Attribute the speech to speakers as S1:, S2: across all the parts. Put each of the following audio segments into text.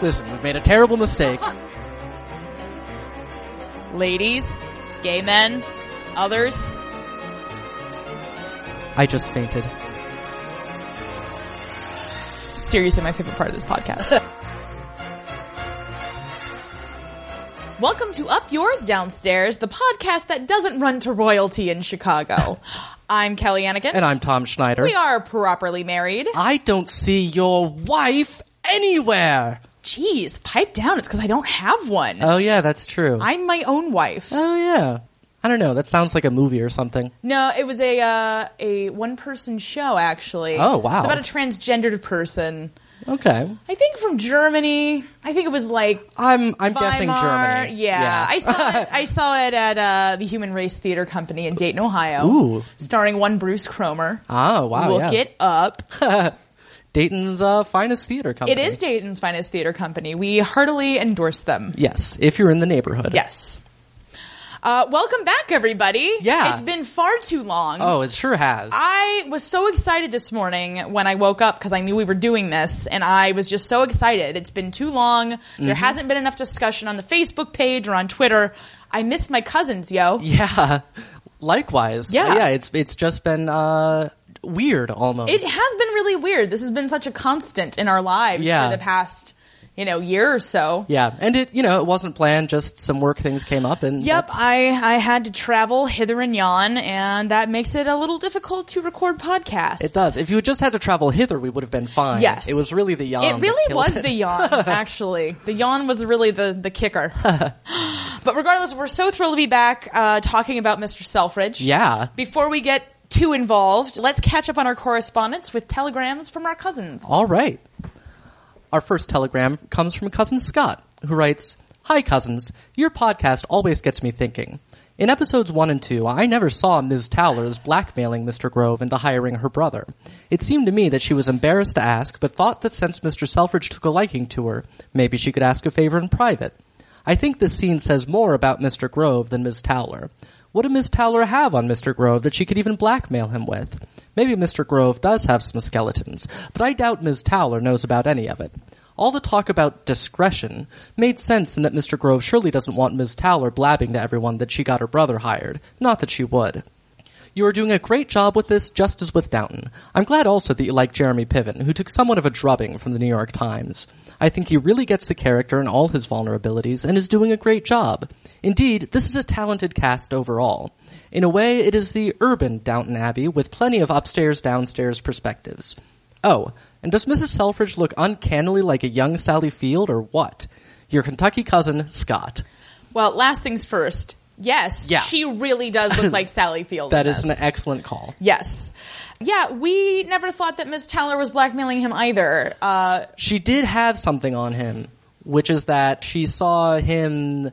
S1: Listen, we've made a terrible mistake.
S2: Ladies, gay men, others.
S1: I just fainted.
S2: Seriously, my favorite part of this podcast. Welcome to Up Yours Downstairs, the podcast that doesn't run to royalty in Chicago. I'm Kelly Anakin.
S1: And I'm Tom Schneider.
S2: we are properly married.
S1: I don't see your wife anywhere.
S2: Jeez, pipe down. It's because I don't have one.
S1: Oh yeah, that's true.
S2: I'm my own wife.
S1: oh yeah. I don't know. That sounds like a movie or something.
S2: No, it was a uh, a one person show actually.
S1: Oh, wow.
S2: It's about a transgendered person.
S1: Okay.
S2: I think from Germany. I think it was like
S1: I'm I'm
S2: Weimar.
S1: guessing Germany.
S2: Yeah, I saw it. I saw it at uh, the Human Race Theater Company in Dayton, Ohio.
S1: Ooh.
S2: starring one Bruce Cromer.
S1: oh wow. yeah.
S2: Look it up.
S1: Dayton's uh, finest theater
S2: It
S1: company.
S2: is Dayton's finest theater company. We heartily endorse them.
S1: Yes, if you're in the neighborhood.
S2: Yes. Uh, welcome back, everybody.
S1: Yeah.
S2: it's been far too long.
S1: Oh, it sure has.
S2: I was so excited this morning when I woke up because I knew we were doing this, and I was just so excited. It's been too long.
S1: Mm-hmm.
S2: There hasn't been enough discussion on the Facebook page or on Twitter. I miss my cousins, yo.
S1: yeah. Likewise.
S2: Yeah.
S1: Yeah. It's it's just been uh, weird almost.
S2: It has been really weird. This has been such a constant in our lives
S1: Yeah.
S2: for the past, you know, year or so.
S1: Yeah, and it you know it wasn't planned. Just some work things came up, and
S2: Yep,
S1: that's-
S2: I, I had to travel hither and yon, and that makes it a little difficult to record podcasts.
S1: it does. If you had just had to travel hither, we would have been fine.
S2: Yes.
S1: it was really the yawn.
S2: It
S1: that
S2: really
S1: killed
S2: was
S1: it.
S2: the yawn, actually. The yawn was really the, the kicker. but regardless, we're so thrilled to be back uh, talking about Mr. Selfridge.
S1: Yeah.
S2: Before we get too involved, let's catch up on our correspondence with telegrams from our cousins.
S1: All right. Our first telegram comes from cousin Scott, who writes, "Hi cousins, your podcast always gets me thinking. In episodes 1 and 2, I never saw Ms. Towlers blackmailing Mr. Grove into hiring her brother. It seemed to me that she was embarrassed to ask, but thought that since Mr. Selfridge took a liking to her, maybe she could ask a favor in private. I think this scene says more about Mr. Grove than Ms. Towler. What did Ms. Towler have on Mr. Grove that she could even blackmail him with? Maybe Mr. Grove does have some skeletons, but I doubt Ms. Towler knows about any of it. All the talk about discretion made sense in that Mr. Grove surely doesn't want Ms. Towler blabbing to everyone that she got her brother hired. Not that she would. You are doing a great job with this, just as with Downton. I'm glad also that you like Jeremy Piven, who took somewhat of a drubbing from the New York Times. I think he really gets the character and all his vulnerabilities and is doing a great job. Indeed, this is a talented cast overall. In a way, it is the urban Downton Abbey with plenty of upstairs downstairs perspectives. Oh, and does Mrs. Selfridge look uncannily like a young Sally Field or what? Your Kentucky cousin, Scott.
S2: Well, last things first. Yes,
S1: Yeah.
S2: she really does look like Sally Field.
S1: That
S2: in
S1: is an
S2: this.
S1: excellent call.
S2: Yes. Yeah, we never thought that Ms. Towler was blackmailing him either. Uh,
S1: she did have something on him, which is that she saw him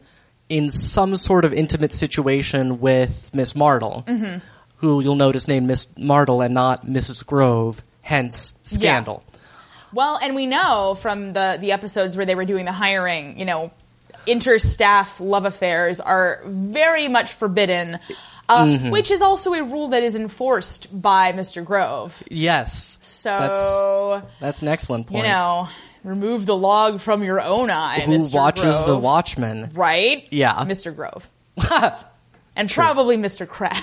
S1: in some sort of intimate situation with Miss Martle,
S2: Mm-hmm.
S1: who you'll notice named Miss Martle and not Mrs. Grove, hence scandal.
S2: Well, and we know from the the episodes where they were doing the hiring, you know, interstaff love affairs are very much forbidden, uh,
S1: Mm-hmm.
S2: which is also a rule that is enforced by Mr. Grove.
S1: Yes.
S2: So
S1: that's, that's an excellent
S2: you
S1: point.
S2: know, remove the log from your own eye,
S1: who
S2: Mr.
S1: watches the
S2: Grove.
S1: Watchmen?
S2: Right?
S1: Yeah.
S2: Mr. Grove, and probably Mr. Crab.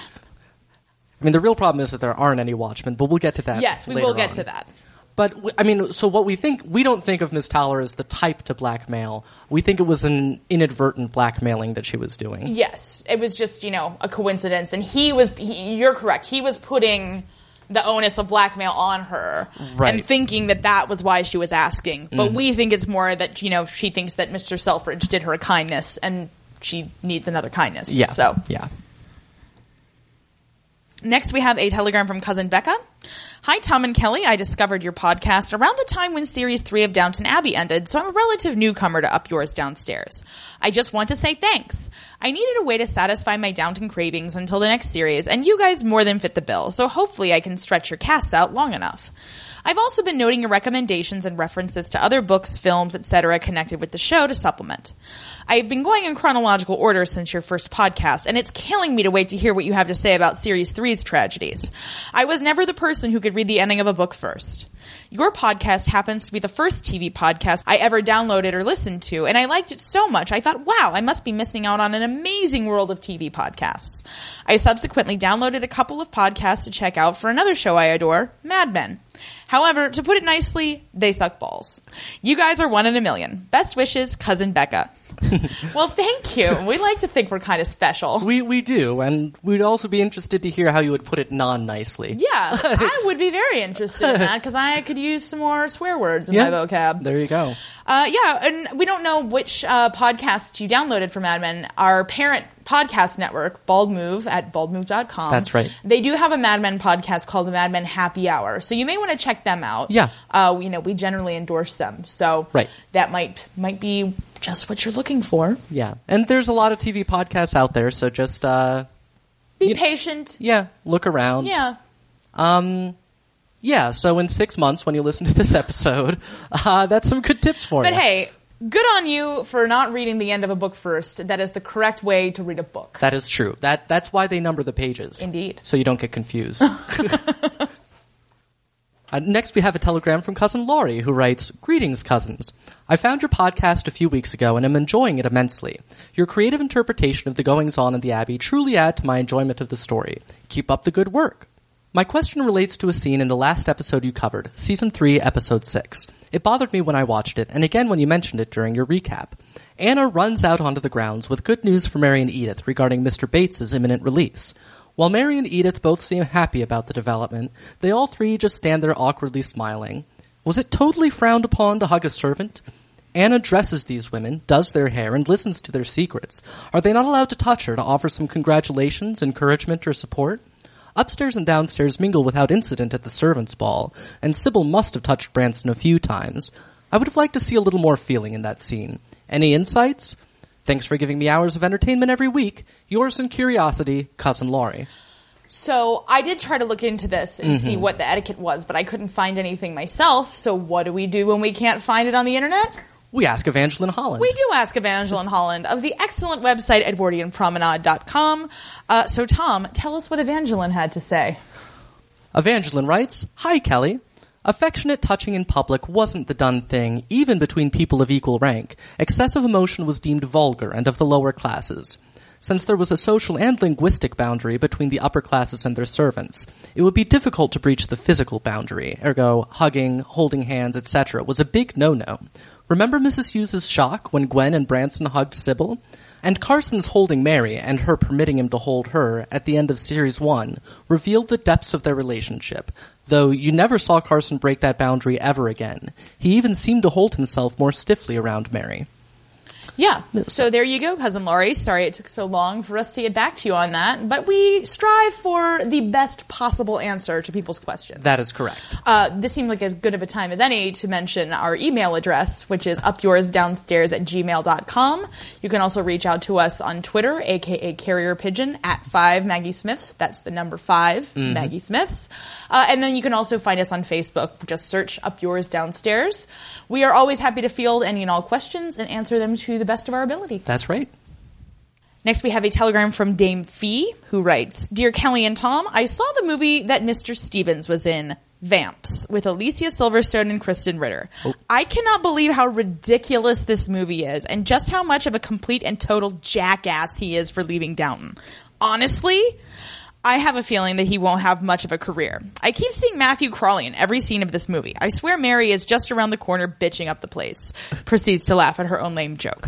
S1: I mean, the real problem is that there aren't any Watchmen, but we'll get to that.
S2: Yes, we
S1: later
S2: will get
S1: on.
S2: to that.
S1: But w- I mean, so what we think we don't think of Miss Towler as the type to blackmail. We think it was an inadvertent blackmailing that she was doing.
S2: Yes, it was just you know a coincidence, and he was. He, you're correct. He was putting the onus of blackmail on her,
S1: Right. Mm-hmm.
S2: and thinking that that was why she was asking. But we think it's more that you know she thinks that Mr. Selfridge did her a kindness, and she needs another kindness.
S1: Yeah.
S2: So
S1: yeah.
S2: Next, we have a telegram from cousin Becca. Hi, Tom and Kelly. I discovered your podcast around the time when series three of Downton Abbey ended, so I'm a relative newcomer to Up Yours Downstairs. I just want to say thanks. I needed a way to satisfy my Downton cravings until the next series, and you guys more than fit the bill, so hopefully I can stretch your casts out long enough. I've also been noting your recommendations and references to other books, films, etc. connected with the show to supplement. I've been going in chronological order since your first podcast, and it's killing me to wait to hear what you have to say about Series 3's tragedies. I was never the person person who could read the ending of a book first. Your podcast happens to be the first TV podcast I ever downloaded or listened to, and I liked it so much I thought, wow, I must be missing out on an amazing world of TV podcasts. I subsequently downloaded a couple of podcasts to check out for another show I adore, Mad Men. However, to put it nicely, they suck balls. You guys are one in a million. Best wishes, cousin Becca. well, thank you. We like to think we're kind of special.
S1: We we do, and we'd also be interested to hear how you would put it non nicely.
S2: Yeah, I would be very interested in that because I could use some more swear words in my vocab.
S1: There you go.
S2: Uh, yeah, and we don't know which uh, podcasts you downloaded from Mad Men. Our parent podcast network, Bald Move, at baldmove.com.
S1: That's right.
S2: They do have a Mad Men podcast called the Mad Men Happy Hour, so you may want to check them out.
S1: Yeah.
S2: Uh, you know, we generally endorse them, so
S1: Right.
S2: that might might be just what you're looking for.
S1: Yeah, and there's a lot of TV podcasts out there, so just uh,
S2: Be
S1: You-
S2: patient.
S1: yeah, look around. Um,
S2: Yeah.
S1: yeah. So in six months, when you listen to this episode, uh, that's some good tips for
S2: But
S1: you.
S2: hey, good on you for not reading the end of a book first. That is the correct way to read a book.
S1: that is true. That that's why they number the pages.
S2: Indeed.
S1: So you don't get confused. Uh, next, we have a telegram from cousin Laurie, who writes, "Greetings, cousins. I found your podcast a few weeks ago and am enjoying it immensely. Your creative interpretation of the goings on in the Abbey truly add to my enjoyment of the story. Keep up the good work." My question relates to a scene in the last episode you covered, season three, episode six. It bothered me when I watched it, and again when you mentioned it during your recap. Anna runs out onto the grounds with good news for Mary and Edith regarding Mr. Bates's imminent release. While Mary and Edith both seem happy about the development, they all three just stand there awkwardly smiling. Was it totally frowned upon to hug a servant? Anna dresses these women, does their hair, and listens to their secrets. Are they not allowed to touch her to offer some congratulations, encouragement, or support? Upstairs and downstairs mingle without incident at the servants' ball, and Sybil must have touched Branson a few times. I would have liked to see a little more feeling in that scene. Any insights? Thanks for giving me hours of entertainment every week. Yours in curiosity, Cousin Laurie.
S2: So I did try to look into this and see what the etiquette was, but I couldn't find anything myself. So what do we do when we can't find it on the internet?
S1: We ask Evangeline Holland.
S2: We do ask Evangeline Holland of the excellent website edwardianpromenade.com. Uh, so Tom, tell us what Evangeline had to say.
S1: Evangeline writes, Hi, Kelly. Affectionate touching in public wasn't the done thing, even between people of equal rank. Excessive emotion was deemed vulgar and of the lower classes. Since there was a social and linguistic boundary between the upper classes and their servants, it would be difficult to breach the physical boundary, ergo, hugging, holding hands, etc., was a big no-no. Remember Mrs. Hughes's shock when Gwen and Branson hugged Sybil? And Carson's holding Mary and her permitting him to hold her at the end of series one revealed the depths of their relationship, though you never saw Carson break that boundary ever again. He even seemed to hold himself more stiffly around Mary.
S2: Yeah. So there you go, cousin Laurie. Sorry it took so long for us to get back to you on that, but we strive for the best possible answer to people's questions.
S1: That is correct.
S2: Uh, this seemed like as good of a time as any to mention our email address, which is upyoursdownstairs at gmail.com. You can also reach out to us on Twitter, aka Carrier Pigeon, at 5 Maggie Smiths. That's the number 5, Maggie Smiths. Uh, and then you can also find us on Facebook. Just search Up Yours Downstairs. We are always happy to field any and all questions and answer them to the best of our ability.
S1: That's right.
S2: Next, we have a telegram from Dame Fee, who writes Dear Kelly and Tom, I saw the movie that Mr. Stevens was in, Vamps, with Alicia Silverstone and Kristen Ritter. I cannot believe how ridiculous this movie is and just how much of a complete and total jackass he is for leaving Downton. Honestly, I have a feeling that he won't have much of a career. I keep seeing Matthew Crawley in every scene of this movie. I swear Mary is just around the corner bitching up the place. Proceeds to laugh at her own lame joke.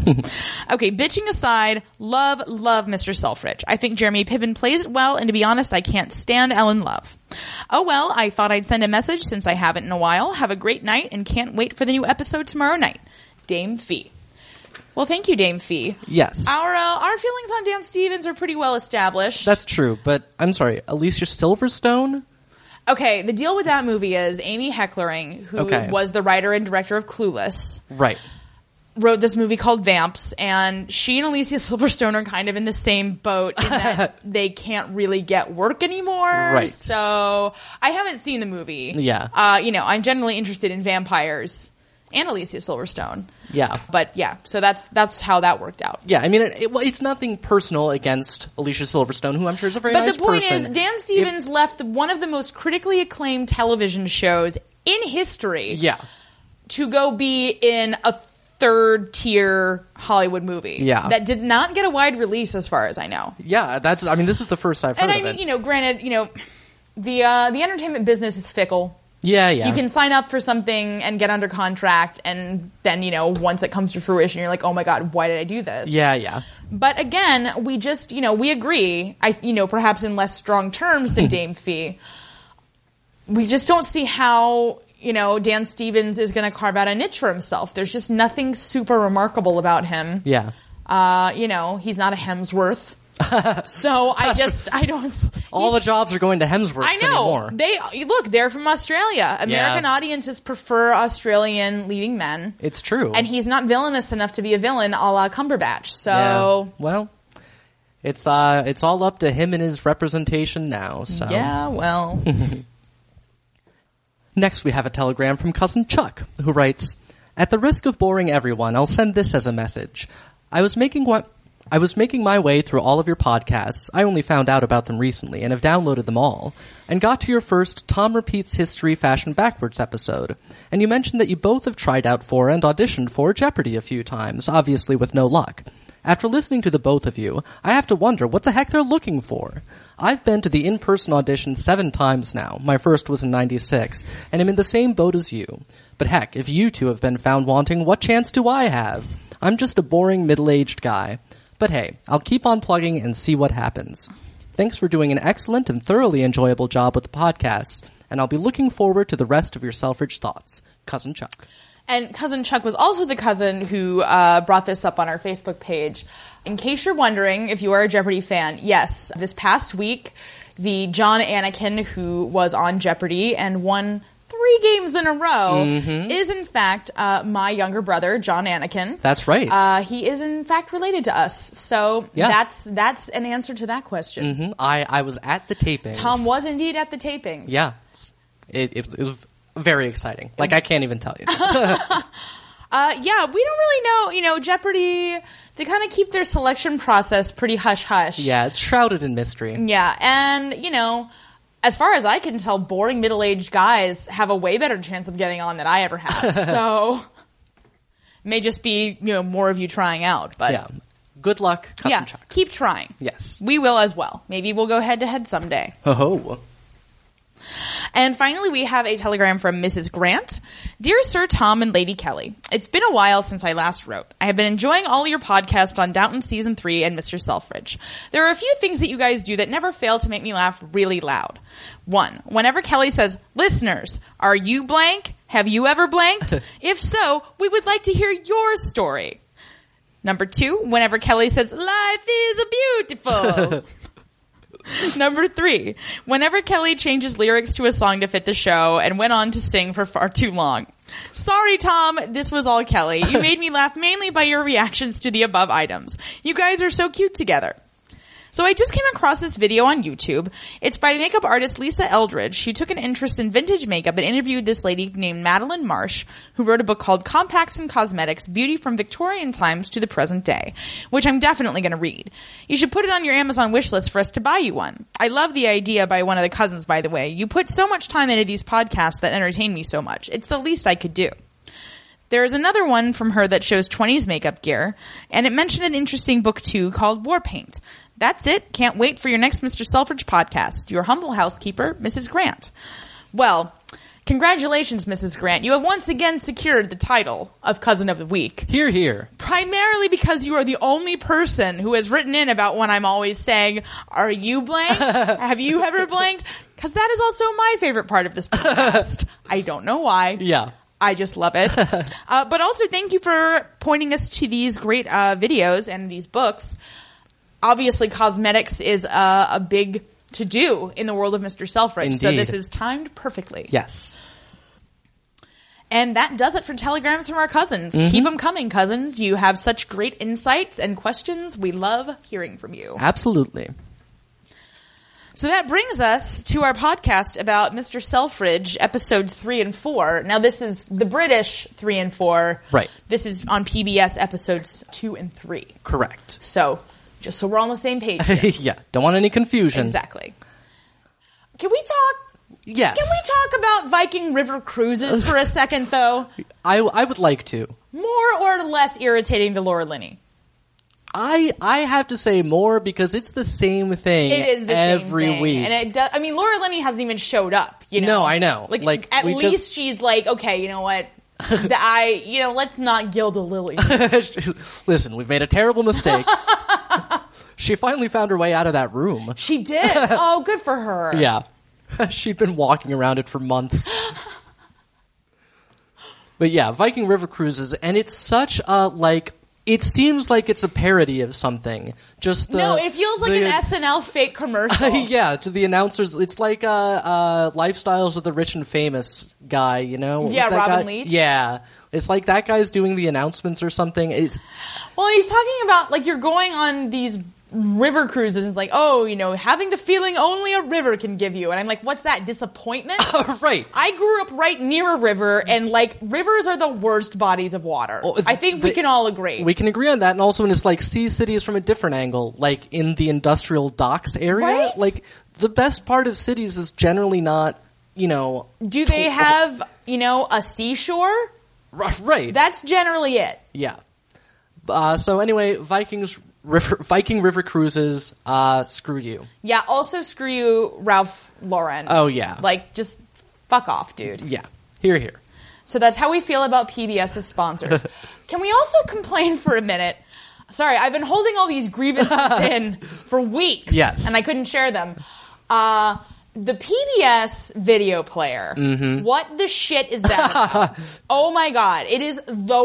S2: okay, bitching aside, love, love Mr. Selfridge. I think Jeremy Piven plays it well, and to be honest, I can't stand Ellen Love. Oh well, I thought I'd send a message since I haven't in a while. Have a great night and can't wait for the new episode tomorrow night. Dame Fee. Well, thank you, Dame Fee.
S1: Yes.
S2: Our, uh, our feelings on Dan Stevens are pretty well established.
S1: That's true, but I'm sorry, Alicia Silverstone?
S2: Okay, the deal with that movie is Amy Hecklering, who
S1: Okay.
S2: was the writer and director of Clueless,
S1: Right.
S2: wrote this movie called Vamps, and she and Alicia Silverstone are kind of in the same boat in that they can't really get work anymore.
S1: Right.
S2: So I haven't seen the movie.
S1: Yeah.
S2: Uh, you know, I'm generally interested in vampires and Alicia Silverstone.
S1: Yeah.
S2: But yeah, so that's that's how that worked out.
S1: Yeah, I mean, it, it, well, it's nothing personal against Alicia Silverstone, who I'm sure is a very
S2: But
S1: nice
S2: the point
S1: person.
S2: is, Dan Stevens left the, one of the most critically acclaimed television shows in history
S1: yeah,
S2: to go be in a third tier Hollywood movie.
S1: Yeah.
S2: That did not get a wide release, as far as I know.
S1: yeah. That's. I mean, this is the first I've heard
S2: And I
S1: of
S2: mean,
S1: it.
S2: you know, granted, you know, the uh, the entertainment business is fickle.
S1: yeah, yeah.
S2: You can sign up for something and get under contract, and then you know, once it comes to fruition, you're like, oh my god, why did I do this?
S1: Yeah, yeah.
S2: But again, we just, you know, we agree, I, you know, perhaps in less strong terms than Dame Fee. We just don't see how, you know, Dan Stevens is going to carve out a niche for himself. There's just nothing super remarkable about him.
S1: Yeah.
S2: Uh, you know, he's not a Hemsworth. so I just, I don't.
S1: All the jobs are going to Hemsworths
S2: I know.
S1: anymore.
S2: They, look, they're from Australia. American audiences prefer Australian leading men.
S1: it's true.
S2: And he's not villainous enough to be a villain a la Cumberbatch. So.
S1: Yeah. Well, it's uh, it's all up to him and his representation now. So
S2: Yeah, well.
S1: Next, we have a telegram from cousin Chuck, who writes, "At the risk of boring everyone, I'll send this as a message. I was making one." I was making my way through all of your podcasts. I only found out about them recently and have downloaded them all. And got to your first Tom Repeats History Fashion Backwards episode. And you mentioned that you both have tried out for and auditioned for Jeopardy a few times, obviously with no luck. After listening to the both of you, I have to wonder what the heck they're looking for. I've been to the in-person audition seven times now. My first was in 96, and I'm in the same boat as you. But heck, if you two have been found wanting, what chance do I have? I'm just a boring middle-aged guy. But hey, I'll keep on plugging and see what happens. Thanks for doing an excellent and thoroughly enjoyable job with the podcast, and I'll be looking forward to the rest of your Selfridge thoughts. Cousin Chuck.
S2: And cousin Chuck was also the cousin who uh, brought this up on our Facebook page. In case you're wondering, if you are a Jeopardy fan, yes, this past week, the John Anakin who was on Jeopardy and won three games in a row
S1: Mm-hmm.
S2: is in fact uh, my younger brother, John Anakin.
S1: That's right.
S2: uh, he is in fact related to us. So
S1: Yeah.
S2: that's that's an answer to that question.
S1: Mhm. I, I was at the taping.
S2: Tom was indeed at the tapings.
S1: Yeah, it, it, it was very exciting. Like I can't even tell you.
S2: Uh, yeah, we don't really know. You know, Jeopardy, they kind of keep their selection process pretty hush hush.
S1: yeah, it's shrouded in mystery.
S2: Yeah, and, you know, as far as I can tell, boring middle aged guys have a way better chance of getting on than I ever have. so, may just be, you know, more of you trying out. But,
S1: Yeah. Good luck, Cut
S2: yeah
S1: and Chuck.
S2: keep trying.
S1: Yes.
S2: We will as well. Maybe we'll go head to head someday.
S1: Ho ho.
S2: And finally, we have a telegram from Mrs. Grant. Dear Sir Tom and Lady Kelly, it's been a while since I last wrote. I have been enjoying all your podcasts on Downton Season 3 and Mr. Selfridge. There are a few things that you guys do that never fail to make me laugh really loud. One, whenever Kelly says, listeners, are you blank? Have you ever blanked? if so, we would like to hear your story. Number two, whenever Kelly says, life is beautiful. Number three, whenever Kelly changes lyrics to a song to fit the show and went on to sing for far too long. Sorry, Tom, this was all Kelly. You made me laugh mainly by your reactions to the above items. You guys are so cute together. So I just came across this video on YouTube. It's by makeup artist Lisa Eldridge. She took an interest in vintage makeup and interviewed this lady named Madeline Marsh, who wrote a book called Compacts and Cosmetics, Beauty from Victorian Times to the Present Day, which I'm definitely going to read. You should put it on your Amazon wish list for us to buy you one. I love the idea by one of the cousins, by the way. You put so much time into these podcasts that entertain me so much. It's the least I could do. There is another one from her that shows 20s makeup gear, and it mentioned an interesting book too called War Paint. That's it. Can't wait for your next Mr. Selfridge podcast. Your humble housekeeper, Mrs. Grant. Well, congratulations, Mrs. Grant. You have once again secured the title of Cousin of the Week,
S1: Here, here.
S2: primarily because you are the only person who has written in about when I'm always saying, Are you blank? have you ever blanked? Because that is also my favorite part of this podcast. I don't know why.
S1: Yeah.
S2: I just love it. uh, but also, thank you for pointing us to these great uh, videos and these books. Obviously, cosmetics is uh, a big to do in the world of Mr. Selfridge, so
S1: Indeed.
S2: this is timed perfectly.
S1: Yes.
S2: And that does it for telegrams from our cousins. Keep them coming, cousins. You have such great insights and questions. We love hearing from you.
S1: Absolutely.
S2: So that brings us to our podcast about Mr. Selfridge, episodes three and four. Now, this is the British three and four.
S1: Right.
S2: This is on PBS episodes two and three.
S1: Correct.
S2: So, just so we're on the same page. here.
S1: yeah. Don't want any confusion.
S2: exactly. Can we talk?
S1: Yes.
S2: Can we talk about Viking River cruises for a second, though?
S1: I, I would like to.
S2: More or less irritating than Laura Linney.
S1: I I have to say more because it's the same thing
S2: It is the
S1: every
S2: same thing.
S1: week.
S2: and it does. I mean, Laura Linney hasn't even showed up. You know,
S1: No, I know.
S2: Like,
S1: Like,
S2: at
S1: we
S2: least
S1: just-
S2: she's like, okay, you know what? the, I, you know, let's not gild a lily.
S1: Listen, we've made a terrible mistake. she finally found her way out of that room.
S2: she did. Oh, good for her.
S1: Yeah. She'd been walking around it for months. but yeah, Viking River Cruises, and it's such a, like, it seems like it's a parody of something. Just the.
S2: no, it feels like
S1: the-
S2: an SNL fake commercial.
S1: yeah, to the announcers, it's like uh, uh, lifestyles of the rich and famous guy, you know. What was
S2: Yeah,
S1: that
S2: Robin
S1: guy?
S2: Leach.
S1: Yeah, it's like that guy's doing the announcements or something. It's,
S2: Well, he's talking about like you're going on these river cruises. It's like, oh, you know, having the feeling only a river can give you. And I'm like, what's that disappointment?
S1: right.
S2: I grew up right near a river, and like rivers are the worst bodies of water.
S1: Oh,
S2: I think we
S1: the-
S2: can all agree.
S1: We can agree on that, and also when it's like Sea City is from a different angle, like in the industrial docks area.
S2: Right?
S1: Like the best part of cities is generally not, you know,
S2: Do they have, you know, a seashore?
S1: r- right?
S2: That's generally it.
S1: yeah. Uh, so anyway, Vikings River, Viking River Cruises. Uh, screw you.
S2: Yeah, also screw you, Ralph Lauren.
S1: Oh, yeah.
S2: Like, just fuck off, dude.
S1: Yeah. Here, here.
S2: So that's how we feel about PBS's sponsors. Can we also complain for a minute? Sorry, I've been holding all these grievances in for weeks.
S1: Yes.
S2: And I couldn't share them. Uh, the PBS video player.
S1: Mm-hmm.
S2: What the shit is that? about? oh my god, it is the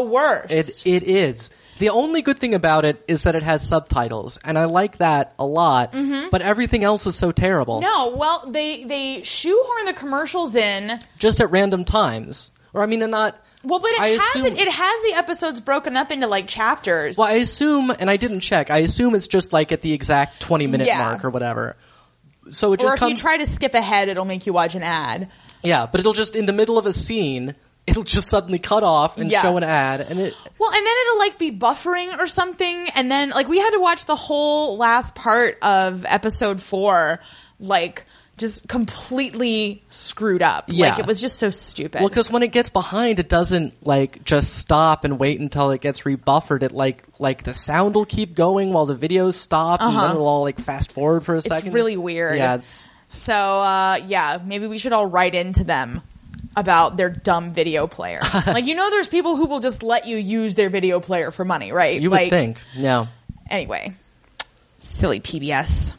S1: It
S2: worst.
S1: it is. The only good thing about it is that it has subtitles, and I like that a lot. But everything else is so terrible.
S2: Mm-hmm. No, well, they they shoehorn the commercials in.
S1: Just at random times, or I mean, they're not.
S2: Well, but it
S1: I
S2: has
S1: assume-
S2: it, it has the episodes broken up into like chapters.
S1: Well, I assume, and I didn't check. I assume it's just like at the exact twenty minute
S2: Yeah.
S1: mark or whatever. So it just
S2: or if you
S1: comes,
S2: try to skip ahead, it'll make you watch an ad.
S1: yeah. But it'll just in the middle of a scene, it'll just suddenly cut off and
S2: Yeah.
S1: show an ad, and it
S2: Well, and then it'll like be buffering or something, and then like we had to watch the whole last part of episode four, like just completely screwed up.
S1: Yeah.
S2: Like it was just so stupid.
S1: well because when it gets behind, it doesn't like just stop and wait until it gets rebuffered. It like like the sound will keep going while the videos stop, and then it'll all like fast forward for a
S2: Uh-huh. it's
S1: second.
S2: really weird.
S1: Yeah, it's,
S2: So uh, yeah, maybe we should all write into them about their dumb video player. like you know, there's people who will just let you use their video player for money, right?
S1: you would
S2: like,
S1: think. Yeah.
S2: Anyway, silly PBS.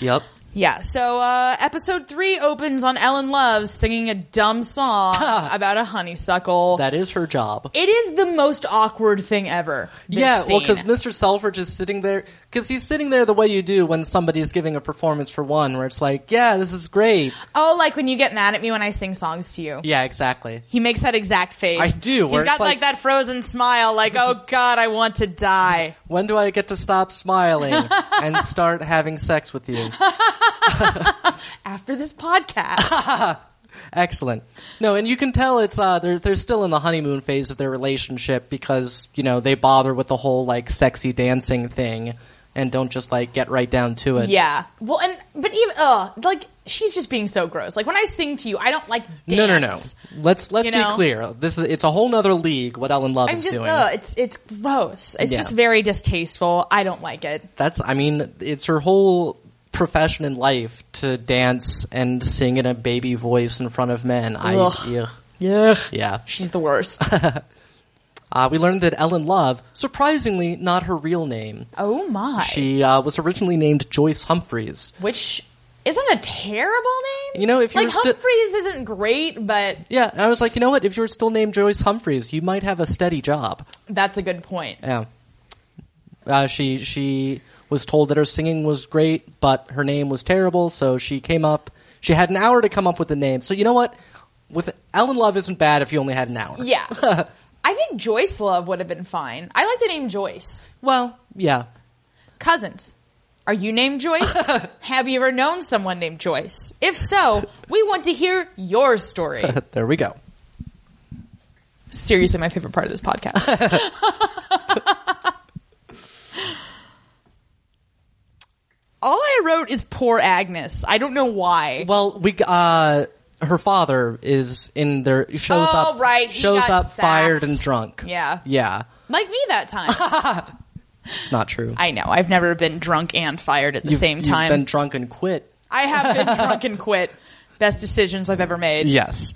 S1: Yep.
S2: Yeah. So uh, episode three opens on Ellen Love singing a dumb song about a honeysuckle.
S1: That is her job.
S2: it is the most awkward thing ever. this
S1: yeah, well, because
S2: scene.
S1: Mr. Selfridge is sitting there, because he's sitting there the way you do when somebody's giving a performance for one, where it's like, yeah, this is great.
S2: oh, like when you get mad at me when I sing songs to you.
S1: Yeah, exactly.
S2: He makes that exact face.
S1: I do, where
S2: He's got
S1: it's
S2: like,
S1: like-
S2: that frozen smile, like, oh God, I want to die.
S1: When do I get to stop smiling and start having sex with you?
S2: After this podcast.
S1: Excellent. No, and you can tell it's, uh, they're, they're still in the honeymoon phase of their relationship because, you know, they bother with the whole, like, sexy dancing thing and don't just, like, get right down to it.
S2: yeah. Well, and, but even, uh, like, she's just being so gross. Like, when I sing to you, I don't like dance.
S1: No, no, no. Let's let's
S2: You
S1: be
S2: know?
S1: clear. This is it's a whole nother league. What Ellen Love
S2: I'm
S1: is
S2: just, oh,
S1: doing.
S2: ugh, it's, it's gross. It's
S1: Yeah.
S2: just very distasteful. I don't like it.
S1: That's, I mean, it's her whole profession in life to dance and sing in a baby voice in front of men. I,
S2: Ugh.
S1: yeah.
S2: Yeah.
S1: yeah.
S2: She's the worst.
S1: Uh, we learned that Ellen Love, surprisingly, not her real name.
S2: oh my.
S1: She uh, was originally named Joyce Humphreys.
S2: Which isn't a terrible name.
S1: You know, if you
S2: like,
S1: were sti-
S2: Humphreys isn't great, but
S1: Yeah, and I was like, you know what? If you were still named Joyce Humphreys, you might have a steady job.
S2: that's a good point.
S1: Yeah. Uh, she she was told that her singing was great, but her name was terrible. So she came up. She had an hour to come up with a name. So you know what? With Ellen Love isn't bad if you only had an hour.
S2: Yeah. I think Joyce Love would have been fine. I like the name Joyce.
S1: Well, yeah.
S2: Cousins. Are you named Joyce? Have you ever known someone named Joyce? If so, we want to hear your story.
S1: there we go.
S2: Seriously, my favorite part of this podcast. All I wrote is poor Agnes. I don't know why.
S1: Well, we uh, her father is in there. Shows
S2: Oh,
S1: up.
S2: right. He
S1: Shows
S2: got
S1: up
S2: sacked.
S1: fired and drunk.
S2: Yeah.
S1: Yeah.
S2: Like me that time.
S1: It's not true.
S2: I know. I've never been drunk and fired at the
S1: You've-
S2: same
S1: you've
S2: time.
S1: been drunk and quit.
S2: I have been drunk and quit. Best decisions I've ever made.
S1: Yes.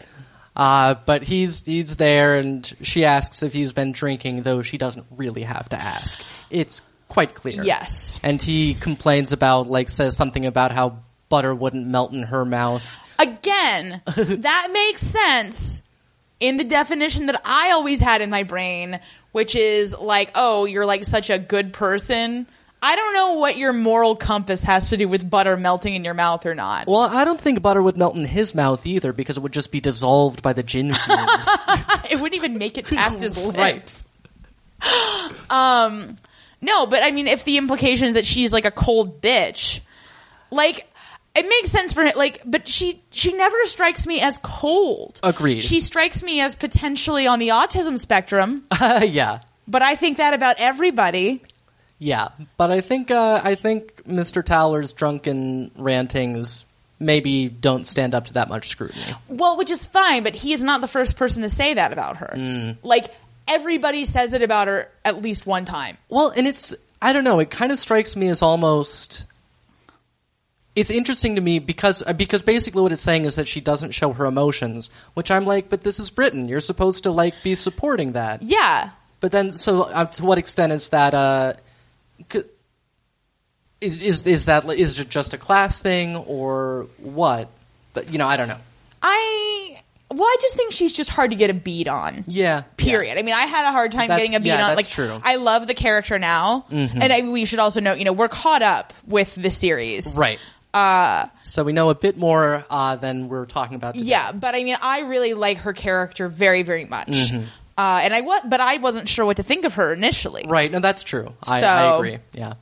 S1: Uh, but he's he's there, and she asks if he's been drinking, though she doesn't really have to ask. It's quite clear.
S2: Yes.
S1: And he complains about, like, says something about how butter wouldn't melt in her mouth.
S2: Again, that makes sense in the definition that I always had in my brain, which is like, oh, you're like such a good person. I don't know what your moral compass has to do with butter melting in your mouth or not.
S1: Well, I don't think butter would melt in his mouth either, because it would just be dissolved by the gin fumes.
S2: it wouldn't even make it past his
S1: Right.
S2: lips. um, no, but I mean, if the implication is that she's like a cold bitch, like it makes sense for him. Like, but she she never strikes me as cold.
S1: Agreed.
S2: She strikes me as potentially on the autism spectrum,
S1: yeah.
S2: but I think that about everybody.
S1: Yeah, but I think uh, I think Mr. Towler's drunken rantings maybe don't stand up to that much scrutiny.
S2: Well, which is fine, but he is not the first person to say that about her. Like everybody says it about her at least one time.
S1: Well, and it's I don't know. It kind of strikes me as almost. It's interesting to me because uh, because basically what it's saying is that she doesn't show her emotions, which I'm like, but this is Britain. You're supposed to like be supporting that.
S2: Yeah.
S1: But then, so uh, to what extent is that? Uh, c- is is is that is it just a class thing or what? But you know, I don't know.
S2: I well, I just think she's just hard to get a beat on.
S1: Yeah.
S2: Period. I mean, I had a hard time
S1: That's-
S2: getting a beat
S1: yeah,
S2: on.
S1: that's
S2: like,
S1: true. Mm-hmm.
S2: I love the character now, and I, we should also note, you know, we're caught up with the series,
S1: Yeah. Right.
S2: Uh,
S1: So we know a bit more uh, than we're talking about. Today.
S2: yeah, but I mean, I really like her character very, very much.
S1: Mm-hmm.
S2: Uh, and I was, but I wasn't sure what to think of her initially.
S1: Right. No, that's true. I, I
S2: So-
S1: agree. Yeah.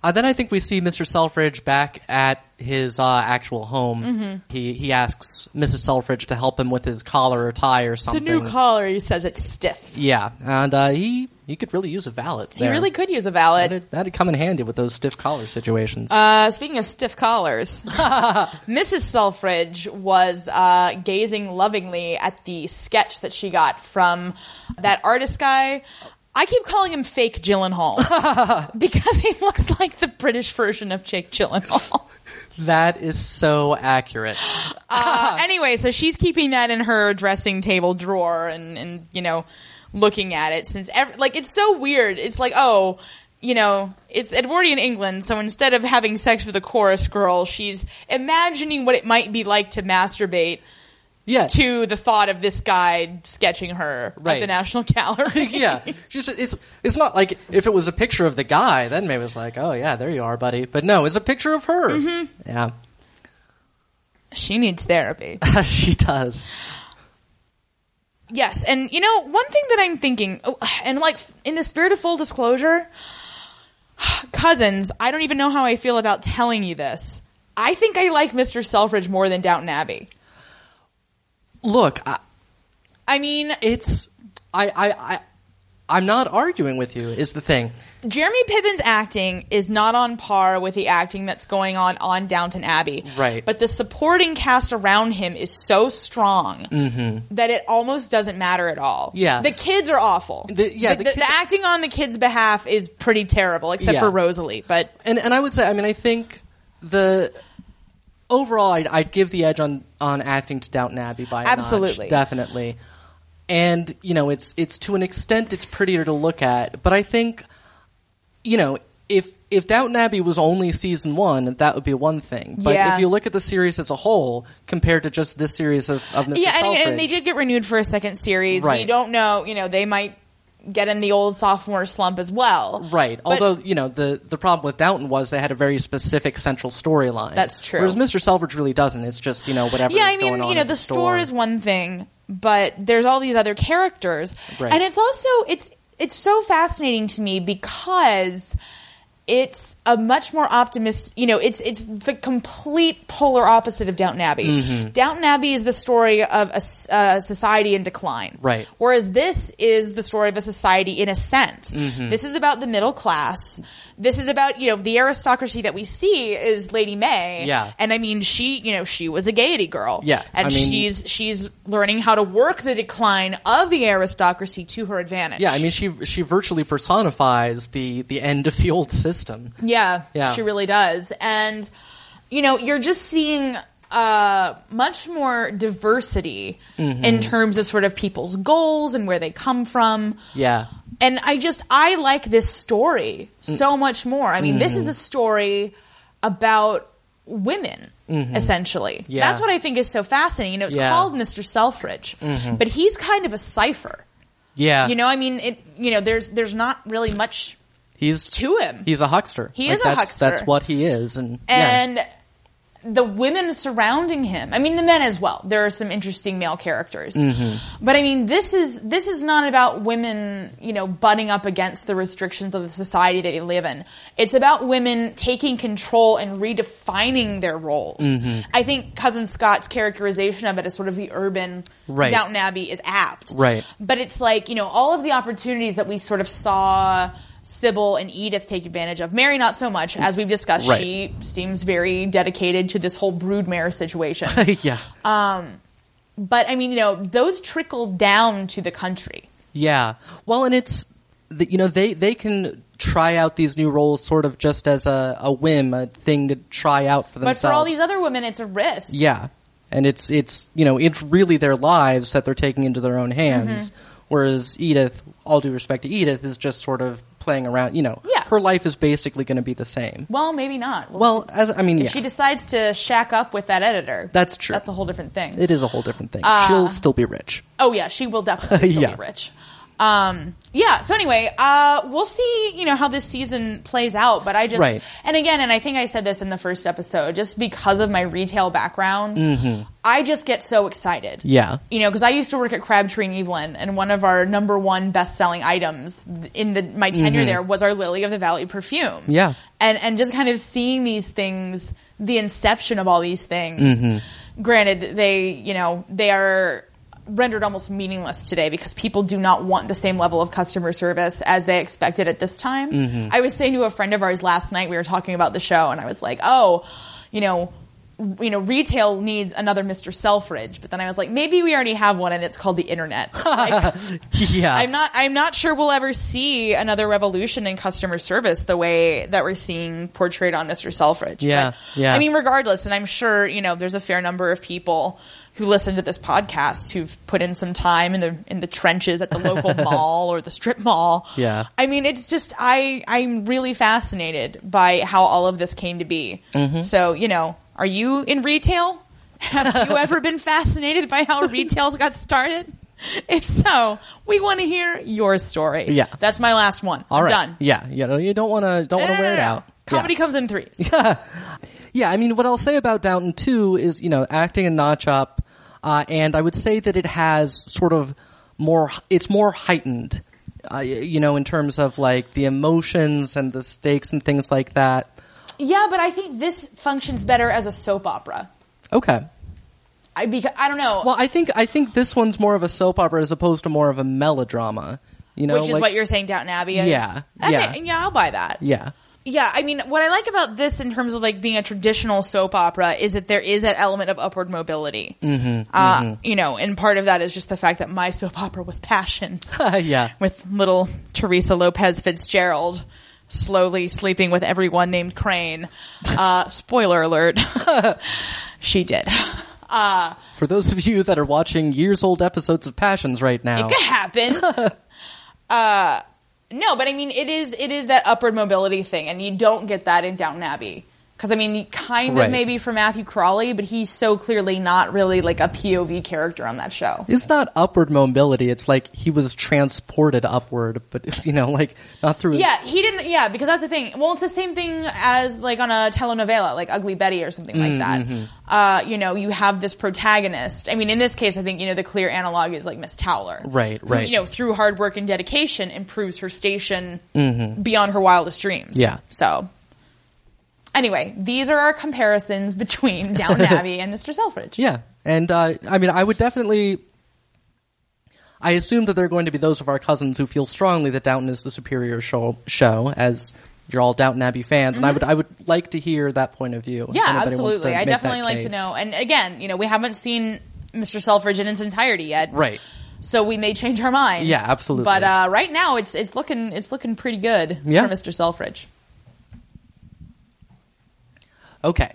S1: Uh, then I think we see Mr. Selfridge back at his uh, actual home.
S2: Mm-hmm.
S1: He he asks Mrs. Selfridge to help him with his collar or tie or
S2: The
S1: something.
S2: new caller he says it's stiff.
S1: Yeah, and uh, he he could really use a valet.
S2: He
S1: there.
S2: really could use a valid.
S1: That'd, that'd come in handy with those stiff collar situations.
S2: Uh, speaking of stiff collars, Mrs. Selfridge was uh, gazing lovingly at the sketch that she got from that artist guy. I keep calling him fake Gyllenhaal because he looks like the British version of Jake Gyllenhaal.
S1: that is so accurate.
S2: Uh, anyway, so she's keeping that in her dressing table drawer and, and you know, looking at it since, ev- like, it's so weird. It's like, oh, you know, it's Edwardian England, so instead of having sex with a chorus girl, she's imagining what it might be like to masturbate
S1: Yeah.
S2: to the thought of this guy sketching her at
S1: Right.
S2: the National Gallery.
S1: yeah, She's just- it's it's not like if it was a picture of the guy, then maybe it's like, oh yeah, there you are, buddy. But no, it's a picture of her.
S2: Mm-hmm.
S1: Yeah,
S2: She needs therapy.
S1: she does.
S2: Yes, and you know one thing that I'm thinking, oh, and like in the spirit of full disclosure, cousins, I don't even know how I feel about telling you this. I think I like Mr. Selfridge more than Downton Abbey.
S1: Look, I,
S2: I mean,
S1: it's I I I I'm not arguing with you. Is the thing.
S2: Jeremy Piven's acting is not on par with the acting that's going on on Downton Abbey.
S1: Right.
S2: But the supporting cast around him is so strong that it almost doesn't matter at all.
S1: Mm-hmm. Yeah.
S2: The kids are awful.
S1: The- yeah,
S2: The,
S1: the
S2: the-
S1: kids-
S2: the acting on the kids' behalf is pretty terrible, except
S1: Yeah.
S2: for Rosalie. But
S1: and and I would say, I mean, I think the overall, I'd, I'd give the edge on on acting to Downton Abbey by a notch,
S2: Absolutely.
S1: definitely. And you know, it's it's to an extent, it's prettier to look at, but I think, you know, if if Downton Abbey was only season one, that would be one thing. But
S2: Yeah.
S1: if you look at the series as a whole, compared to just this series of, of Mr.
S2: yeah, and,
S1: Selfridge,
S2: and they did get renewed for a second series. We
S1: Right.
S2: don't know. You know, they might get in the old sophomore slump as well.
S1: Right.
S2: But-
S1: Although, you know, the, the problem with Downton was they had a very specific central storyline.
S2: That's true.
S1: Whereas Mr. Selfridge really doesn't. It's just, you know, whatever
S2: yeah,
S1: is
S2: I mean,
S1: going on
S2: you know,
S1: at
S2: the store is one thing, but there's all these other characters,
S1: Right.
S2: and it's also it's it's so fascinating to me because it's a much more optimist. You know, it's it's the complete polar opposite of Downton Abbey.
S1: Mm-hmm.
S2: Downton Abbey is the story of a, s- a society in decline,
S1: Right.
S2: Whereas this is the story of a society in ascent.
S1: Mm-hmm.
S2: This is about the middle class. This is about you know the aristocracy that we see is Lady May,
S1: Yeah.
S2: And I mean, she you know she was a Gaiety girl,
S1: Yeah,
S2: and
S1: I mean-
S2: she's she's learning how to work the decline of the aristocracy to her advantage.
S1: Yeah, I mean, she she virtually personifies the the end of the old system.
S2: Yeah,
S1: Yeah.
S2: she really does. And you know, you're just seeing uh much more diversity
S1: Mm-hmm.
S2: in terms of sort of people's goals and where they come from.
S1: Yeah,
S2: And I just I like this story
S1: Mm.
S2: so much more. I mean, this
S1: Mm-hmm.
S2: is a story about women essentially.
S1: Mm-hmm. Yeah.
S2: That's what I think is so fascinating. You know, it's
S1: Yeah. Mm-hmm.
S2: called Mr. Selfridge, but he's kind of a cipher.
S1: yeah.
S2: You know, I mean, it you know, there's there's not really much
S1: he's
S2: to him.
S1: he's a huckster.
S2: He
S1: Like,
S2: is a
S1: that's,
S2: huckster.
S1: That's what he is, and,
S2: and the women surrounding him i mean the men as well there are some interesting male characters
S1: Mm-hmm.
S2: but i mean this is this is not about women you know butting up against the restrictions of the society that they live in it's about women taking control and redefining their roles
S1: Mm-hmm.
S2: i think cousin scott's characterization of it as sort of the urban
S1: Right.
S2: downton abbey is apt
S1: Right.
S2: but it's like, you know, all of the opportunities that we sort of saw Sybil and Edith take advantage of. Mary, not so much. As we've discussed,
S1: Right.
S2: she seems very dedicated to this whole broodmare situation.
S1: yeah, yeah,
S2: uh, but I mean, you know, those trickle down to the country.
S1: yeah. Well, and it's the, you know they they can try out these new roles sort of just as a, a whim, a thing to try out for
S2: But
S1: themselves.
S2: for all these other women, it's a risk.
S1: Yeah. And it's it's you know, it's really their lives that they're taking into their own hands.
S2: Mm-hmm.
S1: Whereas Edith, all due respect to Edith, is just sort of playing around, you know.
S2: Yeah.
S1: Her life is basically gonna be the same.
S2: Well, maybe not.
S1: Well, as I mean,
S2: if
S1: yeah,
S2: she decides to shack up with that editor,
S1: That's true.
S2: That's a whole different thing.
S1: it is a whole different thing.
S2: Uh,
S1: She'll still be rich.
S2: Oh yeah, she will definitely still
S1: Yeah.
S2: be rich. Um, yeah. So anyway, uh, we'll see. You know how this season plays out, but I just
S1: Right.
S2: and again, and I think I said this in the first episode, just because of my retail background, I just get so excited.
S1: Mm-hmm. Yeah.
S2: You know, because I used to work at Crabtree and Evelyn, and one of our number one best selling items in the my tenure there was our Lily of the Valley perfume.
S1: Mm-hmm. Yeah.
S2: And and just kind of seeing these things, the inception of all these things. Granted, they you know they are rendered almost meaningless today because people do not want the same level of customer service as they expected at this time. I was saying to a friend of ours last night, we were talking about the show, and I was like, oh, you know, you know, retail needs another Mr. Selfridge. But then I was like, maybe we already have one, and it's called the internet. Like,
S1: Yeah.
S2: I'm not. I'm not sure we'll ever see another revolution in customer service the way that we're seeing portrayed on Mr. Selfridge.
S1: Yeah,
S2: But,
S1: yeah.
S2: I mean, regardless, and I'm sure you know there's a fair number of people who listen to this podcast who've put in some time in the in the trenches at the local mall or the strip mall.
S1: Yeah.
S2: I mean, it's just I I'm really fascinated by how all of this came to be.
S1: Mm-hmm.
S2: So you know, are you in retail? Have you ever been fascinated by how retail got started? If so, we want to hear your story.
S1: Yeah.
S2: that's my last one.
S1: all right.
S2: done.
S1: Yeah, you know, you don't wanna don't wanna
S2: No, no,
S1: wear it
S2: no, no.
S1: out. Yeah.
S2: Comedy comes in threes.
S1: Yeah, I mean, what I'll say about Downton 2 is, you know, acting and notch up, uh, and I would say that it has sort of more, it's more heightened, uh, y- you know, in terms of like the emotions and the stakes and things like that.
S2: yeah, but I think this functions better as a soap opera.
S1: Okay.
S2: I because I don't know,
S1: Well, I think, I think this one's more of a soap opera as opposed to more of a melodrama, you know?
S2: which is
S1: like-
S2: what you're saying, Downton Abbey. Is.
S1: Yeah,
S2: I
S1: yeah.
S2: think- yeah, I'll buy that.
S1: Yeah.
S2: Yeah, I mean, what I like about this in terms of like being a traditional soap opera is that there is that element of upward mobility. Mm-hmm, uh, You know, and part of that is just the fact that my soap opera was Passions
S1: yeah.
S2: with little Teresa Lopez Fitzgerald slowly sleeping with everyone named Crane. Uh, spoiler alert, she did.
S1: For those of you that are watching years old episodes of Passions right now.
S2: It could happen. uh, no, but I mean, it is it is that upward mobility thing, and you don't get that in Downton Abbey. Because I mean, kind of
S1: Right.
S2: maybe for Matthew Crawley, but he's so clearly not really like a POV character on that show.
S1: It's not upward mobility. It's like he was transported upward, but you know, like not through. his-
S2: Yeah, he didn't. Yeah, because that's the thing. Well, it's the same thing as like on a telenovela, like Ugly Betty or something
S1: Mm,
S2: like
S1: mm-hmm.
S2: that. Uh, you know, you have this protagonist. I mean, in this case, I think you know the clear analog is like Miss Towler,
S1: Right,
S2: who,
S1: right.
S2: You know, through hard work and dedication, improves her station beyond her wildest dreams.
S1: Mm-hmm. Yeah.
S2: So Anyway, these are our comparisons between Downton Abbey and Mr. Selfridge.
S1: Yeah, and uh, I mean, I would definitely. I assume that there are going to be those of our cousins who feel strongly that Downton is the superior show, show as you're all Downton Abbey fans, and I would I would like to hear that point of view. if
S2: Mm-hmm. Yeah,
S1: anybody wants to
S2: absolutely. I
S1: make that
S2: definitely like to
S1: case.
S2: know. And again, you know, we haven't seen Mr. Selfridge in its entirety yet.
S1: Right.
S2: So we may change our minds.
S1: Yeah, absolutely.
S2: But uh, right now, it's it's looking it's looking pretty good
S1: Yeah.
S2: for Mr. Selfridge.
S1: Okay.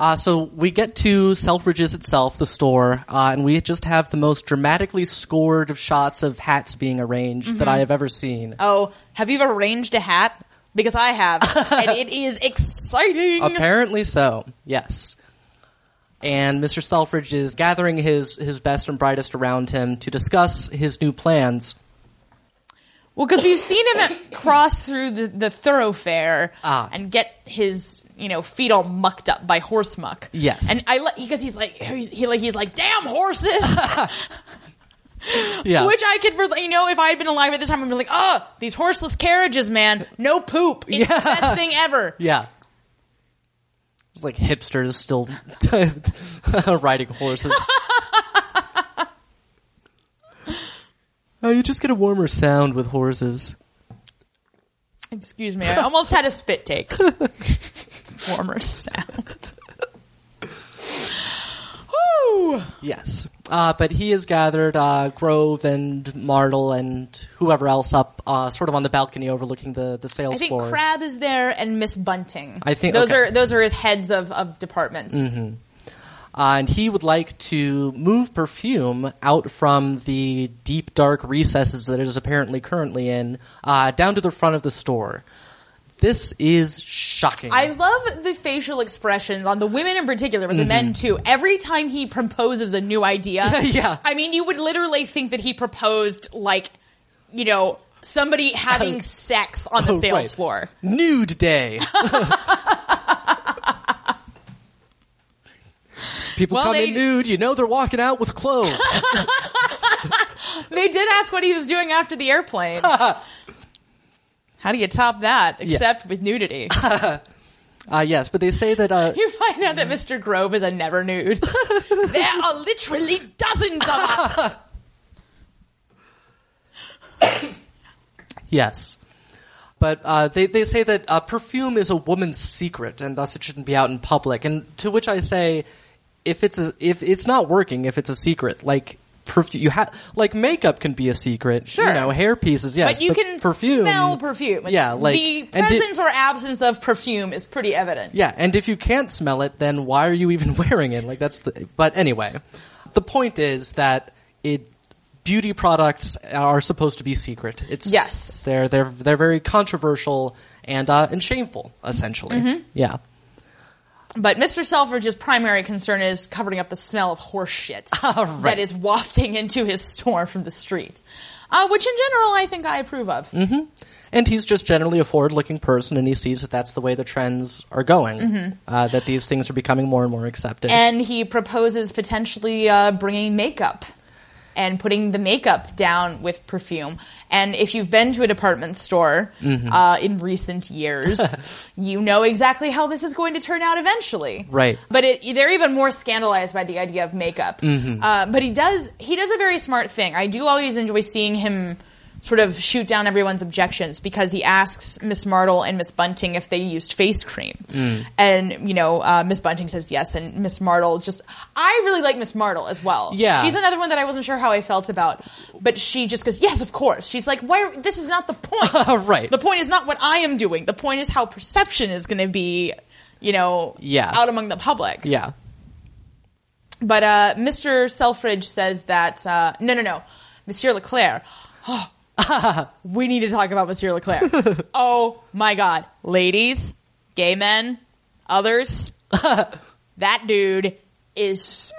S1: Uh, so we get to Selfridges itself, the store, uh, and we just have the most dramatically scored of shots of hats being arranged that
S2: Mm-hmm.
S1: I have ever seen.
S2: Oh, have you ever arranged a hat? Because I have, and it is exciting.
S1: Apparently so. Yes. And Mr. Selfridge is gathering his his best and brightest around him to discuss his new plans.
S2: Well, because we've seen him cross through the, the thoroughfare
S1: Ah.
S2: and get his you know feet all mucked up by horse muck.
S1: Yes.
S2: and I like because he's like he's, he like he's like damn horses,
S1: Yeah.
S2: which I could relate- you know if I had been alive at the time I'd be like oh these horseless carriages man no poop it's the best thing ever
S1: yeah. It's like hipsters still riding horses. oh, you just get a warmer sound with horses.
S2: excuse me I almost had a spit take warmer sound. Whew.
S1: Yes. Uh, but he has gathered uh, Grove and Martle and whoever else up uh, sort of on the balcony overlooking the, the sales
S2: I think
S1: floor.
S2: Crab is there and Miss Bunting.
S1: I think-
S2: those
S1: okay. Mm-hmm.
S2: are those are his heads of, of departments.
S1: Uh, and he would like to move perfume out from the deep, dark recesses that it is apparently currently in uh, down to the front of the store. This is shocking.
S2: I love the facial expressions on the women in particular, but the men too. Every time he proposes a new idea,
S1: Mm-hmm. Yeah.
S2: I mean, you would literally think that he proposed like, you know, somebody having sex on the
S1: Oh,
S2: sales
S1: right.
S2: floor.
S1: Nude day. People
S2: Well,
S1: come
S2: they-
S1: in nude, you know they're walking out with clothes.
S2: They did ask what he was doing after the airplane. How do you top that except with nudity?
S1: uh, yes, but they say that uh,
S2: you find out that Mr. Grove is a never nude. there are literally dozens of us.
S1: Yes. But uh, they, they say that uh, perfume is a woman's secret and thus it shouldn't be out in public. And to which I say, if it's a, if it's not working, if it's a secret, like perfume, you have like makeup can be a secret.
S2: Sure.
S1: you know, hair pieces, yes,
S2: but you can
S1: perfume,
S2: smell perfume. It's-
S1: Yeah, like
S2: the
S1: and di-
S2: presence or absence of perfume is pretty evident.
S1: yeah, and if you can't smell it, then why are you even wearing it? Like that's the. But anyway, the point is that it beauty products are supposed to be secret. It's
S2: Yes.
S1: they're they're they're very controversial and uh, and shameful essentially.
S2: Mm-hmm.
S1: Yeah,
S2: But Mr. Selfridge's primary concern is covering up the smell of horse shit that is wafting into his store from the street, uh, which in general I think I approve of.
S1: and he's just generally a forward-looking person, and he sees that that's the way the trends are going. Uh, that these things are becoming more and more accepted.
S2: Mm-hmm. And he proposes potentially uh, bringing makeup and putting the makeup down with perfume. And if you've been to a department store uh, in recent years, you know exactly how this is going to turn out eventually.
S1: Right.
S2: But it, they're even more scandalized by the idea of makeup.
S1: Mm-hmm.
S2: Uh, but he does he does a very smart thing. I do always enjoy seeing him sort of shoot down everyone's objections because he asks Miss Martle and Miss Bunting if they used face cream,
S1: Mm.
S2: and you know uh, Miss Bunting says yes, and Miss Martle just I really like Miss Martle as well.
S1: Yeah.
S2: she's another one that I wasn't sure how I felt about, but she just goes yes, of course. She's like, why? This is not the point.
S1: Right.
S2: The point is not what I am doing. The point is how perception is going to be. You know,
S1: Yeah.
S2: out among the public.
S1: yeah,
S2: But uh, Mr. Selfridge says that uh, no, no, no, Monsieur Leclerc. we need to talk about Monsieur Leclerc. oh my God, ladies, gay men, others, that dude is smoking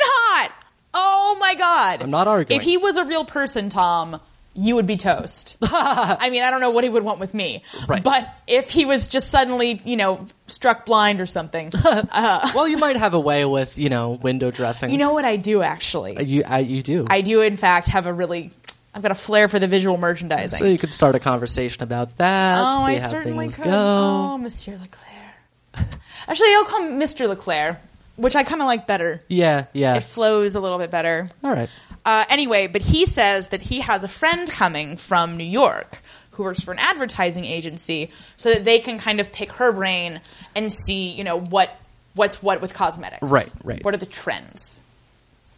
S2: hot. Oh my God,
S1: I'm not arguing.
S2: If he was a real person, Tom, you would be toast. I mean, I don't know what he would want with me,
S1: Right.
S2: but if he was just suddenly, you know, struck blind or something,
S1: well, you might have a way with you know window dressing.
S2: you know what I do actually.
S1: you I, you do.
S2: I do, in fact, have a really. I've got a flair for the visual merchandising.
S1: So you could start a conversation about that.
S2: oh,
S1: see
S2: I
S1: how
S2: certainly
S1: things
S2: could.
S1: go.
S2: Oh, Monsieur Leclerc. Actually, I'll call him Mr. Leclaire, which I kind of like better.
S1: Yeah, yeah.
S2: It flows a little bit better.
S1: All right.
S2: Uh, anyway, but he says that he has a friend coming from New York who works for an advertising agency, so that they can kind of pick her brain and see, you know, what what's what with cosmetics.
S1: Right, right.
S2: What are the trends?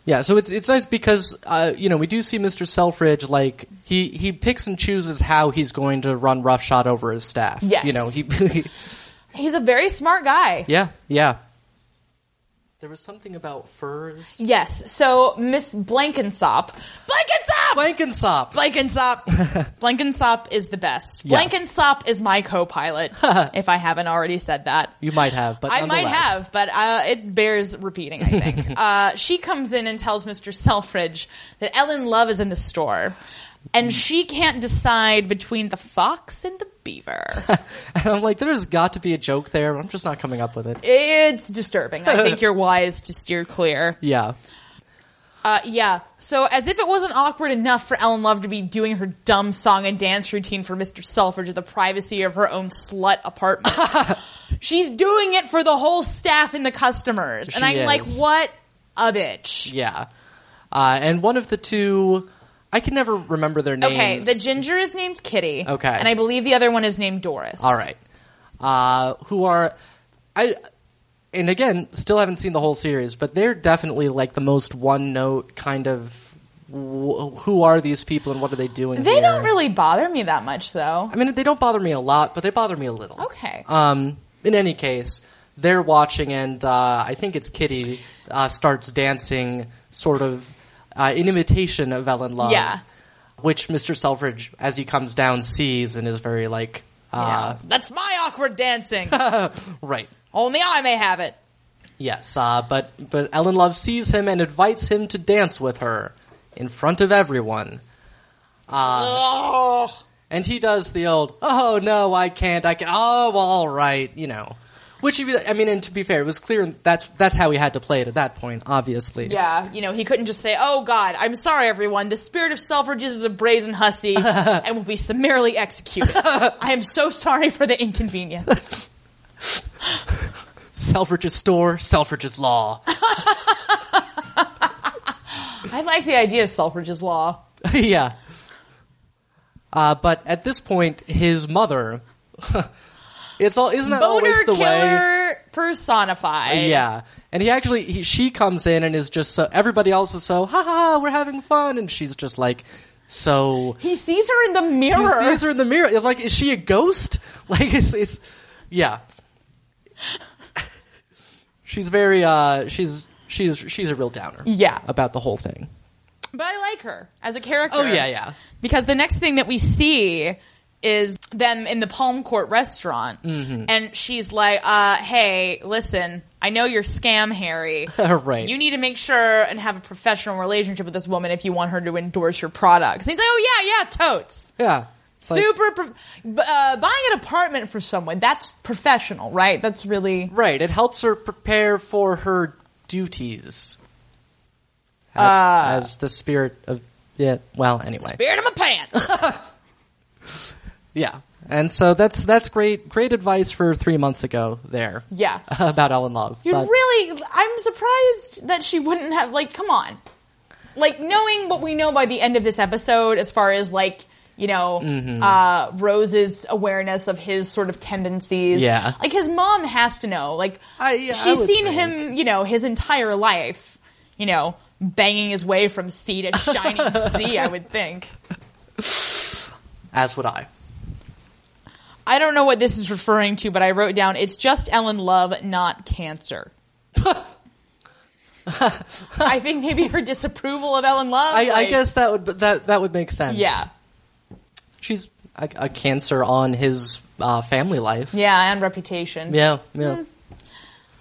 S1: Yeah, so it's it's nice because uh, you know we do see Mr. Selfridge like he he picks and chooses how he's going to run roughshod over his staff.
S2: Yes.
S1: you know he.
S2: He's a very smart guy.
S1: yeah, yeah. There was something about furs.
S2: Yes. So Miss Blankensop, Blankensop,
S1: Blankensop.
S2: Blankensop. Blankensop is the best.
S1: Yeah.
S2: Blankensop is my co-pilot. if I haven't already said that.
S1: you might have, but
S2: I might
S1: nonetheless.
S2: have, but uh, it bears repeating, I think. uh, she comes in and tells Mr. Selfridge that Ellen Love is in the store, and she can't decide between the fox and the beaver.
S1: And I'm like, there's got to be a joke there. I'm just not coming up with it.
S2: it's disturbing. I think you're wise to steer clear.
S1: Yeah.
S2: Uh, yeah. So as if it wasn't awkward enough for Ellen Love to be doing her dumb song and dance routine for Mr. Selfridge in the privacy of her own slut apartment, she's doing it for the whole staff and the customers. And
S1: She
S2: I'm like,
S1: is.
S2: what a bitch.
S1: Yeah. Uh, and one of the two, I can never remember their names.
S2: Okay, the ginger is named Kitty.
S1: Okay.
S2: And I believe the other one is named Doris.
S1: All right. Uh, who are, I, and again, still haven't seen the whole series, but they're definitely like the most one note kind of. wh- Who are these people and what are they doing?
S2: They
S1: here?
S2: don't really bother me that much, though.
S1: I mean, they don't bother me a lot, but they bother me a little.
S2: Okay.
S1: Um, in any case, they're watching, and uh, I think it's Kitty uh, starts dancing, sort of uh, in imitation of Ellen Love.
S2: Yeah.
S1: Which Mr. Selfridge, as he comes down, sees and is very like, uh,
S2: yeah. That's my awkward dancing.
S1: right.
S2: Only I may have it.
S1: Yes, uh, but but Ellen Love sees him and invites him to dance with her in front of everyone, Uh,
S2: Ugh.
S1: and he does the old "Oh no, I can't, I can." Oh, well, all right, you know. Which if you- I mean, and to be fair, it was clear that's that's how he had to play it at that point, obviously.
S2: Yeah, you know, he couldn't just say, "Oh God, I'm sorry, everyone. The spirit of Selfridge is a brazen hussy and will be summarily executed. I am so sorry for the inconvenience."
S1: Selfridge's store, Selfridge's law.
S2: I like the idea of Selfridge's law.
S1: yeah. Uh, but at this point, his mother. it's all isn't that
S2: Boner
S1: always the way? Uh,
S2: killer personified.
S1: Yeah, and he actually he, she comes in and is just so everybody else is so ha ha ha, we're having fun and she's just like so
S2: he sees her in the
S1: he
S2: mirror.
S1: sees her in the mirror It's like is she a ghost like it's it's yeah she's very uh she's she's she's a real downer
S2: Yeah.
S1: about the whole thing
S2: But I like her as a character.
S1: Oh, yeah, yeah.
S2: Because the next thing that we see is them in the Palm Court restaurant,
S1: Mm-hmm.
S2: and she's like, uh, "Hey, listen, I know you're scam, Harry.
S1: Right.
S2: You need to make sure and have a professional relationship with this woman if you want her to endorse your products." And he's like, "Oh yeah, yeah, totes."
S1: yeah It's like-
S2: Super pro- b- uh, buying an apartment for someone—that's professional, right? That's really
S1: right it helps her prepare for her duties as, as the spirit of yeah well anyway
S2: beard in my pants.
S1: Yeah, and so that's that's great great advice for three months ago there.
S2: Yeah.
S1: about Ellen Love.
S2: You
S1: But-
S2: really, I'm surprised that she wouldn't have, like, come on. Like, knowing what we know by the end of this episode, as far as, like, you know,
S1: Mm-hmm.
S2: uh, Rose's awareness of his sort of tendencies.
S1: Yeah.
S2: Like, his mom has to know. Like,
S1: I- yeah, I
S2: she's
S1: would
S2: seen
S1: think.
S2: him, you know, his entire life, you know, banging his way from sea to shining sea, I would think.
S1: as would I.
S2: I don't know what this is referring to, but I wrote down it's just Ellen Love, not cancer. I think maybe her disapproval of Ellen Love.
S1: I, I
S2: like-
S1: guess that would that that would make sense.
S2: Yeah.
S1: she's a, a cancer on his uh, family life.
S2: Yeah, and reputation.
S1: yeah, yeah.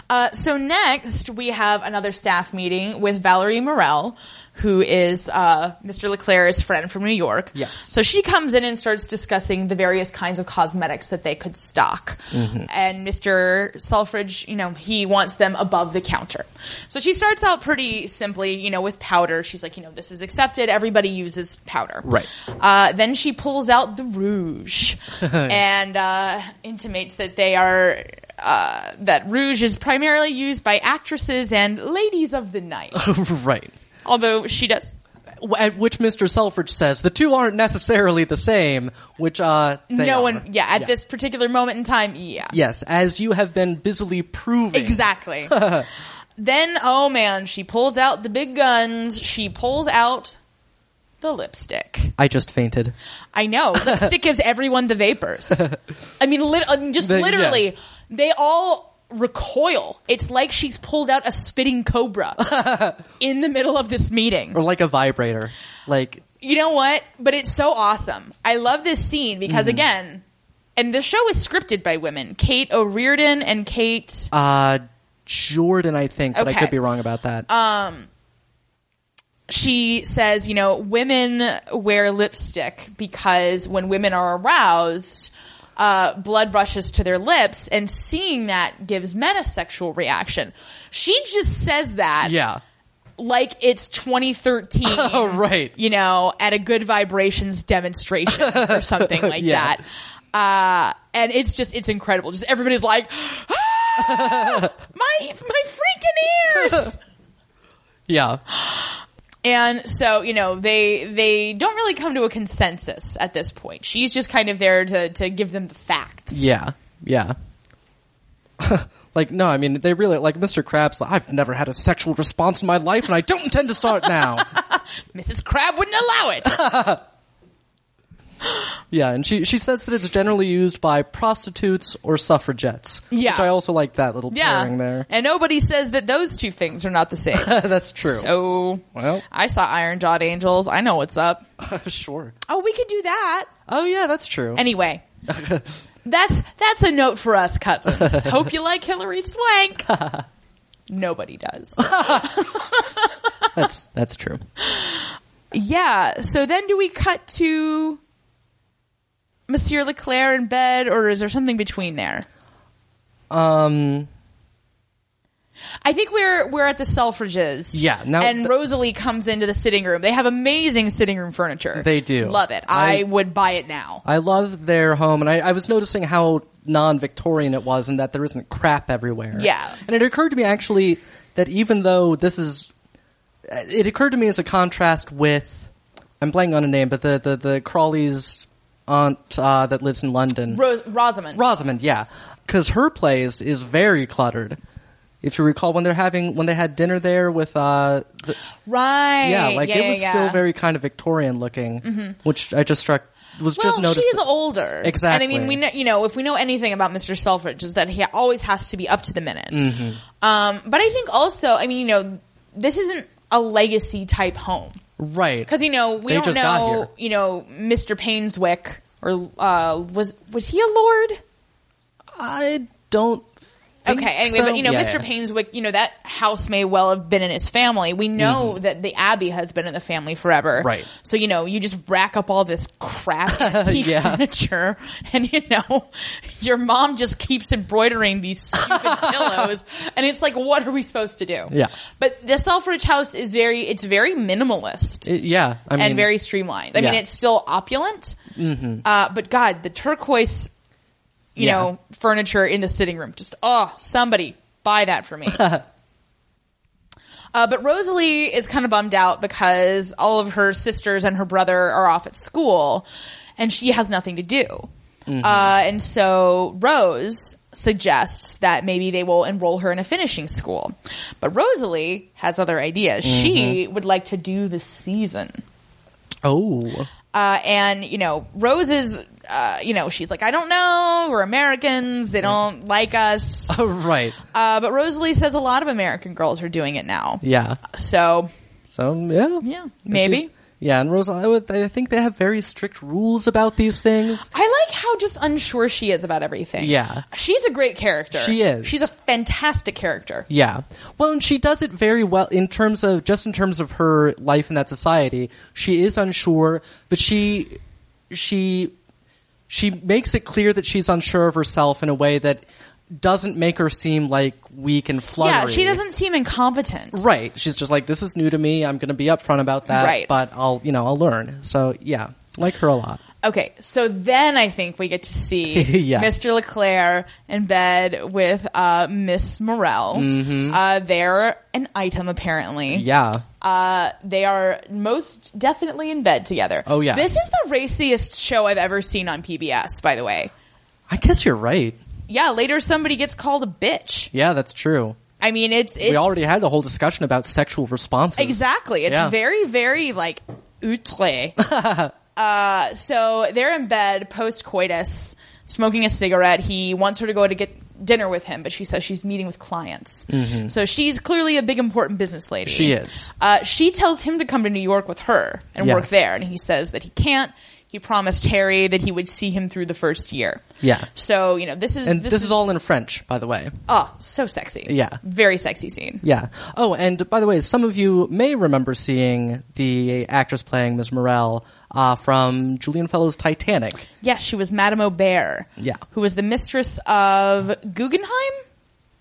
S2: Uh, so next, we have another staff meeting with Valerie Morel, who is uh, Mr. LeClaire's friend from New York.
S1: Yes.
S2: So she comes in and starts discussing the various kinds of cosmetics that they could stock. And Mr. Selfridge, you know, he wants them above the counter. So she starts out pretty simply, you know, with powder. She's like, you know, this is accepted. Everybody uses powder.
S1: Right.
S2: Uh, then she pulls out the rouge and uh, intimates that they are uh, that rouge is primarily used by actresses and ladies of the night.
S1: Oh. right.
S2: Although she does.
S1: W- At which Mr. Selfridge says the two aren't necessarily the same, which uh they
S2: no
S1: are.
S2: one, yeah, at this particular moment in time, yeah.
S1: Yes, as you have been busily proving.
S2: Exactly.
S1: Uh-huh.
S2: then, oh man, she pulls out the big guns. She pulls out the lipstick.
S1: I just fainted.
S2: I know. Lipstick gives everyone the vapors. I mean, lit- I mean, just
S1: The- yeah.
S2: literally, they all recoil. It's like she's pulled out a spitting cobra in the middle of this meeting.
S1: Or like a vibrator. Like
S2: You know what? But it's so awesome. I love this scene because, again, and the show is scripted by women Kate O'Riordan and Kate.
S1: uh Jordan, I think, but I
S2: Okay.
S1: could be wrong about that.
S2: she says, you know, women wear lipstick because when women are aroused, uh, blood rushes to their lips, and seeing that gives men a sexual reaction. She just says that
S1: yeah.
S2: like it's 2013,
S1: Oh right.
S2: you know, at a good vibrations demonstration or something like
S1: Yeah.
S2: that. Uh, and it's just, it's incredible. Just everybody's like, "Ah, my, my freaking ears!
S1: Yeah.
S2: And so, you know, they they don't really come to a consensus at this point. She's just kind of there to to give them the facts.
S1: Yeah. Yeah. like no, I mean they really like Mr. Krabs. Like, I've never had a sexual response in my life, and I don't intend to start now.
S2: Mrs. Crab wouldn't allow it.
S1: yeah, and she she says that it's generally used by prostitutes or suffragettes.
S2: Yeah.
S1: which I also like that little pairing
S2: yeah.
S1: there.
S2: And nobody says that those two things are not the same.
S1: That's true.
S2: so
S1: Well.
S2: I saw Iron Jawed Angels. I know what's up.
S1: sure.
S2: Oh, we could do that.
S1: Oh yeah, that's true.
S2: Anyway. that's that's a note for us cousins. Hope you like Hillary Swank. Nobody does.
S1: that's that's true.
S2: Yeah. So then do we cut to Monsieur Leclerc in bed, or is there something between there?
S1: Um,
S2: I think we're we're at the Selfridges.
S1: Yeah, now
S2: and
S1: th-
S2: Rosalie comes into the sitting room. They have amazing sitting room furniture.
S1: They do.
S2: Love it. I,
S1: I-
S2: would buy it now.
S1: I love their home, and I, I was noticing how non-Victorian it was, and that there isn't crap everywhere.
S2: Yeah.
S1: and it occurred to me actually that even though this is, it occurred to me as a contrast with, I'm blanking on a name, but the the, the Crawley's aunt uh, that lives in London,
S2: Rose Rosamond.
S1: Rosamond, yeah, because her place is very cluttered. If you recall, when they're having when they had dinner there with uh, the,
S2: right.
S1: yeah, like it was
S2: yeah,
S1: still
S2: yeah. Mm-hmm.
S1: very kind of Victorian looking, which I just struck was
S2: Well,
S1: just noticed.
S2: she's older.
S1: Exactly.
S2: And I mean, we know, you know, if we know anything about Mr. Selfridge is that he always has to be up to the minute.
S1: Mm-hmm.
S2: Um, but I think also, I mean, you know, this isn't a legacy type home.
S1: Right.
S2: Cause, you know, we
S1: They
S2: don't
S1: just got here.
S2: know, you know, Mr. Painswick or, uh, was, was he a lord?
S1: I don't. think
S2: Okay. Anyway,
S1: so.
S2: but you know,
S1: Yeah,
S2: Mr.
S1: yeah.
S2: Painswick, you know, that house may well have been in his family. We know that the Abbey has been in the family forever.
S1: Mm-hmm. Right.
S2: So, you know, you just rack up all this crap antique
S1: Yeah.
S2: furniture and you know, your mom just keeps embroidering these stupid pillows and it's like, what are we supposed to do?
S1: Yeah.
S2: But the Selfridge house is very, it's very minimalist.
S1: It- Uh, yeah, I mean,
S2: and very streamlined. I mean,
S1: yeah. Mm-hmm.
S2: it's still opulent, uh, but God, the turquoise, you
S1: Yeah.
S2: know, furniture in the sitting room. Just oh, somebody buy that for me. uh, but Rosalie is kind of bummed out because all of her sisters and her brother are off at school, and she has nothing to do.
S1: Mm-hmm.
S2: Uh, and so Rose suggests that maybe they will enroll her in a finishing school. But Rosalie has other ideas. She
S1: Mm-hmm.
S2: would like to do the season.
S1: Oh,
S2: Uh, and you know, Rose is, uh, you know, she's like, I don't know, we're Americans, they don't like us.
S1: oh, right.
S2: Uh, but Rosalie says a lot of American girls are doing it now.
S1: Yeah.
S2: So
S1: So yeah,
S2: Yeah,
S1: It's
S2: maybe.
S1: just- yeah, and Rose, I, would, I think they have very strict rules about these things.
S2: I like how just unsure she is about everything.
S1: Yeah.
S2: she's a great character.
S1: She is.
S2: She's a fantastic character.
S1: Yeah. Well, and she does it very well in terms of just in terms of her life in that society. She is unsure, but she she she makes it clear that she's unsure of herself in a way that doesn't make her seem like weak and fluttery.
S2: Yeah, she doesn't seem incompetent.
S1: Right. She's just like, this is new to me. I'm going to be upfront about that.
S2: Right.
S1: But I'll, you know, I'll learn. So yeah, like her a lot.
S2: Okay, so then I think we get to see
S1: Yeah.
S2: Mr. LeClaire in bed with uh, Miss Morel.
S1: Mm-hmm.
S2: Uh, they're an item, apparently.
S1: Yeah.
S2: Uh, they are most definitely in bed together.
S1: Oh, yeah.
S2: This is the raciest show I've ever seen on PBS, by the way.
S1: I guess you're right.
S2: Yeah, later somebody gets called a bitch.
S1: Yeah, that's true.
S2: I mean, it's. it's
S1: we already had the whole discussion about sexual responses.
S2: Exactly. It's
S1: Yeah.
S2: very, very like outre. uh, so they're in bed post coitus, smoking a cigarette. He wants her to go to get dinner with him, but she says she's meeting with clients. So she's clearly a big important business lady.
S1: Mm-hmm. She is.
S2: Uh, she tells him to come to New York with her and
S1: Yeah.
S2: work there, and he says that he can't. He promised Harry that he would see him through the first year.
S1: Yeah.
S2: So you know this is
S1: And this, is, all in French, by the way.
S2: oh so sexy.
S1: Yeah.
S2: Very sexy scene.
S1: Yeah. Oh, and by the way, some of you may remember seeing the actress playing Miss Morel uh, from Julian Fellowes' Titanic.
S2: Yes, she was Madame Aubert.
S1: Yeah.
S2: Who was the mistress of Guggenheim?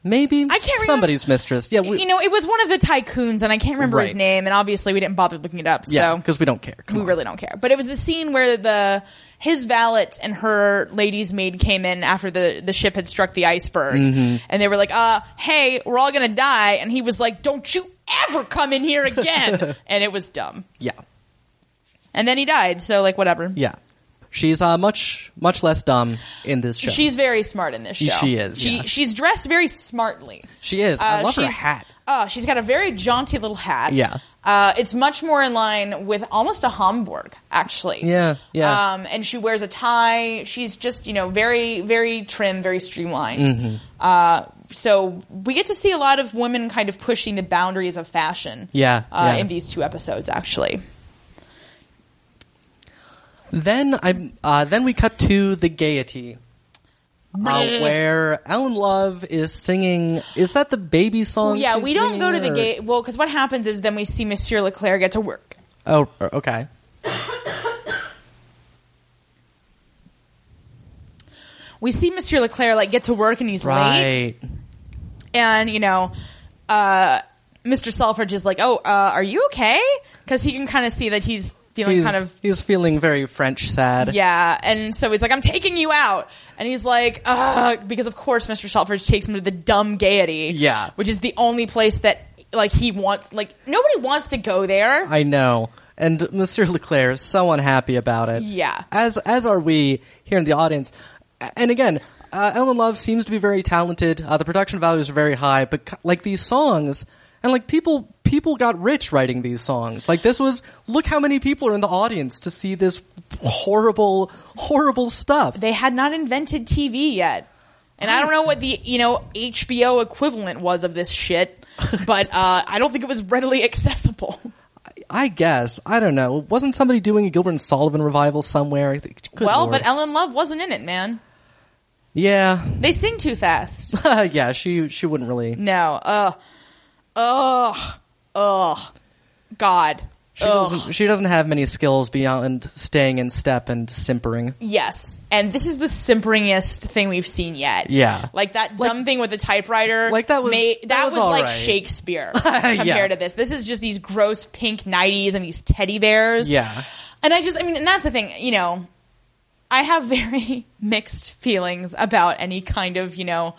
S1: Maybe
S2: I can't remember-
S1: somebody's mistress. Yeah, we,
S2: you know, it was one of the tycoons, and I can't remember his
S1: Right.
S2: name, and obviously we didn't bother looking it up,
S1: yeah,
S2: so
S1: because we don't care. Come
S2: we
S1: on.
S2: really don't care. But it was the scene where the his valet and her lady's maid came in after the, the ship had struck the iceberg,
S1: Mm-hmm.
S2: and they were like, uh, hey, we're all gonna die, and he was like, don't you ever come in here again! and it was dumb.
S1: Yeah,
S2: And then he died, so like, whatever.
S1: yeah. She's uh, much much less dumb in this show.
S2: She's very smart in this show.
S1: She is,
S2: She,
S1: yeah.
S2: She's dressed very smartly.
S1: she is. I
S2: Uh,
S1: love her
S2: she's-
S1: hat.
S2: Oh, she's got a very jaunty little hat.
S1: Yeah.
S2: Uh, it's much more in line with almost a Homburg, actually.
S1: Yeah, yeah.
S2: Um, and she wears a tie. She's just, you know, very, very trim, very streamlined.
S1: Mm-hmm.
S2: Uh, so we get to see a lot of women kind of pushing the boundaries of fashion.
S1: Yeah,
S2: Uh,
S1: yeah.
S2: In these two episodes, actually.
S1: Then I uh, then we cut to the gaiety, uh,
S2: Bleh.
S1: where Alan Love is singing. Is that the baby song?
S2: yeah,
S1: Oh, she's
S2: we don't
S1: singing,
S2: go to the
S1: or-
S2: gate. Well, because what happens is then we see Monsieur Leclerc get to work.
S1: Oh, okay.
S2: We see Monsieur Leclerc like get to work and he's late.
S1: Right.
S2: and you know, uh, Mr. Selfridge is like, "Oh, uh, are you okay?" Because he can kind of see that he's feeling
S1: He's,
S2: kind of
S1: he's feeling very French sad.
S2: yeah, and so he's like, "I'm taking you out," and he's like, "Ugh," because of course Mr. Selfridge takes him to the dumb Gaiety,
S1: Yeah.
S2: which is the only place that like he wants like nobody wants to go there.
S1: I know. And Monsieur Leclerc is so unhappy about it.
S2: Yeah.
S1: As as are we here in the audience. A- And again, uh, Ellen Love seems to be very talented. Uh, the production values are very high, but c- like these songs, and like people people got rich writing these songs. Like this was look how many people are in the audience to see this horrible horrible stuff.
S2: they had not invented TV yet. And I don't know what the, you know, HBO equivalent was of this shit, but uh, I don't think it was readily accessible.
S1: I guess I don't know. Wasn't somebody doing a Gilbert and Sullivan revival somewhere? I think- Good
S2: well,
S1: Lord.
S2: but Ellen Love wasn't in it, man.
S1: yeah,
S2: They sing too fast.
S1: yeah, she she wouldn't really.
S2: No. Uh, Ugh. Ugh. Ugh. God.
S1: She
S2: Ugh.
S1: doesn't, she doesn't have many skills beyond staying in step and simpering.
S2: Yes. And this is the simperingest thing we've seen yet.
S1: Yeah.
S2: Like that dumb thing with the typewriter.
S1: Like, that was-
S2: that,
S1: that was
S2: was,
S1: all
S2: like
S1: right.
S2: Shakespeare
S1: Yeah.
S2: compared to this. This is just these gross pink 90s and these teddy bears.
S1: Yeah.
S2: And I just, I mean, and that's the thing, you know, I have very mixed feelings about any kind of, you know,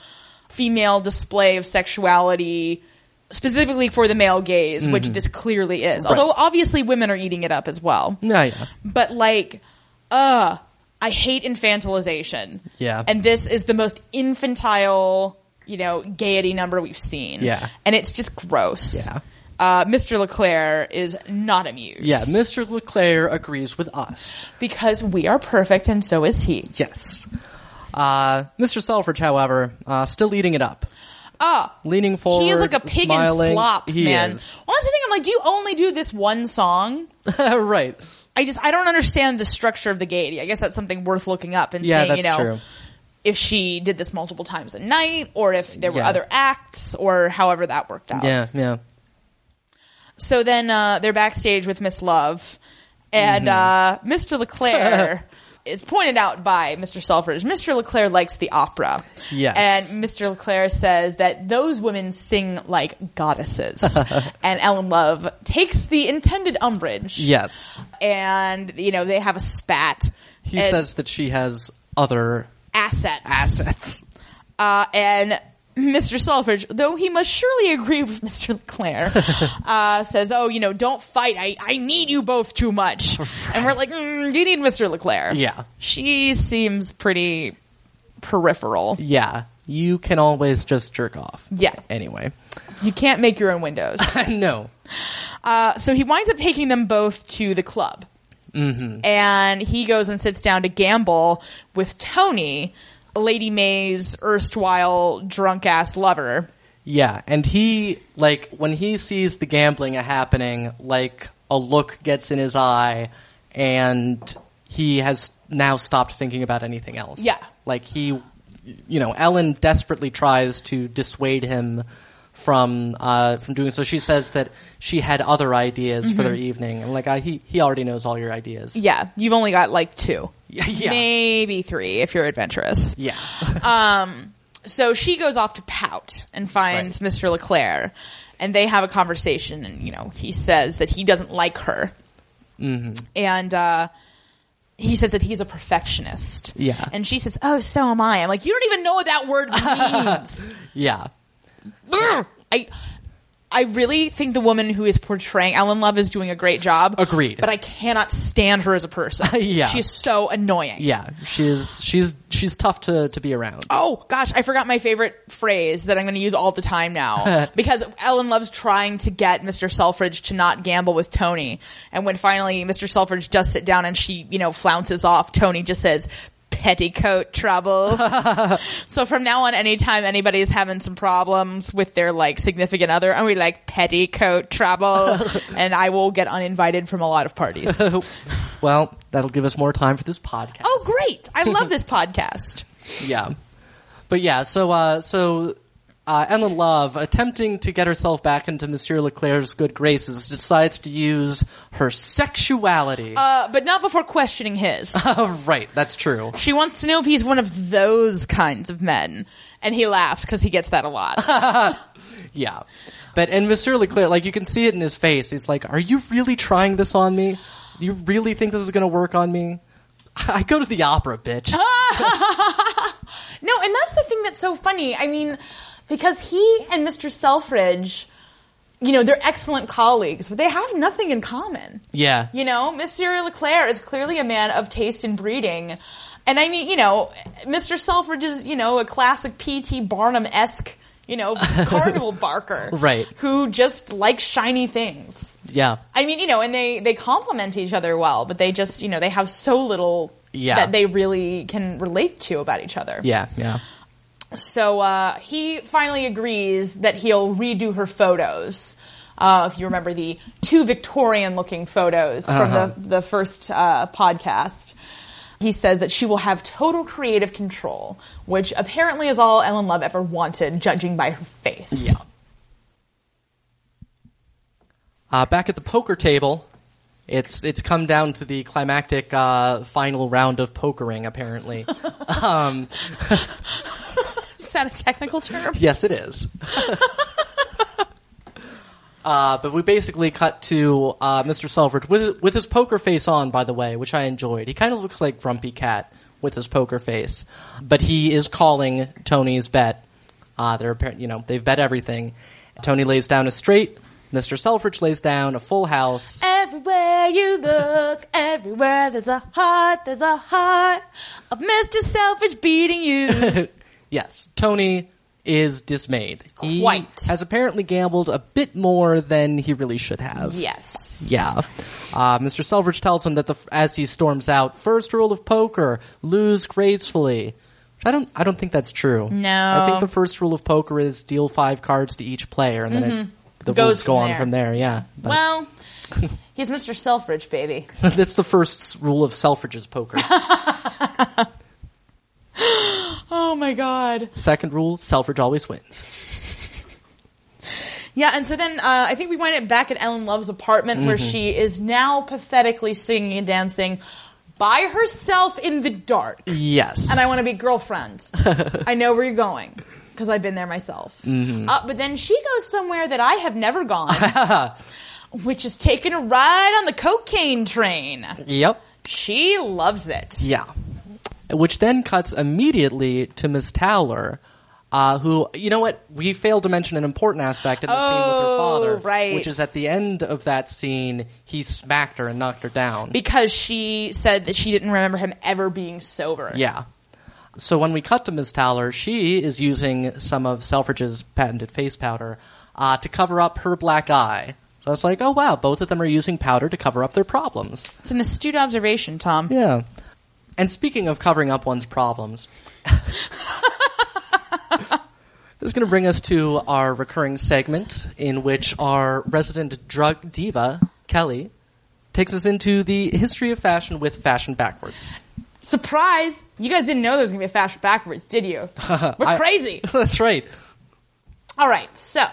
S2: female display of sexuality, specifically for the male gaze, which
S1: Mm-hmm.
S2: this clearly is. Although obviously women are eating it up as well.
S1: No, yeah,
S2: But like, uh, I hate infantilization.
S1: Yeah.
S2: And this is the most infantile, you know, gaiety number we've seen.
S1: Yeah.
S2: And it's just gross.
S1: Yeah.
S2: Uh, Mr. LeClaire is not amused.
S1: yeah. Mr. Leclaire agrees with us.
S2: because we are perfect and so is he.
S1: Yes. Uh, Mr. Selfridge, however, uh, still eating it up,
S2: Ah,
S1: leaning forward.
S2: he is like a pig
S1: smiling.
S2: in slop,
S1: He
S2: man.
S1: is.
S2: Well, that's the thing. I'm like, do you only do this one song?
S1: right.
S2: I just I don't understand the structure of the gaiety. I guess that's something worth looking up and
S1: Yeah,
S2: seeing. you
S1: that's
S2: know,
S1: true.
S2: if she did this multiple times a night, or if there were
S1: Yeah.
S2: other acts, or however that worked out.
S1: Yeah, yeah.
S2: So
S1: Mm-hmm.
S2: then uh, they're backstage with Miss Love and uh, Mr. LeClaire. is pointed out by Mr. Selfridge. Mr. LeClaire likes the opera.
S1: Yes.
S2: And Mr. LeClaire says that those women sing like goddesses. and Ellen Love takes the intended umbrage.
S1: Yes.
S2: And, you know, they have a spat.
S1: He
S2: And
S1: says that she has other
S2: assets.
S1: assets.
S2: Uh, and Mr. Selfridge, though he must surely agree with Mr. LeClaire, uh, says, Oh, you know, don't fight. I, I need you both too much. And we're like, mm, You need Mr. LeClaire.
S1: Yeah.
S2: She seems pretty peripheral.
S1: Yeah. You can always just jerk off.
S2: Yeah.
S1: Anyway.
S2: You can't make your own windows.
S1: no.
S2: Uh, so he winds up taking them both to the club. And he goes and sits down to gamble with Tony, Lady May's erstwhile drunk ass lover.
S1: Yeah, and he like when he sees the gambling happening, like a look gets in his eye, and he has now stopped thinking about anything else.
S2: Yeah.
S1: like he, you know, Ellen desperately tries to dissuade him from uh, from doing so. She says that she had other ideas for their evening, and like I, he he already knows all your ideas.
S2: Yeah, you've only got like two.
S1: Yeah.
S2: Maybe three if you're adventurous.
S1: Yeah,
S2: So she goes off to pout and finds Mr. LeClaire and they have a conversation and, you know, he says that he doesn't like her.
S1: Mm-hmm.
S2: And, uh, he says that he's a perfectionist.
S1: Yeah.
S2: And she says, Oh, so am I. I'm like, you don't even know what that word means.
S1: yeah,
S2: Brr. I, I really think the woman who is portraying Ellen Love is doing a great job.
S1: Agreed.
S2: But I cannot stand her as a person.
S1: Yeah.
S2: She is so annoying.
S1: yeah. She's she's she's tough to to be around.
S2: Oh gosh, I forgot my favorite phrase that I'm going to use all the time now because Ellen loves trying to get Mr. Selfridge to not gamble with Tony, and when finally Mr. Selfridge does sit down and she, you know, flounces off, Tony just says petticoat trouble. so from now on, anytime anybody's having some problems with their like significant other, and we like petticoat trouble, and I will get uninvited from a lot of parties.
S1: well, that'll give us more time for this podcast.
S2: oh great, I love this podcast.
S1: yeah. But yeah, so uh, so uh, Ellen Love, attempting to get herself back into Monsieur Leclerc's good graces, decides to use her sexuality.
S2: Uh, but not before questioning his.
S1: oh, right, that's true.
S2: She wants to know if he's one of those kinds of men. And he laughs because he gets that a lot.
S1: Yeah, but and Monsieur Leclerc, like you can see it in his face. He's like, "Are you really trying this on me? You really think this is going to work on me?" I go to the opera, bitch.
S2: no, and that's the thing that's so funny. I mean, because he and Mr. Selfridge, you know, they're excellent colleagues, but they have nothing in common.
S1: yeah,
S2: You know, Monsieur Leclerc is clearly a man of taste and breeding. And I mean, you know, Mr. Selfridge is, you know, a classic P.T. Barnum esque, you know, carnival barker.
S1: Right.
S2: Who just likes shiny things.
S1: yeah,
S2: I mean, you know, and they they complement each other well, but they just, you know, they have so little
S1: Yeah.
S2: that they really can relate to about each other.
S1: yeah, yeah.
S2: So uh, he finally agrees that he'll redo her photos. Uh, if you remember the two Victorian looking photos
S1: Uh-huh.
S2: from the, the first uh, podcast, he says that she will have total creative control, which apparently is all Ellen Love ever wanted, judging by her face.
S1: Yeah. Uh, back at the poker table, it's it's come down to the climactic uh, final round of pokering. Apparently,
S2: Is that a technical term?
S1: yes, it is. uh, but we basically cut to uh, Mr. Selfridge with with his poker face on. By the way, which I enjoyed. He kind of looks like Grumpy Cat with his poker face, but he is calling Tony's bet. Uh, they're appar- you know they've bet everything. Tony lays down a straight. Mr. Selfridge lays down a full house.
S2: Everywhere you look, everywhere there's a heart, there's a heart of Mr. Selfish beating you.
S1: Yes, Tony is dismayed. He
S2: Quite.
S1: has apparently gambled a bit more than he really should have.
S2: yes.
S1: Yeah. Uh, Mr. Selfridge tells him that the, as he storms out, first rule of poker: lose gracefully. Which I don't. I don't think that's true.
S2: No.
S1: I think the first rule of poker is deal five cards to each player, and then it, the
S2: Mm-hmm. Goes
S1: rules go
S2: from
S1: on
S2: there.
S1: from there. Yeah. But
S2: Well, he's Mr. Selfridge, baby.
S1: that's the first rule of Selfridge's poker.
S2: Oh my god.
S1: Second rule: Selfridge always wins.
S2: Yeah, and so then uh, I think we wind up back at Ellen Love's apartment where she is now pathetically singing and dancing by herself in the dark.
S1: Yes.
S2: and I want to be girlfriend. I know where you're going because I've been there myself.
S1: Mm-hmm.
S2: Uh, but then she goes somewhere that I have never gone, which is taking a ride on the cocaine train.
S1: Yep.
S2: She loves it.
S1: Yeah. Which then cuts immediately to Miss Towler, uh, who, you know what, we failed to mention an important aspect in the scene with her
S2: Oh,
S1: father,
S2: right.
S1: which is at the end of that scene, he smacked her and knocked her down.
S2: Because she said that she didn't remember him ever being sober.
S1: yeah. So when we cut to Miss Towler, she is using some of Selfridge's patented face powder uh, to cover up her black eye. So it's like, oh wow, both of them are using powder to cover up their problems.
S2: It's an astute observation, Tom.
S1: Yeah. And speaking of covering up one's problems, this is going to bring us to our recurring segment in which our resident drug diva, Kelly, takes us into the history of fashion with fashion backwards.
S2: Surprise! You guys didn't know there was going to be a fashion backwards, did you? We're
S1: I-
S2: crazy.
S1: That's right.
S2: All right, so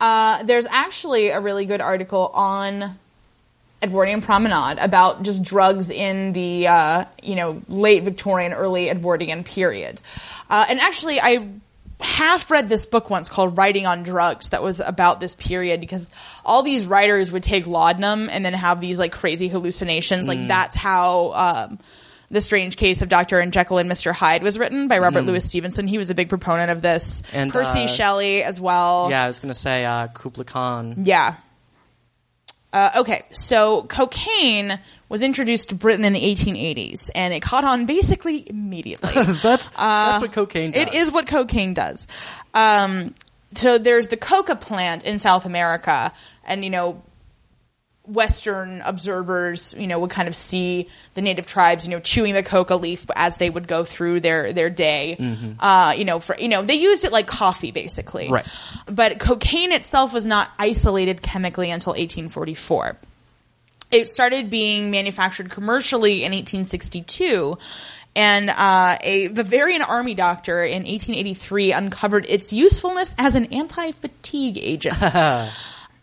S2: uh, there's actually a really good article on Edwardian Promenade about just drugs in the uh, you know late Victorian, early Edwardian period. Uh, and actually, I half read this book once called Writing on Drugs that was about this period because all these writers would take laudanum and then have these like crazy hallucinations.
S1: Mm.
S2: Like that's how. Um, the Strange Case of Dr. and Jekyll and Mr. Hyde was written by Robert Louis Stevenson. He was a big proponent of this.
S1: Mm. And,
S2: Percy
S1: uh,
S2: Shelley as well.
S1: Yeah, I was going to say uh, Kubla Khan.
S2: Yeah. Uh, okay, so cocaine was introduced to Britain in the 1880s, and it caught on basically immediately.
S1: That's, that's what cocaine does.
S2: Uh, It is what cocaine does. Um, so there's the coca plant in South America, and you know, Western observers, you know, would kind of see the native tribes, you know, chewing the coca leaf as they would go through their their day. Uh, you know, for you know, they used it like coffee, basically.
S1: Mm-hmm. Right.
S2: But cocaine itself was not isolated chemically until 1844 it started being manufactured commercially in 1862. And uh, a Bavarian army doctor in 1883 uncovered its usefulness as an anti-fatigue agent.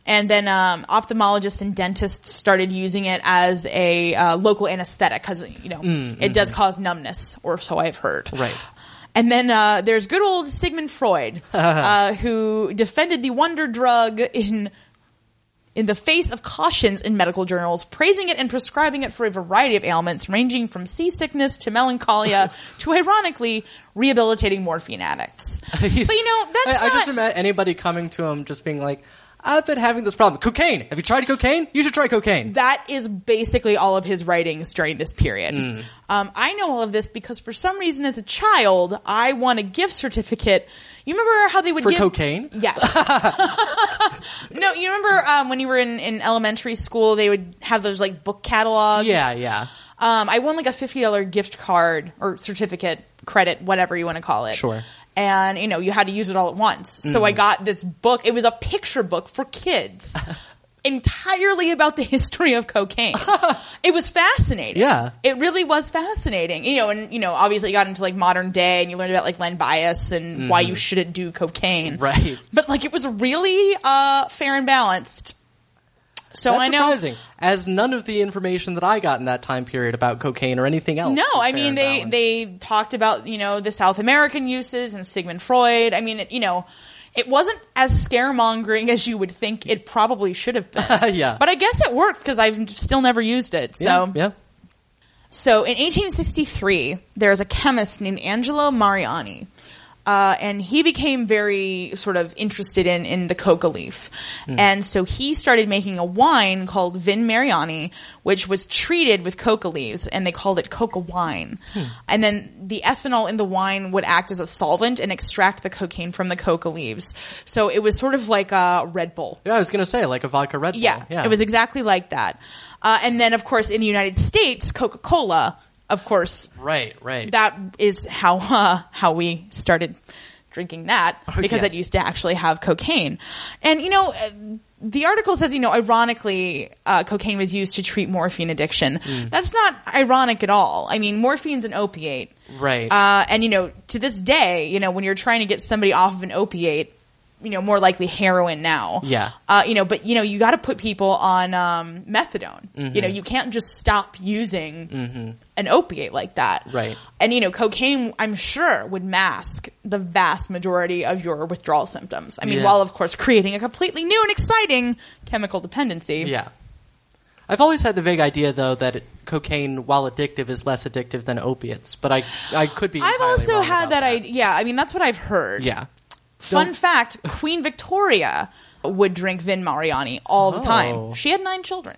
S2: and then um, ophthalmologists and dentists started using it as a uh, local anesthetic because you know it does cause numbness, or so I've heard.
S1: Right.
S2: And then uh, there's good old Sigmund Freud, uh, who defended the wonder drug in in the face of cautions in medical journals, praising it and prescribing it for a variety of ailments, ranging from seasickness to melancholia to, ironically, rehabilitating morphine addicts. but you
S1: He's-
S2: know, that's
S1: I, I just
S2: not-
S1: imagine anybody coming to him just being like, I've been having this problem. Cocaine. Have you tried cocaine? You should try cocaine.
S2: that is basically all of his writings during this period.
S1: Mm.
S2: Um, I know all of this because for some reason, as a child, I won a gift certificate. You remember how they would
S1: For
S2: give
S1: cocaine?
S2: Yes. no, you remember um, when you were in, in elementary school, they would have those like book catalogs.
S1: Yeah, yeah.
S2: Um, I won like a fifty dollar gift card or certificate, credit, whatever you want to call it.
S1: Sure. Mm.
S2: And you know, you had to use it all at once. So I got this book. It was a picture book for kids, entirely about the history of cocaine. it was fascinating.
S1: Yeah.
S2: It really was fascinating. You know, and you know, obviously it got into like modern day, and you learned about like Len Bias and why you shouldn't do cocaine.
S1: Mm-hmm. Right.
S2: But like, it was really uh, fair and balanced. So
S1: That's
S2: I know.
S1: surprising, as none of the information that I got in that time period about cocaine or anything else.
S2: No,
S1: is
S2: I
S1: fair
S2: mean
S1: and
S2: they
S1: balanced.
S2: they talked about you know the South American uses and Sigmund Freud. I mean, it, you know, it wasn't as scaremongering as you would think it probably should have been.
S1: Yeah.
S2: but I guess it worked because I've still never used it. So
S1: yeah, yeah.
S2: so in 1863, there was a chemist named Angelo Mariani. Uh, and he became very sort of interested in, in the coca leaf. And so he started making a wine called Vin Mariani, which was treated with coca leaves, and they called it coca wine. And then the ethanol in the wine would act as a solvent and extract the cocaine from the coca leaves. So it was sort of like a Red Bull.
S1: Yeah, I was gonna say like a vodka Red Bull.
S2: Yeah, it was exactly like that. Uh, and then, of course, in the United States, Coca Cola, of course,
S1: right, right.
S2: that is how uh, how we started drinking that because
S1: Oh, yes.
S2: it used to actually have cocaine. And you know, uh, the article says you know, ironically, uh, cocaine was used to treat morphine addiction.
S1: Mm.
S2: That's not ironic at all. I mean, morphine's an opiate,
S1: Right.
S2: Uh, and you know, to this day, you know, when you're trying to get somebody off of an opiate. you know, more likely heroin now.
S1: Yeah.
S2: Uh, you know, but you know, you got to put people on um, methadone. You know,
S1: Mm-hmm.
S2: you can't just stop using an opiate like that.
S1: Right.
S2: And you know, cocaine, I'm sure, would mask the vast majority of your withdrawal symptoms. I mean,
S1: Yeah.
S2: while of course creating a completely new and exciting chemical dependency.
S1: Yeah. I've always had the vague idea, though, that it, cocaine, while addictive, is less addictive than opiates. But I, I could be.
S2: I've
S1: entirely
S2: also
S1: wrong
S2: had
S1: about
S2: that, idea. Yeah, I mean, that's what I've heard.
S1: Yeah.
S2: Fun
S1: Don't-
S2: fact: Queen Victoria would drink Vin Mariani all the
S1: Oh.
S2: time. She had nine children,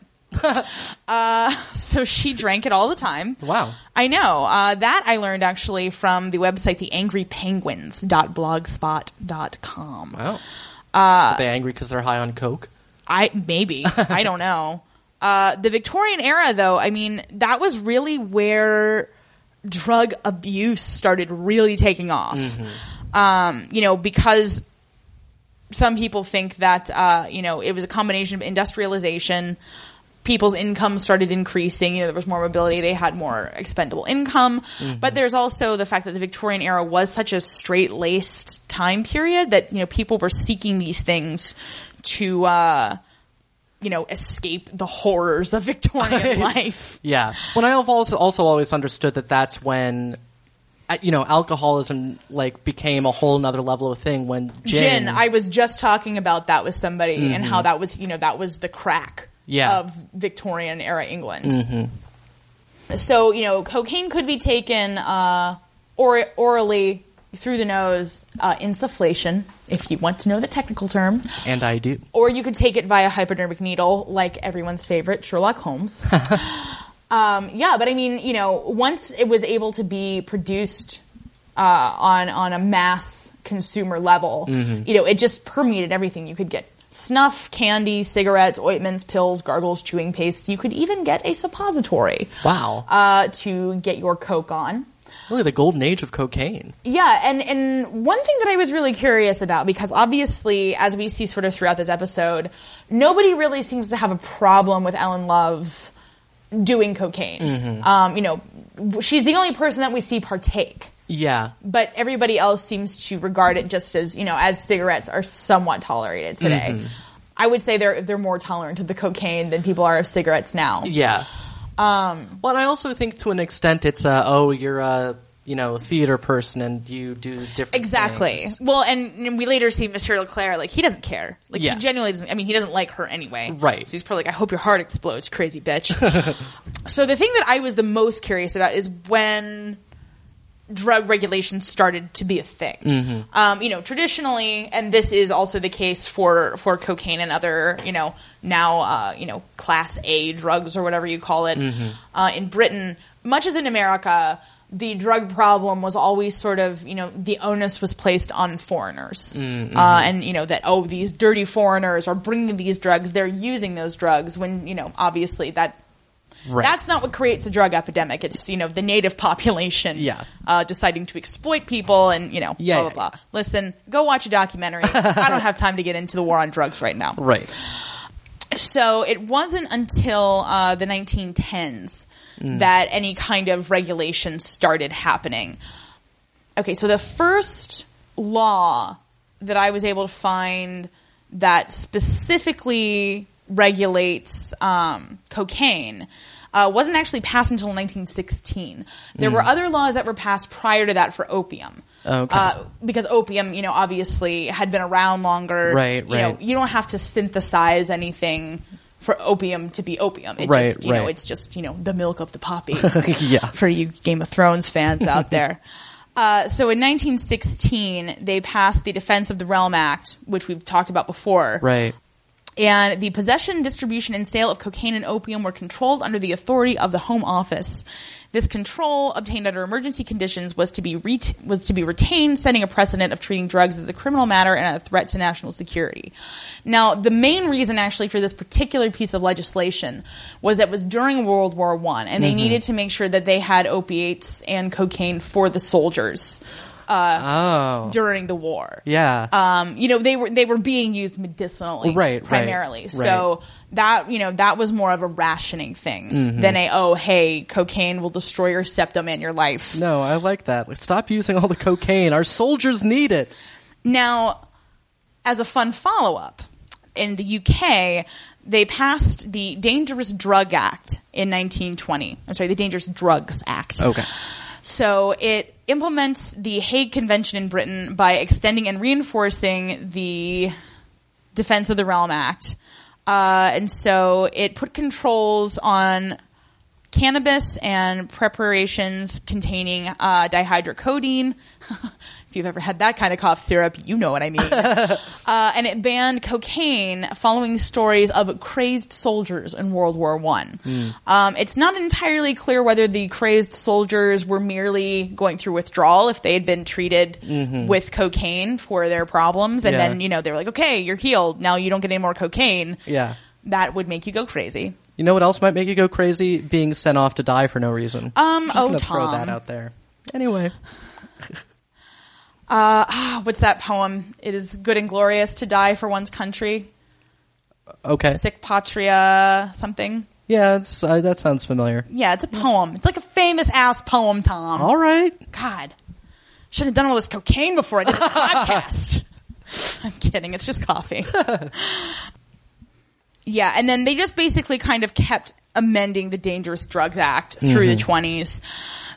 S2: uh, so she drank it all the time.
S1: Wow.
S2: I know uh, that I learned actually from the website theangrypenguins.blogspot.com.
S1: Wow. Uh, Oh. they angry because they're high on coke.
S2: I maybe I don't know. Uh, the Victorian era, though, I mean, that was really where drug abuse started really taking off. Um, you know, because some people think that uh, you know it was a combination of industrialization. People's income started increasing. You know, there was more mobility. They had more expendable income. But there's also the fact that the Victorian era was such a straight laced time period that you know people were seeking these things to uh, you know escape the horrors of Victorian life.
S1: Yeah. When I have also also always understood that that's when, uh, you know, alcoholism like became a whole nother level of thing when gin.
S2: gin. I was just talking about that with somebody and how that was, you know, that was the crack
S1: Yeah.
S2: of Victorian era England. So, you know, cocaine could be taken uh, or- orally through the nose, uh, insufflation, if you want to know the technical term,
S1: and I do.
S2: or you could take it via hypodermic needle, like everyone's favorite Sherlock Holmes. um, yeah, but I mean, you know, once it was able to be produced uh, on on a mass consumer level, you know, it just permeated everything. You could get snuff, candy, cigarettes, ointments, pills, gargles, chewing pastes. You could even get a suppository
S1: Wow.
S2: uh, to get your coke on.
S1: Look at the golden age of cocaine.
S2: Yeah, and and one thing that I was really curious about because obviously, as we see sort of throughout this episode, nobody really seems to have a problem with Ellen Love doing cocaine. Um, you know, w- she's the only person that we see partake,
S1: Yeah.
S2: but everybody else seems to regard it just as you know as cigarettes are somewhat tolerated today. I would say they're they're more tolerant of the cocaine than people are of cigarettes now.
S1: Yeah.
S2: Um,
S1: Well, and I also think to an extent it's uh, oh you're a you know theater person and you do different
S2: Exactly.
S1: things.
S2: Well, and, and we later see Monsieur Leclerc, like, he doesn't care. Like,
S1: Yeah.
S2: he genuinely doesn't, I mean, he doesn't like her anyway.
S1: Right.
S2: So he's probably like, I hope your heart explodes, crazy bitch. so the thing that I was the most curious about is when drug regulation started to be a thing. Um, you know, traditionally, and this is also the case for for cocaine and other, you know, now uh, you know class A drugs or whatever you call it uh, in Britain, much as in America. The drug problem was always sort of, you know, the onus was placed on foreigners, uh, and you know that oh, these dirty foreigners are bringing these drugs, they're using those drugs when you know obviously that
S1: Right.
S2: that's not what creates the drug epidemic. It's you know the native population
S1: Yeah.
S2: uh, deciding to exploit people and you know
S1: Yeah,
S2: blah blah
S1: yeah,
S2: blah. Listen, go watch a documentary. I don't have time to get into the war on drugs right now.
S1: right.
S2: So it wasn't until uh, the 1910s that any kind of regulation started happening. Okay, so the first law that I was able to find that specifically regulates um, cocaine uh, wasn't actually passed until 1916. There were other laws that were passed prior to that for opium.
S1: Okay.
S2: Uh, because opium, you know, obviously had been around longer.
S1: Right,
S2: you know,
S1: right.
S2: you don't have to synthesize anything for opium to be opium. It
S1: Right,
S2: just, you know,
S1: right.
S2: it's just, you know, the milk of the poppy
S1: Yeah.
S2: for you Game of Thrones fans out there. Uh, so in 1916, they passed the Defense of the Realm Act, which we've talked about before.
S1: Right.
S2: And the possession, distribution, and sale of cocaine and opium were controlled under the authority of the Home Office. This control, obtained under emergency conditions, was to be ret- was to be retained, setting a precedent of treating drugs as a criminal matter and a threat to national security. Now, the main reason actually for this particular piece of legislation was that it was during World War One, and they needed to make sure that they had opiates and cocaine for the soldiers uh,
S1: Oh.
S2: during the war
S1: Yeah.
S2: um, you know they were they were being used medicinally
S1: Right, right,
S2: primarily so that you know that was more of a rationing thing
S1: Mm-hmm.
S2: than a oh hey cocaine will destroy your septum and your life
S1: no, I like that. Stop using all the cocaine. Our soldiers need it.
S2: now As a fun follow up, in the UK, they passed the Dangerous Drug Act in 1920. I'm sorry, the Dangerous Drugs Act.
S1: Okay.
S2: So it implements the Hague Convention in Britain by extending and reinforcing the Defense of the Realm Act. Uh, and so it put controls on cannabis and preparations containing uh, dihydrocodeine. if you've ever had that kind of cough syrup, you know what I mean. uh, and it banned cocaine following stories of crazed soldiers in World War One.
S1: Hmm.
S2: Um, it's not entirely clear whether the crazed soldiers were merely going through withdrawal if they had been treated with cocaine for their problems, and
S1: Mm-hmm. Yeah.
S2: then you know they were like, okay, you're healed. Now you don't get any more cocaine.
S1: Yeah.
S2: That would make you go crazy.
S1: You know what else might make you go crazy? Being sent off to die for no reason.
S2: Um,
S1: Just
S2: oh,
S1: gonna throw
S2: Tom.
S1: that out there. Anyway,
S2: Ah, what's that poem? It is good and glorious to die for one's country.
S1: okay.
S2: Sic patria, something.
S1: Yeah, that's, uh, that sounds familiar.
S2: Yeah, it's a poem. It's like a famous ass poem, Tom.
S1: All right.
S2: God, should have done all this cocaine before I did this podcast. I'm kidding. It's just coffee. yeah, and then they just basically kind of kept amending the Dangerous Drugs Act through the 20s.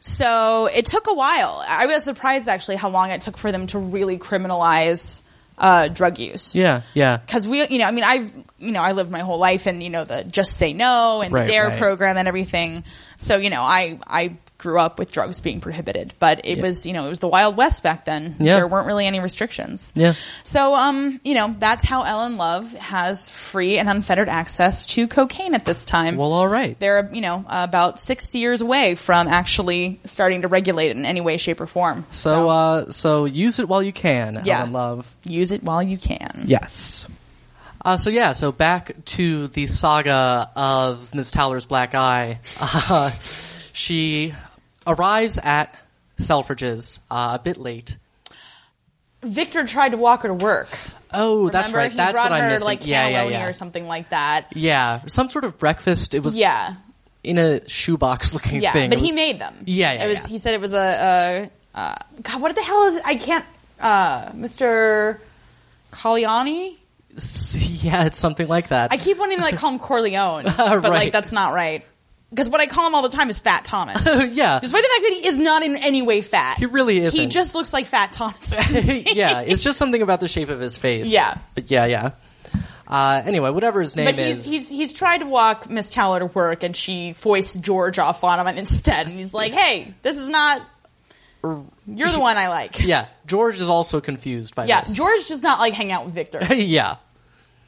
S2: So it took a while. I was surprised actually how long it took for them to really criminalize uh, drug use
S1: Yeah, yeah.
S2: because we, you know, I mean, I've, you know, I lived my whole life in, you know, the just say no and
S1: Right,
S2: the dare
S1: right.
S2: program and everything. So, you know, I, I grew up with drugs being prohibited, but it
S1: Yeah.
S2: was, you know, it was the wild west back then.
S1: Yeah.
S2: There weren't really any restrictions.
S1: Yeah.
S2: So, um, you know, that's how Ellen Love has free and unfettered access to cocaine at this time.
S1: Well, all right.
S2: They're, you know, about 60 years away from actually starting to regulate it in any way, shape, or form.
S1: So, uh, so use it while you can.
S2: Yeah.
S1: Helen Love.
S2: use it while you can.
S1: Yes. Uh, so yeah, so back to the saga of Ms. Towler's black eye. Uh, she arrives at Selfridge's uh, a bit late.
S2: Victor tried to walk her to work.
S1: Oh, that's
S2: Remember?
S1: right.
S2: He
S1: that's
S2: brought
S1: what I'm
S2: her
S1: missing.
S2: like
S1: yeah, yeah,
S2: cannelloni
S1: yeah.
S2: or something like that.
S1: Yeah, some sort of breakfast. It was
S2: Yeah,
S1: in a shoebox looking
S2: yeah.
S1: thing.
S2: But
S1: It
S2: he
S1: was-
S2: made them.
S1: Yeah, yeah,
S2: It was,
S1: yeah.
S2: He said it was a, a uh, God. What the hell is? It? I can't. Uh, Mr. Corleone.
S1: Yeah, it's something like that.
S2: I keep wanting to like call him Corleone, but like
S1: Right.
S2: that's not right. Because what I call him all the time is Fat Thomas. Despite
S1: yeah.
S2: the fact that he is not in any way fat,
S1: He really
S2: He
S1: isn't.
S2: just looks like Fat Thomas.
S1: yeah, it's just something about the shape of his face.
S2: Yeah.
S1: But yeah, yeah. Uh, anyway, whatever his name
S2: But he's,
S1: is.
S2: he's he's tried to walk Miss Towler to work, and she foists George off on him, and instead, and he's like, "Hey, this is not. You're the one I like."
S1: yeah, George is also confused by
S2: Yeah,
S1: this.
S2: George does not like hang out with Victor.
S1: yeah.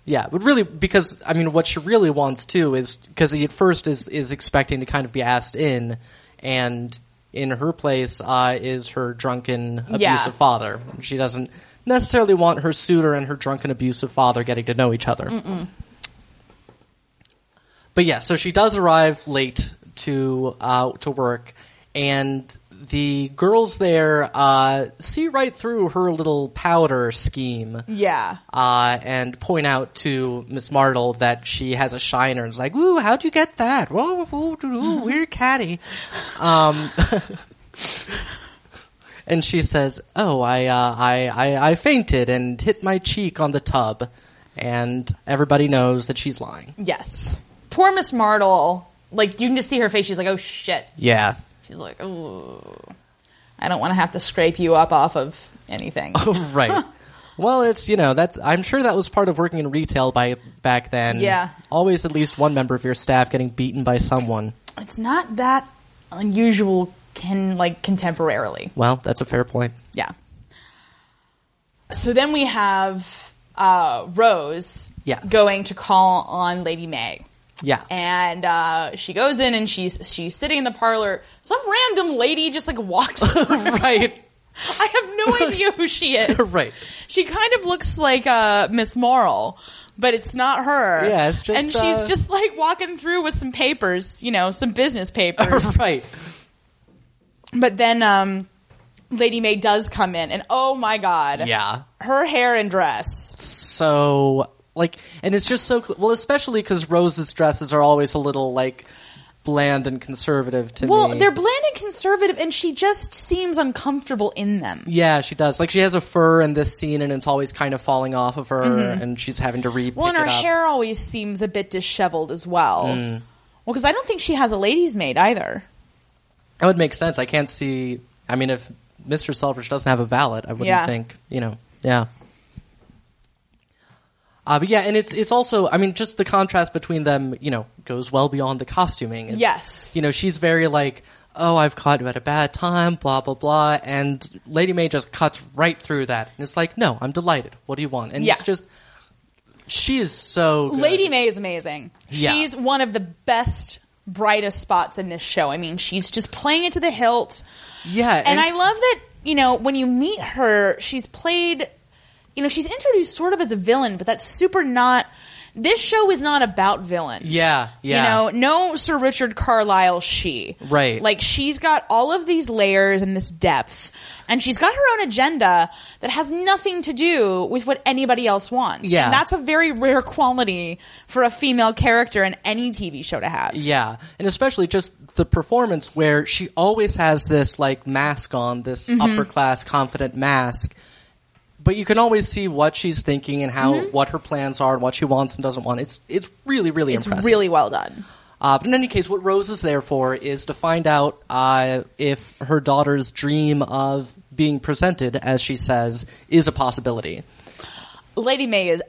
S1: Yeah, but really, because I mean, what she really wants too is because he at first is is expecting to kind of be asked in, and in her place uh, is her drunken abusive
S2: Yeah.
S1: father. She doesn't necessarily want her suitor and her drunken abusive father getting to know each other. But yeah, so she does arrive late to uh, to work, and the girls there uh, see right through her little powder scheme
S2: Yeah,
S1: uh, and point out to Miss Martle that she has a shiner. And is like, ooh, how'd you get that? Whoa, whoa, whoa, ooh, weird caddy. Um, and she says, oh, I, uh, I, I, I fainted and hit my cheek on the tub. And everybody knows that she's lying.
S2: yes. Poor Miss Martle. Like you can just see her face. She's like, "Oh shit."
S1: Yeah.
S2: She's like, "Ooh, I don't want to have to scrape you up off of anything."
S1: right. Well, it's you know that's I'm sure that was part of working in retail by back then.
S2: Yeah.
S1: always at least one member of your staff getting beaten by someone.
S2: It's not that unusual. Can like contemporarily.
S1: Well, that's a fair point.
S2: Yeah. So then we have uh, Rose
S1: Yeah.
S2: going to call on Lady May.
S1: Yeah,
S2: And uh, she goes in and she's she's sitting in the parlor. Some random lady just like walks. over.
S1: right.
S2: I have no idea who she is.
S1: Right.
S2: She kind of looks like uh, Miss Marl, but it's not her.
S1: Yeah, it's just,
S2: and
S1: uh,
S2: she's just like walking through with some papers, you know, some business papers.
S1: Oh, right.
S2: But then um, Lady May does come in, and oh my god,
S1: Yeah.
S2: her hair and dress.
S1: So like, and it's just so cl- well, especially because Rose's dresses are always a little like bland and conservative to
S2: Well,
S1: me.
S2: they're bland and conservative, and she just seems uncomfortable in them.
S1: yeah, she does. Like she has a fur in this scene, and it's always kind of falling off of her, and she's having to re.
S2: Mm-hmm. Well,
S1: pick
S2: and
S1: it
S2: her
S1: up. Mm.
S2: hair always seems a bit disheveled as well. Well, because I don't think she has a lady's maid either.
S1: That would make sense. I can't see. I mean, if Mr. Selfridge doesn't have a valet, I wouldn't
S2: Yeah.
S1: think. You know, yeah. Uh, but yeah, and it's it's also. I mean, just the contrast between them, you know, goes well beyond the costuming. It's-
S2: Yes.
S1: You know, she's very like, oh, I've caught you at a bad time, blah blah blah, and Lady May just cuts right through that, and it's like, no, I'm delighted. What do you want? And
S2: Yeah.
S1: it's just, she is so good.
S2: Lady May is amazing.
S1: Yeah.
S2: She's one of the best, brightest spots in this show. I mean, she's just playing it to the hilt.
S1: Yeah,
S2: And I love that, you know, when you meet her, she's played, you know, she's introduced sort of as a villain, but that's super not. This show is not about villain.
S1: Yeah, yeah.
S2: You know, no Sir Richard Carlyle she.
S1: Right.
S2: Like she's got all of these layers and this depth. And she's got her own agenda that has nothing to do with what anybody else wants.
S1: Yeah.
S2: And that's a very rare quality for a female character in any TV show to have.
S1: Yeah, and especially just the performance where she always has this like mask on, this
S2: Mm-hmm.
S1: upper class confident mask, but you can always see what she's thinking and how
S2: Mm-hmm.
S1: what her plans are and what she wants and doesn't want. It's it's really really
S2: It's
S1: impressive.
S2: really well done.
S1: Uh, but in any case, what Rose is there for is to find out uh, if her daughter's dream of being presented, as she says, is a possibility.
S2: Lady May is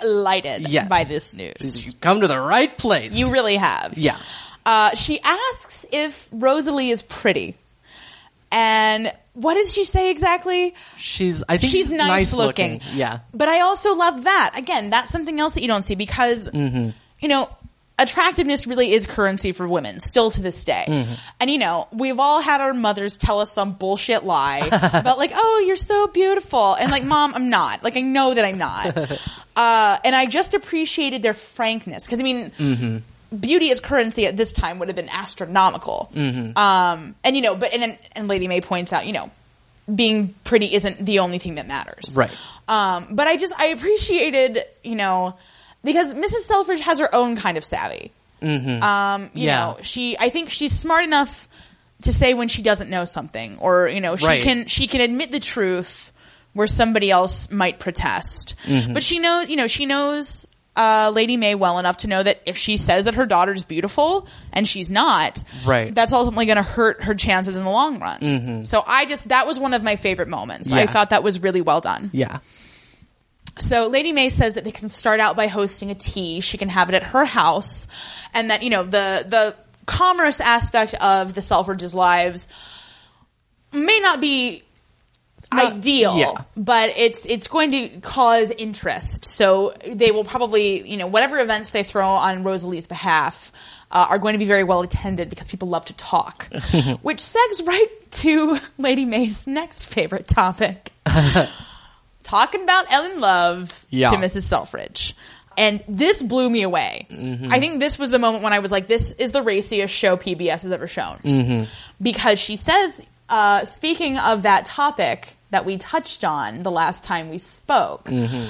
S2: delighted
S1: Yes.
S2: by this news.
S1: You come to the right place.
S2: You really have.
S1: yeah.
S2: Uh, she asks if Rosalie is pretty. And what does she say exactly?
S1: She's I think
S2: she's nice, looking.
S1: Yeah.
S2: But I also love that. Again, that's something else that you don't see because, you know, attractiveness really is currency for women still to this day. And, you know, we've all had our mothers tell us some bullshit lie about like, oh, you're so beautiful. And like, mom, I'm not. Like, I know that I'm not. uh, and I just appreciated their frankness because, I mean,
S1: Mm-hmm.
S2: beauty as currency at this time would have been astronomical.
S1: Mm-hmm.
S2: Um, and you know, but and and Lady May points out, you know, being pretty isn't the only thing that matters,
S1: Right.
S2: Um, but I just I appreciated, you know, because Mrs. Selfridge has her own kind of savvy. Um, you
S1: Mm-hmm. Yeah.
S2: know, she I think she's smart enough to say when she doesn't know something, or you know, she
S1: Right.
S2: can she can admit the truth where somebody else might protest.
S1: Mm-hmm.
S2: But she knows, you know, she knows uh, Lady May well enough to know that if she says that her daughter's beautiful and she's not,
S1: Right. Mm-hmm.
S2: that's ultimately going to hurt her chances in the long run. So I just that was one of my favorite moments. I
S1: Yeah.
S2: thought that was really well done.
S1: Yeah.
S2: So Lady May says that they can start out by hosting a tea. She can have it at her house, and that you know the the commerce aspect of the Selfridges' lives may not be
S1: not-
S2: ideal,
S1: yeah.
S2: but it's it's going to cause interest. So they will probably you know whatever events they throw on Rosalie's behalf. Uh, are going to be very well attended because people love to talk, which segs right to Lady May's next favorite topic talking about Ellen Love
S1: Yeah.
S2: to Mrs. Selfridge. And this blew me away. I think this was the moment when I was like, this is the raciest show PBS has ever shown. Because she says, uh, speaking of that topic that we touched on the last time we spoke, and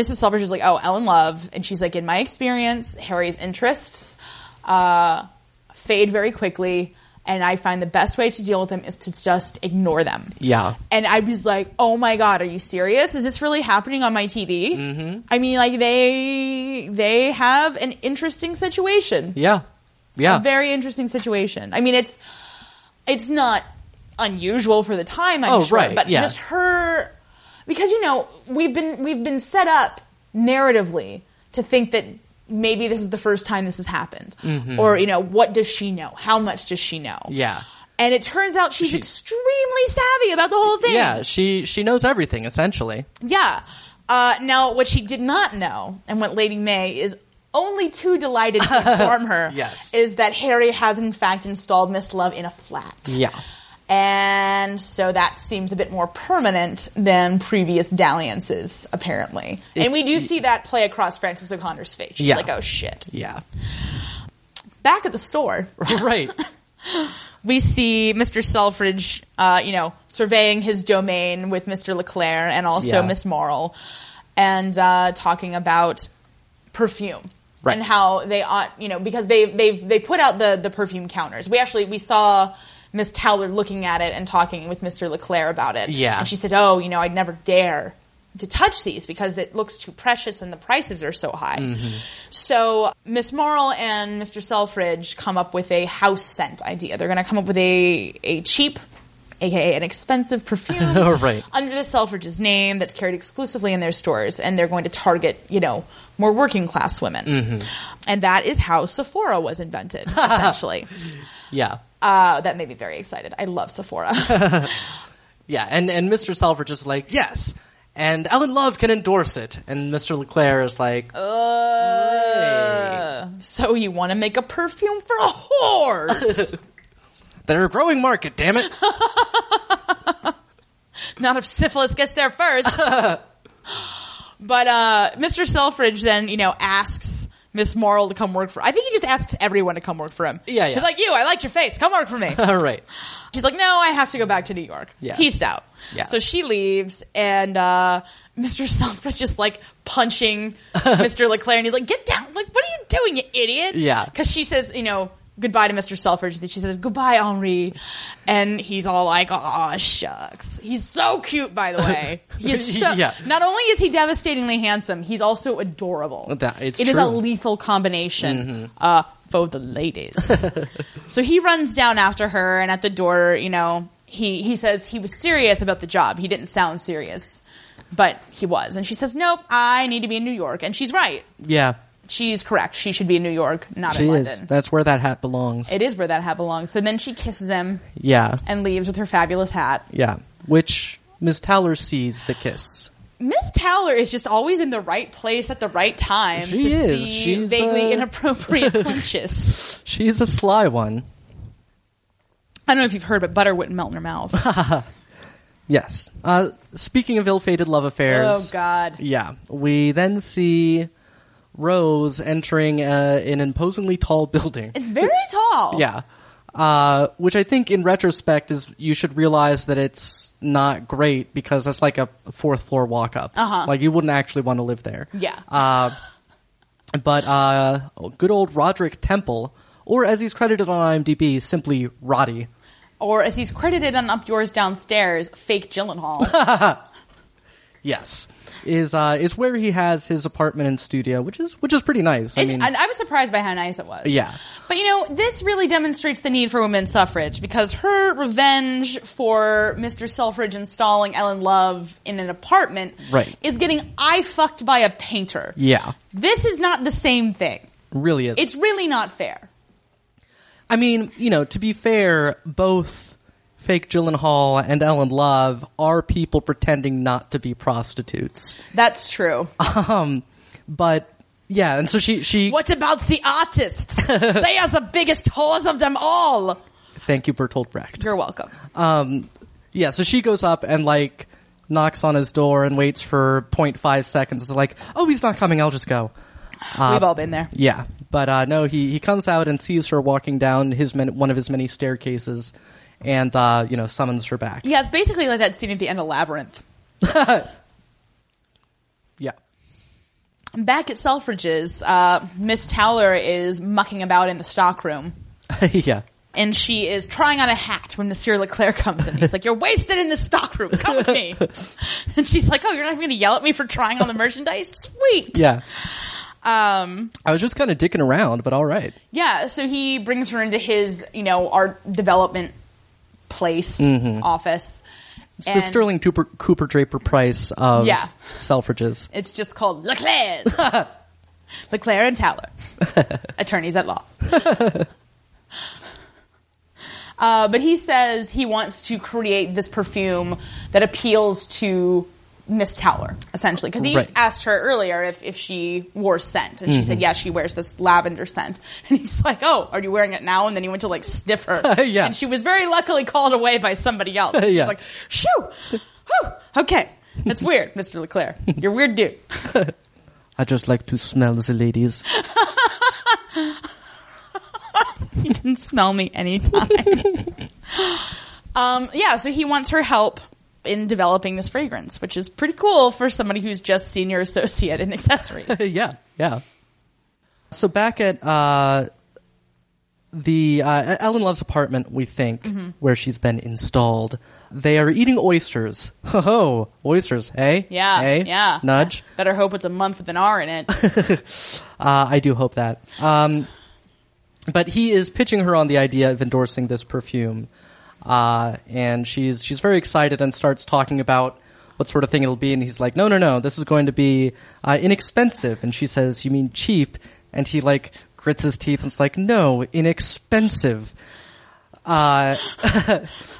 S2: Mrs. Selfridge is like, oh, Ellen Love. And she's like, in my experience, Harry's interests uh, fade very quickly. And I find the best way to deal with them is to just ignore them.
S1: Yeah.
S2: And I was like, oh my God, are you serious? Is this really happening on my TV? Mm-hmm. I mean, like, they, they have an interesting situation.
S1: Yeah. Yeah.
S2: A very interesting situation. I mean, it's it's not unusual for the time, I'm
S1: Oh,
S2: sure,
S1: right,
S2: but
S1: yeah.
S2: just her because you know we've been we've been set up narratively to think that maybe this is the first time this has happened, or you know what does she know? How much does she know?
S1: Mm-hmm. Yeah.
S2: and it turns out she's extremely savvy about the whole thing.
S1: Yeah, she she knows everything essentially.
S2: Yeah. Uh, now, what she did not know, and what Lady May is only too delighted to inform her,
S1: Yes.
S2: is that Harry has in fact installed Miss Love in a flat.
S1: Yeah.
S2: And so that seems a bit more permanent than previous dalliances, apparently. and we do see that play across Frances O'Connor's face. She's
S1: Yeah.
S2: like, oh shit.
S1: Yeah.
S2: Back at the store,
S1: right.
S2: we see Mr. Selfridge, uh, you know, surveying his domain with Mr. Leclerc and also
S1: Yeah.
S2: Miss Morrill, and uh, talking about perfume.
S1: Right.
S2: and how they ought you know because they they've they put out the the perfume counters. We actually we saw. Miss Towler looking at it and talking with Mr. LeClaire about it.
S1: Yeah.
S2: And she said, Oh, you know, I'd never dare to touch these because it looks too precious and the prices are so high.
S1: Mm-hmm.
S2: So Miss Morrill and Mr. Selfridge come up with a house scent idea. They're going to come up with a, a cheap, aka an expensive perfume
S1: Right.
S2: under the Selfridges name that's carried exclusively in their stores, and they're going to target, you know, more working class women. And that is how Sephora was invented, essentially.
S1: Yeah.
S2: uh, that made me very excited. I love Sephora.
S1: Yeah, and, and Mr. Selfridge is like, yes, and Ellen Love can endorse it. And Mr. LeClaire is like,
S2: Uh, so you want to make a perfume for a horse?
S1: they're a growing market, damn it.
S2: Not if syphilis gets there first. but uh, Mr. Selfridge then, you know, asks Miss Morrill to come work for. I think he just asks everyone to come work for him.
S1: Yeah, yeah.
S2: He's like, you, I like your face. Come work for me.
S1: All right.
S2: She's like, no, I have to go back to New York.
S1: Yeah.
S2: Peace out.
S1: Yeah.
S2: So she leaves, and uh, Mr. Selfridge is like punching Mr. LeClaire, and he's like, get down. Like, what are you doing, you idiot?
S1: Yeah.
S2: Because she says, you know, goodbye to Mr. Selfridge. Then she says, goodbye, Henri. And he's all like, aw, shucks. He's so cute, by the way. He's so,
S1: Yeah.
S2: Not only is he devastatingly handsome, he's also adorable.
S1: That- it's
S2: It is a
S1: true. Mm-hmm.
S2: lethal combination uh, for the ladies. So he runs down after her, and at the door, you know, he, he says he was serious about the job. He didn't sound serious, but he was. And she says, Nope, I need to be in New York. And she's right.
S1: Yeah,
S2: She's correct. She should be in New York, not
S1: she
S2: in
S1: is.
S2: London.
S1: That's where that hat belongs.
S2: it is where that hat belongs. So then she kisses him
S1: yeah,
S2: and leaves with her fabulous hat.
S1: yeah. Which Miss Towler sees the kiss.
S2: Miss Towler is just always in the right place at the right time
S1: She
S2: to
S1: is.
S2: see
S1: She's,
S2: vaguely
S1: uh,
S2: inappropriate clinches.
S1: She's a sly one.
S2: I don't know if you've heard, but butter wouldn't melt in her mouth.
S1: Yes. Uh, speaking of ill-fated love
S2: oh
S1: affairs.
S2: God.
S1: Yeah. We then see Rose entering uh, an imposingly tall building.
S2: It's very tall.
S1: Yeah. Uh, which I think in retrospect is you should realize that it's not great because that's like a fourth floor walk up.
S2: Uh-huh.
S1: Like you wouldn't actually want to live there.
S2: Yeah.
S1: Uh, but uh, good old Roderick Temple, or as he's credited on IMDb, simply Roddy.
S2: or as he's credited on Up Yours Downstairs, fake Gyllenhaal.
S1: Yes. Is uh is where he has his apartment and studio, which is which is pretty nice. I
S2: It's-
S1: mean,
S2: and I was surprised by how nice it was.
S1: Yeah.
S2: But you know, this really demonstrates the need for women's suffrage because her revenge for Mr. Selfridge installing Ellen Love in an apartment
S1: Right.
S2: is getting eye fucked by a painter.
S1: yeah,
S2: This is not the same thing.
S1: really is.
S2: It's really not fair.
S1: I mean, you know, to be fair, both fake Gyllenhaal and Ellen Love are people pretending not to be prostitutes.
S2: That's true.
S1: Um, but yeah, and so she she.
S2: what about the artists? they are the biggest whores of them all.
S1: Thank you, Bertolt Brecht.
S2: You're welcome.
S1: Um, yeah, so she goes up and like knocks on his door and waits for 0.5 seconds. It's like, oh, he's not coming. I'll just go. Uh,
S2: We've all been there.
S1: Yeah, but uh, no, he he comes out and sees her walking down his man- one of his many staircases, and uh, you know summons her back.
S2: Yeah, it's basically like that scene at the end of Labyrinth.
S1: Yeah.
S2: Back at Selfridge's, uh, Miss Towler is mucking about in the stockroom,
S1: yeah.
S2: and she is trying on a hat when Monsieur Leclerc comes in. He's like, "You're wasted in the stockroom. Come with me." and she's like, "Oh, you're not going to yell at me for trying on the merchandise? Sweet."
S1: Yeah.
S2: Um.
S1: I was just kind of dicking around, but all right.
S2: Yeah. So he brings her into his, you know, art development place office.
S1: Mm-hmm. It's the Sterling Cooper, Cooper Draper price of
S2: Yeah.
S1: Selfridges.
S2: It's just called Leclerc's. Leclerc and Towler, attorneys at law. Uh, but he says he wants to create this perfume that appeals to Miss Towler, essentially. Because he
S1: Right. Mm-hmm.
S2: asked her earlier if, if she wore scent. And she said, yeah, she wears this lavender scent. And he's like, oh, are you wearing it now? And then he went to like sniff her.
S1: Yeah.
S2: And she was very luckily called away by somebody else. He's
S1: Yeah.
S2: like, shoo! Whew, okay. That's weird, Mr. LeClaire. You're a weird dude.
S1: I just like to smell the ladies.
S2: You can smell me anytime. um, yeah, so he wants her help in developing this fragrance, which is pretty cool for somebody who's just senior associate in accessories.
S1: yeah. Yeah. So back at uh, the uh, Ellen Love's apartment, we think
S2: Mm-hmm.
S1: where she's been installed, they are eating oysters. Ho ho, oysters, hey?
S2: Yeah.
S1: hey?
S2: Yeah.
S1: Nudge.
S2: Better hope it's a month with an R in it.
S1: Uh, I do hope that. Um, but he is pitching her on the idea of endorsing this perfume, uh, and she's she's very excited and starts talking about what sort of thing it'll be. And he's like, "No, no, no, this is going to be uh, inexpensive." And she says, "You mean cheap?" And he like grits his teeth and's like, "No, inexpensive." Uh,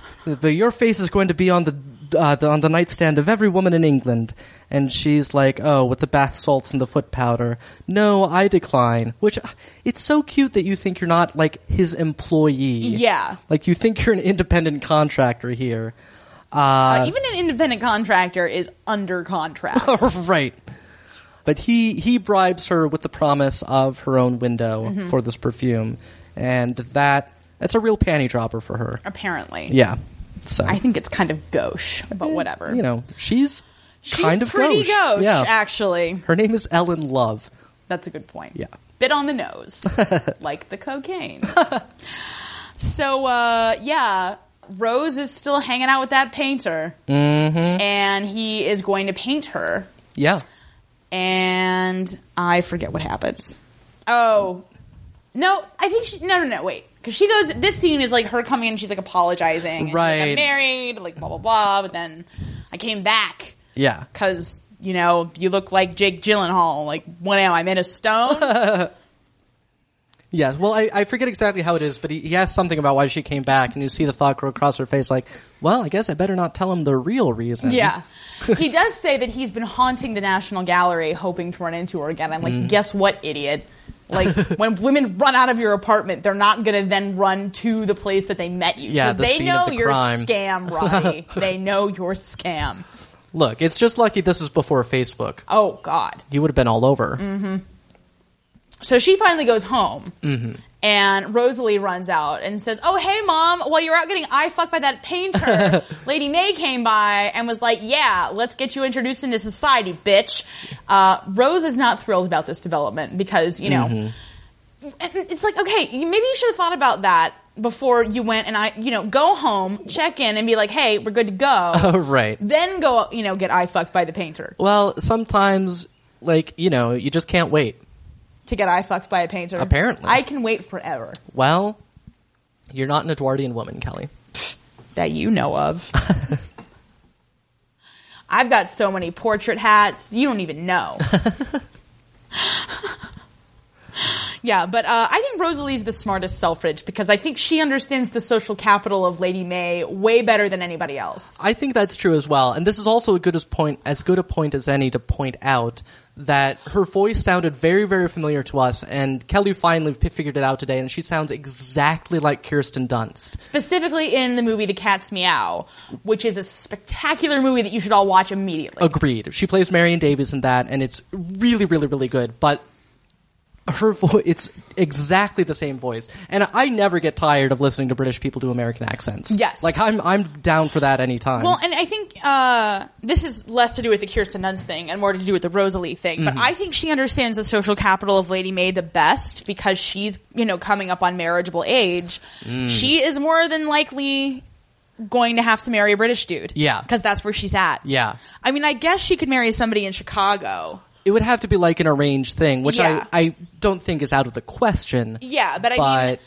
S1: but your face is going to be on the, uh, the on the nightstand of every woman in England. And she's like, oh, with the bath salts and the foot powder. No, I decline. Which uh, it's so cute that you think you're not like his employee.
S2: Yeah.
S1: like you think you're an independent contractor here.
S2: Uh, even an independent contractor is under contract.
S1: right. But he he bribes her with the promise of her own window
S2: Mm-hmm.
S1: for this perfume, and that that's a real panty dropper for her.
S2: apparently.
S1: Yeah. So
S2: I think it's kind of gauche, but whatever.
S1: You know, she's
S2: She's
S1: kind of
S2: pretty gauche,
S1: Yeah.
S2: actually.
S1: Her name is Ellen Love.
S2: That's a good point.
S1: Yeah.
S2: Bit on the nose, like the cocaine. so, uh, yeah, Rose is still hanging out with that painter.
S1: Mm-hmm.
S2: And he is going to paint her.
S1: Yeah.
S2: And I forget what happens. Oh. No, I think she. No, no, no, wait. Because she goes. This scene is like her coming in, she's like apologizing. and she's like,
S1: Right.
S2: I'm married, like blah, blah, blah. But then I came back
S1: Yeah.
S2: because you know you look like Jake Gyllenhaal. Like, what am I? I'm in a stone.
S1: Yeah. Well, I, I forget exactly how it is, but he, he asked something about why she came back, and you see the thought go across her face like, well, I guess I better not tell him the real reason.
S2: yeah, he does say that he's been haunting the National Gallery, hoping to run into her again. I'm like,
S1: Mm.
S2: guess what, idiot. Like when women run out of your apartment, they're not gonna then run to the place that they met you.
S1: Yeah,
S2: 'Cause
S1: the
S2: they
S1: scene of
S2: know
S1: the
S2: your
S1: crime.
S2: scam, Robbie. they know your scam.
S1: Look, it's just lucky this is before Facebook.
S2: Oh God.
S1: He would have been all over.
S2: So she finally goes home.
S1: Mm-hmm.
S2: And Rosalie runs out and says, Oh, hey, mom, while you're out getting eye fucked by that painter, Lady May came by and was like, Yeah, let's get you introduced into society, bitch. Uh, Rose is not thrilled about this development because, you know,
S1: Mm-hmm.
S2: and it's like, okay, you- maybe you should have thought about that before you went and I, you know, go home, check in, and be like, Hey, we're good to go.
S1: Oh, right.
S2: Then go, you know, get eye fucked by the painter.
S1: Well, sometimes, like, you know, you just can't wait.
S2: To get eye fucked by a painter.
S1: Apparently.
S2: I can wait forever.
S1: Well, you're not an Edwardian woman, Kelly.
S2: that you know of. I've got so many portrait hats, you don't even know. yeah, but uh, I think Rosalie's the smartest Selfridge because I think she understands the social capital of Lady May way better than anybody else.
S1: I think that's true as well, and this is also a good as point as good a point as any to point out that her voice sounded very very familiar to us, and Kelly finally p- figured it out today, and she sounds exactly like Kirsten Dunst.
S2: Specifically in the movie The Cat's Meow, which is a spectacular movie that you should all watch immediately.
S1: Agreed. She plays Marion Davies in that, and it's really really really good, but. Her voice, it's exactly the same voice. And I never get tired of listening to British people do American accents.
S2: Yes.
S1: Like, I'm, I'm down for that anytime.
S2: Well, and I think uh, this is less to do with the Kirsten Dunst thing and more to do with the Rosalie thing.
S1: Mm-hmm.
S2: But I think she understands the social capital of Lady May the best because she's you know coming up on marriageable age.
S1: Mm.
S2: She is more than likely going to have to marry a British dude.
S1: Yeah.
S2: because that's where she's at.
S1: Yeah.
S2: I mean, I guess she could marry somebody in Chicago.
S1: it would have to be like an arranged thing, which
S2: Yeah.
S1: I, I don't think is out of the question.
S2: Yeah, but I mean,
S1: but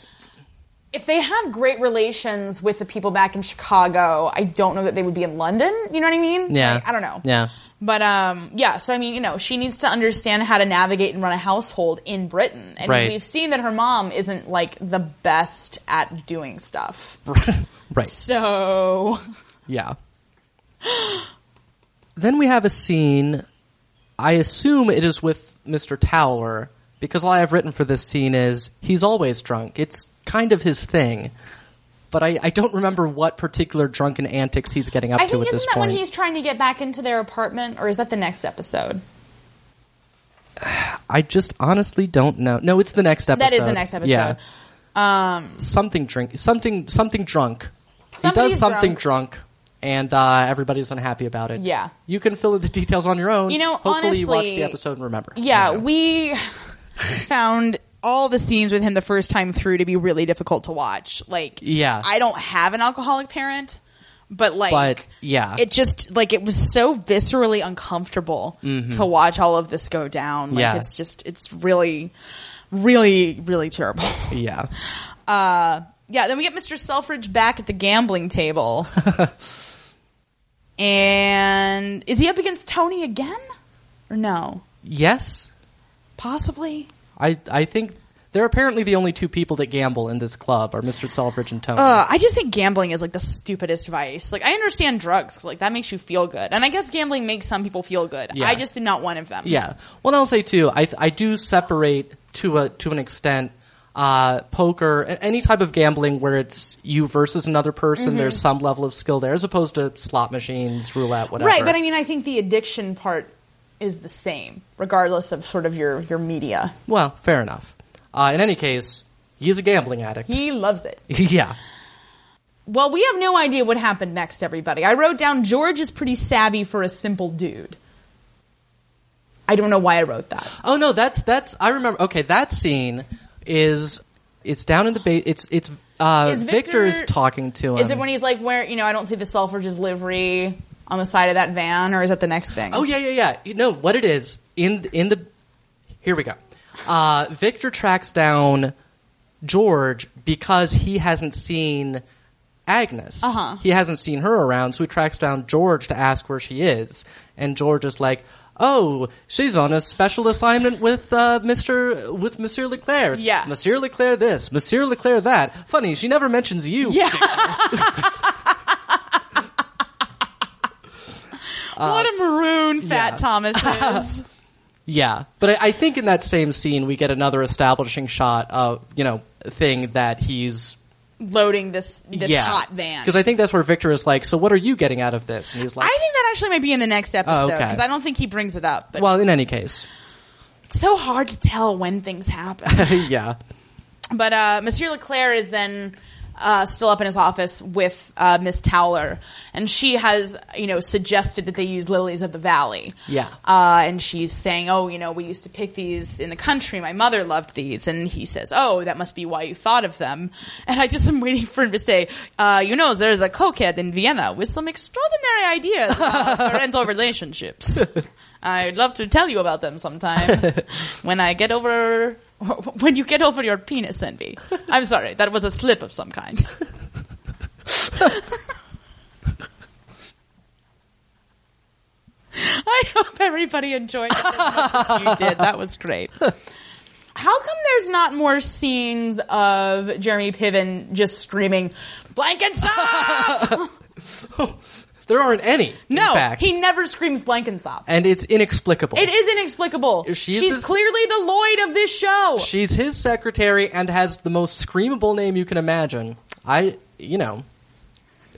S2: if they have great relations with the people back in Chicago, I don't know that they would be in London. You know what I mean?
S1: Yeah.
S2: Like, I don't know.
S1: Yeah.
S2: But um, yeah. So I mean, you know, she needs to understand how to navigate and run a household in Britain, and
S1: Right.
S2: we've seen that her mom isn't like the best at doing stuff.
S1: right,
S2: So
S1: yeah. then we have a scene. I assume it is with Mr. Towler because all I have written for this scene is he's always drunk. It's kind of his thing, but I, I don't remember what particular drunken antics he's getting up
S2: I
S1: to
S2: think
S1: at
S2: isn't
S1: this
S2: that
S1: point.
S2: when he's trying to get back into their apartment, or is that the next episode?
S1: I just honestly don't know. No, it's the next episode.
S2: That is the next episode. Um,
S1: Yeah. something drink something something drunk. He
S2: Somebody's
S1: does something drunk, and uh, everybody's unhappy about it.
S2: Yeah.
S1: you can fill in the details on your own.
S2: You know,
S1: hopefully you watch
S2: honestly-
S1: the episode and remember.
S2: Yeah,
S1: You know.
S2: we. found all the scenes with him the first time through to be really difficult to watch. Like,
S1: Yeah.
S2: I don't have an alcoholic parent, but like,
S1: But, yeah.
S2: it just like it was so viscerally uncomfortable to watch all of this go down. Like,
S1: Mm-hmm. Yeah.
S2: it's just it's really, really, really terrible.
S1: Yeah.
S2: Yeah, then we get Mr. Selfridge back at the gambling table. and is he up against Tony again? Or no?
S1: Yes.
S2: Possibly.
S1: I I think they're apparently the only two people that gamble in this club are Mr. Selfridge and Tony.
S2: Uh, I just think gambling is like the stupidest vice. Like I understand drugs, 'cause, like that makes you feel good. And I guess gambling makes some people feel good.
S1: Yeah.
S2: I just am not one of them.
S1: Yeah. Well, and I'll say too. I I do separate to a to an extent uh, poker, a- any type of gambling where it's you versus another person.
S2: Mm-hmm.
S1: There's some level of skill there, as opposed to slot machines, roulette, whatever.
S2: Right, but I mean I think the addiction part is the same, regardless of sort of your your media.
S1: well, fair enough. Uh, in any case, he's a gambling addict.
S2: He loves it.
S1: yeah.
S2: Well, we have no idea what happened next, everybody. I wrote down George is pretty savvy for a simple dude. I don't know why I wrote that.
S1: Oh no, that's that's I remember. Okay, that scene is it's down in the ba- it's it's uh,
S2: Is Victor-
S1: Victor's talking to him.
S2: Is it when he's like, where, you know, I don't see the Selfridge's livery on the side of that van, or is that the next thing?
S1: Oh yeah, yeah, yeah. You know what it is in in the. Here we go. Uh, Victor tracks down George because he hasn't seen Agnes.
S2: Uh-huh.
S1: He hasn't seen her around, so he tracks down George to ask where she is, and George is like. Oh, she's on a special assignment with uh, Mister with Monsieur Leclerc. It's
S2: Yeah.
S1: Monsieur Leclerc this, Monsieur Leclerc that. Funny, she never mentions you.
S2: Yeah. what a maroon fat
S1: yeah.
S2: Thomas is.
S1: Yeah, but I, I think in that same scene we get another establishing shot of you know thing that he's
S2: Loading this, this
S1: yeah.
S2: hot van.
S1: because I think that's where Victor is like. So what are you getting out of this? And he's like,
S2: I think that actually might be in the next
S1: Oh,
S2: episode,
S1: okay.
S2: because I don't think he brings it up. But
S1: well, in any case,
S2: it's so hard to tell when things happen.
S1: yeah,
S2: But uh, Monsieur Leclerc is then uh, still up in his office with uh, Miss Towler, and she has, you know, suggested that they use lilies of the valley.
S1: Yeah.
S2: Uh, and she's saying, "Oh, you know, we used to pick these in the country. My mother loved these." And he says, "Oh, that must be why you thought of them." And I just am waiting for him to say, uh, "You know, there's a coquette in Vienna with some extraordinary ideas about parental relationships." I'd love to tell you about them sometime when I get over when you get over your penis envy. I'm sorry, that was a slip of some kind. I hope everybody enjoyed it as much as you did. That was great. How come there's not more scenes of Jeremy Piven just screaming blankets up?
S1: there aren't any. in
S2: No,
S1: fact.
S2: he never screams blankets up.
S1: and it's inexplicable.
S2: It is inexplicable.
S1: She is
S2: She's
S1: this-
S2: clearly the Lloyd of this show.
S1: She's his secretary and has the most screamable name you can imagine. I, you know,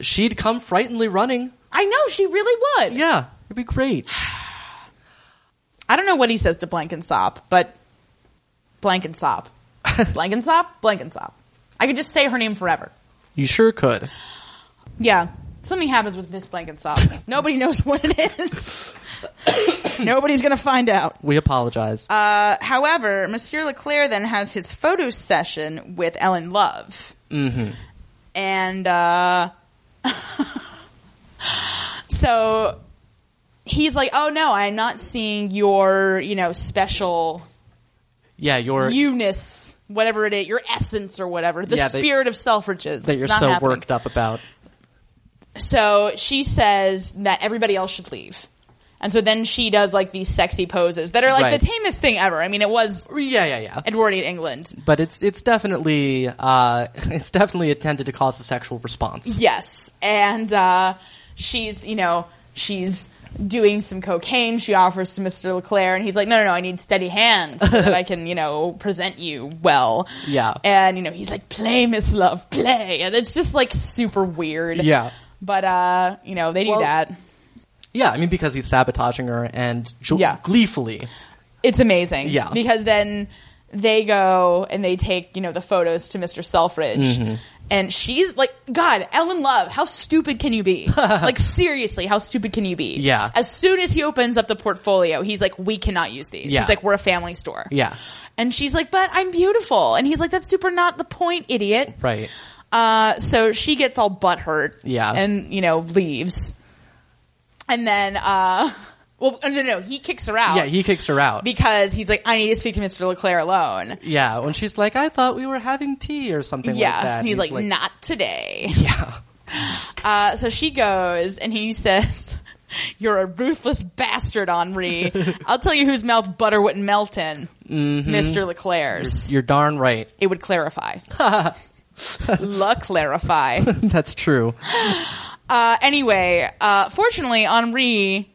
S1: she'd come frighteningly running.
S2: I know she really would.
S1: Yeah, it'd be great.
S2: I don't know what he says to Blankensop, but Blankensop, Blankensop, Blankensop. I could just say her name forever.
S1: You sure could.
S2: Yeah, something happens with Miss Blankensop. Nobody knows what it is. Nobody's gonna find out.
S1: We apologize.
S2: Uh, however, Monsieur Leclerc then has his photo session with Ellen Love. Mm-hmm. And uh, so he's like, "Oh no, I'm not seeing your, you know, special
S1: yeah, you're
S2: you-ness, whatever it is, your essence or whatever, the
S1: Yeah, that-
S2: spirit of Selfridges
S1: that
S2: It's
S1: you're
S2: not
S1: so
S2: happening.
S1: worked up about.
S2: So she says that everybody else should leave." And so then she does like these sexy poses that are like
S1: Right.
S2: the tamest thing ever. I mean, it was
S1: Yeah, yeah, yeah.
S2: Edwardian England.
S1: but it's it's definitely uh, it's definitely intended to cause a sexual response.
S2: Yes. And uh, she's, you know, she's doing some cocaine she offers to Mr. Leclerc, and he's like, no, no, no, I need steady hands so that I can, you know, present you well.
S1: Yeah.
S2: And, you know, he's like, play, Miss Love, play. And it's just, like, super weird.
S1: Yeah.
S2: But, uh, you know, they do
S1: Well-
S2: that.
S1: Yeah, I mean because he's sabotaging her and jo-
S2: Mm-hmm. Yeah.
S1: gleefully.
S2: It's amazing.
S1: Yeah.
S2: Because then they go and they take you know the photos to Mr. Selfridge.
S1: Mm-hmm.
S2: And she's like, God, Ellen Love, how stupid can you be? like, seriously, how stupid can you be?
S1: Yeah.
S2: As soon as he opens up the portfolio, he's like, We cannot use these.
S1: Yeah.
S2: He's like, We're a family store.
S1: Yeah.
S2: And she's like, But I'm beautiful. And he's like, That's super not the point, idiot.
S1: Right.
S2: Uh, so she gets all butthurt.
S1: Yeah.
S2: And, you know, leaves. And then, uh, well, no, no, no, he kicks her out.
S1: Yeah, he kicks her out.
S2: because he's like, I need to speak to Mr. LeClaire alone.
S1: yeah, when she's like, I thought we were having tea or something
S2: yeah.
S1: like that.
S2: And he's, like, not today.
S1: Yeah.
S2: Uh, so she goes and he says, You're a ruthless bastard, Henri. I'll tell you whose mouth butter wouldn't melt in. Mr. LeClaire's.
S1: You're darn right.
S2: It would clarify. La clarify.
S1: That's true.
S2: Uh, anyway, uh, fortunately, Henri,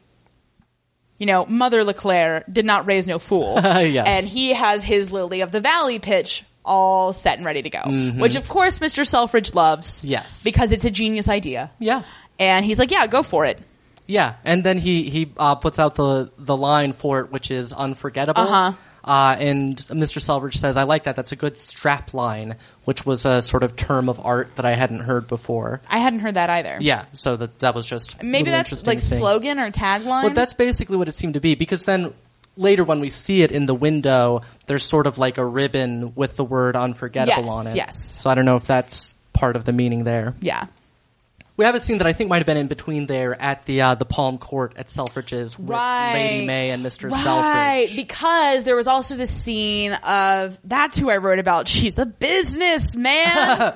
S2: you know, Mother Leclerc did not raise no fool.
S1: Yes.
S2: And he has his Lily of the Valley pitch all set and ready to go, which of course Mr. Selfridge loves.
S1: Mm-hmm. Yes.
S2: Because it's a genius idea.
S1: Yeah.
S2: And he's like, yeah, go for it.
S1: Yeah, and then he he uh, puts out the the line for it, which is unforgettable.
S2: Uh-huh.
S1: Uh, and Mr. Selvidge says, "I like that. That's a good strap line," which was a sort of term of art that I hadn't heard before.
S2: I hadn't heard that either.
S1: Yeah, so that that was just a
S2: Maybe
S1: little
S2: that's
S1: interesting
S2: like
S1: thing.
S2: slogan or tagline.
S1: But that's basically what it seemed to be because then later when we see it in the window, there's sort of like a ribbon with the word unforgettable
S2: Yes,
S1: on it.
S2: yes.
S1: So I don't know if that's part of the meaning there.
S2: yeah.
S1: We have a scene that I think might have been in between there at the uh, the Palm Court at Selfridge's with
S2: Right.
S1: Lady May and Mr.
S2: Right,
S1: Selfridge.
S2: because there was also this scene of that's who I wrote about. She's a businessman.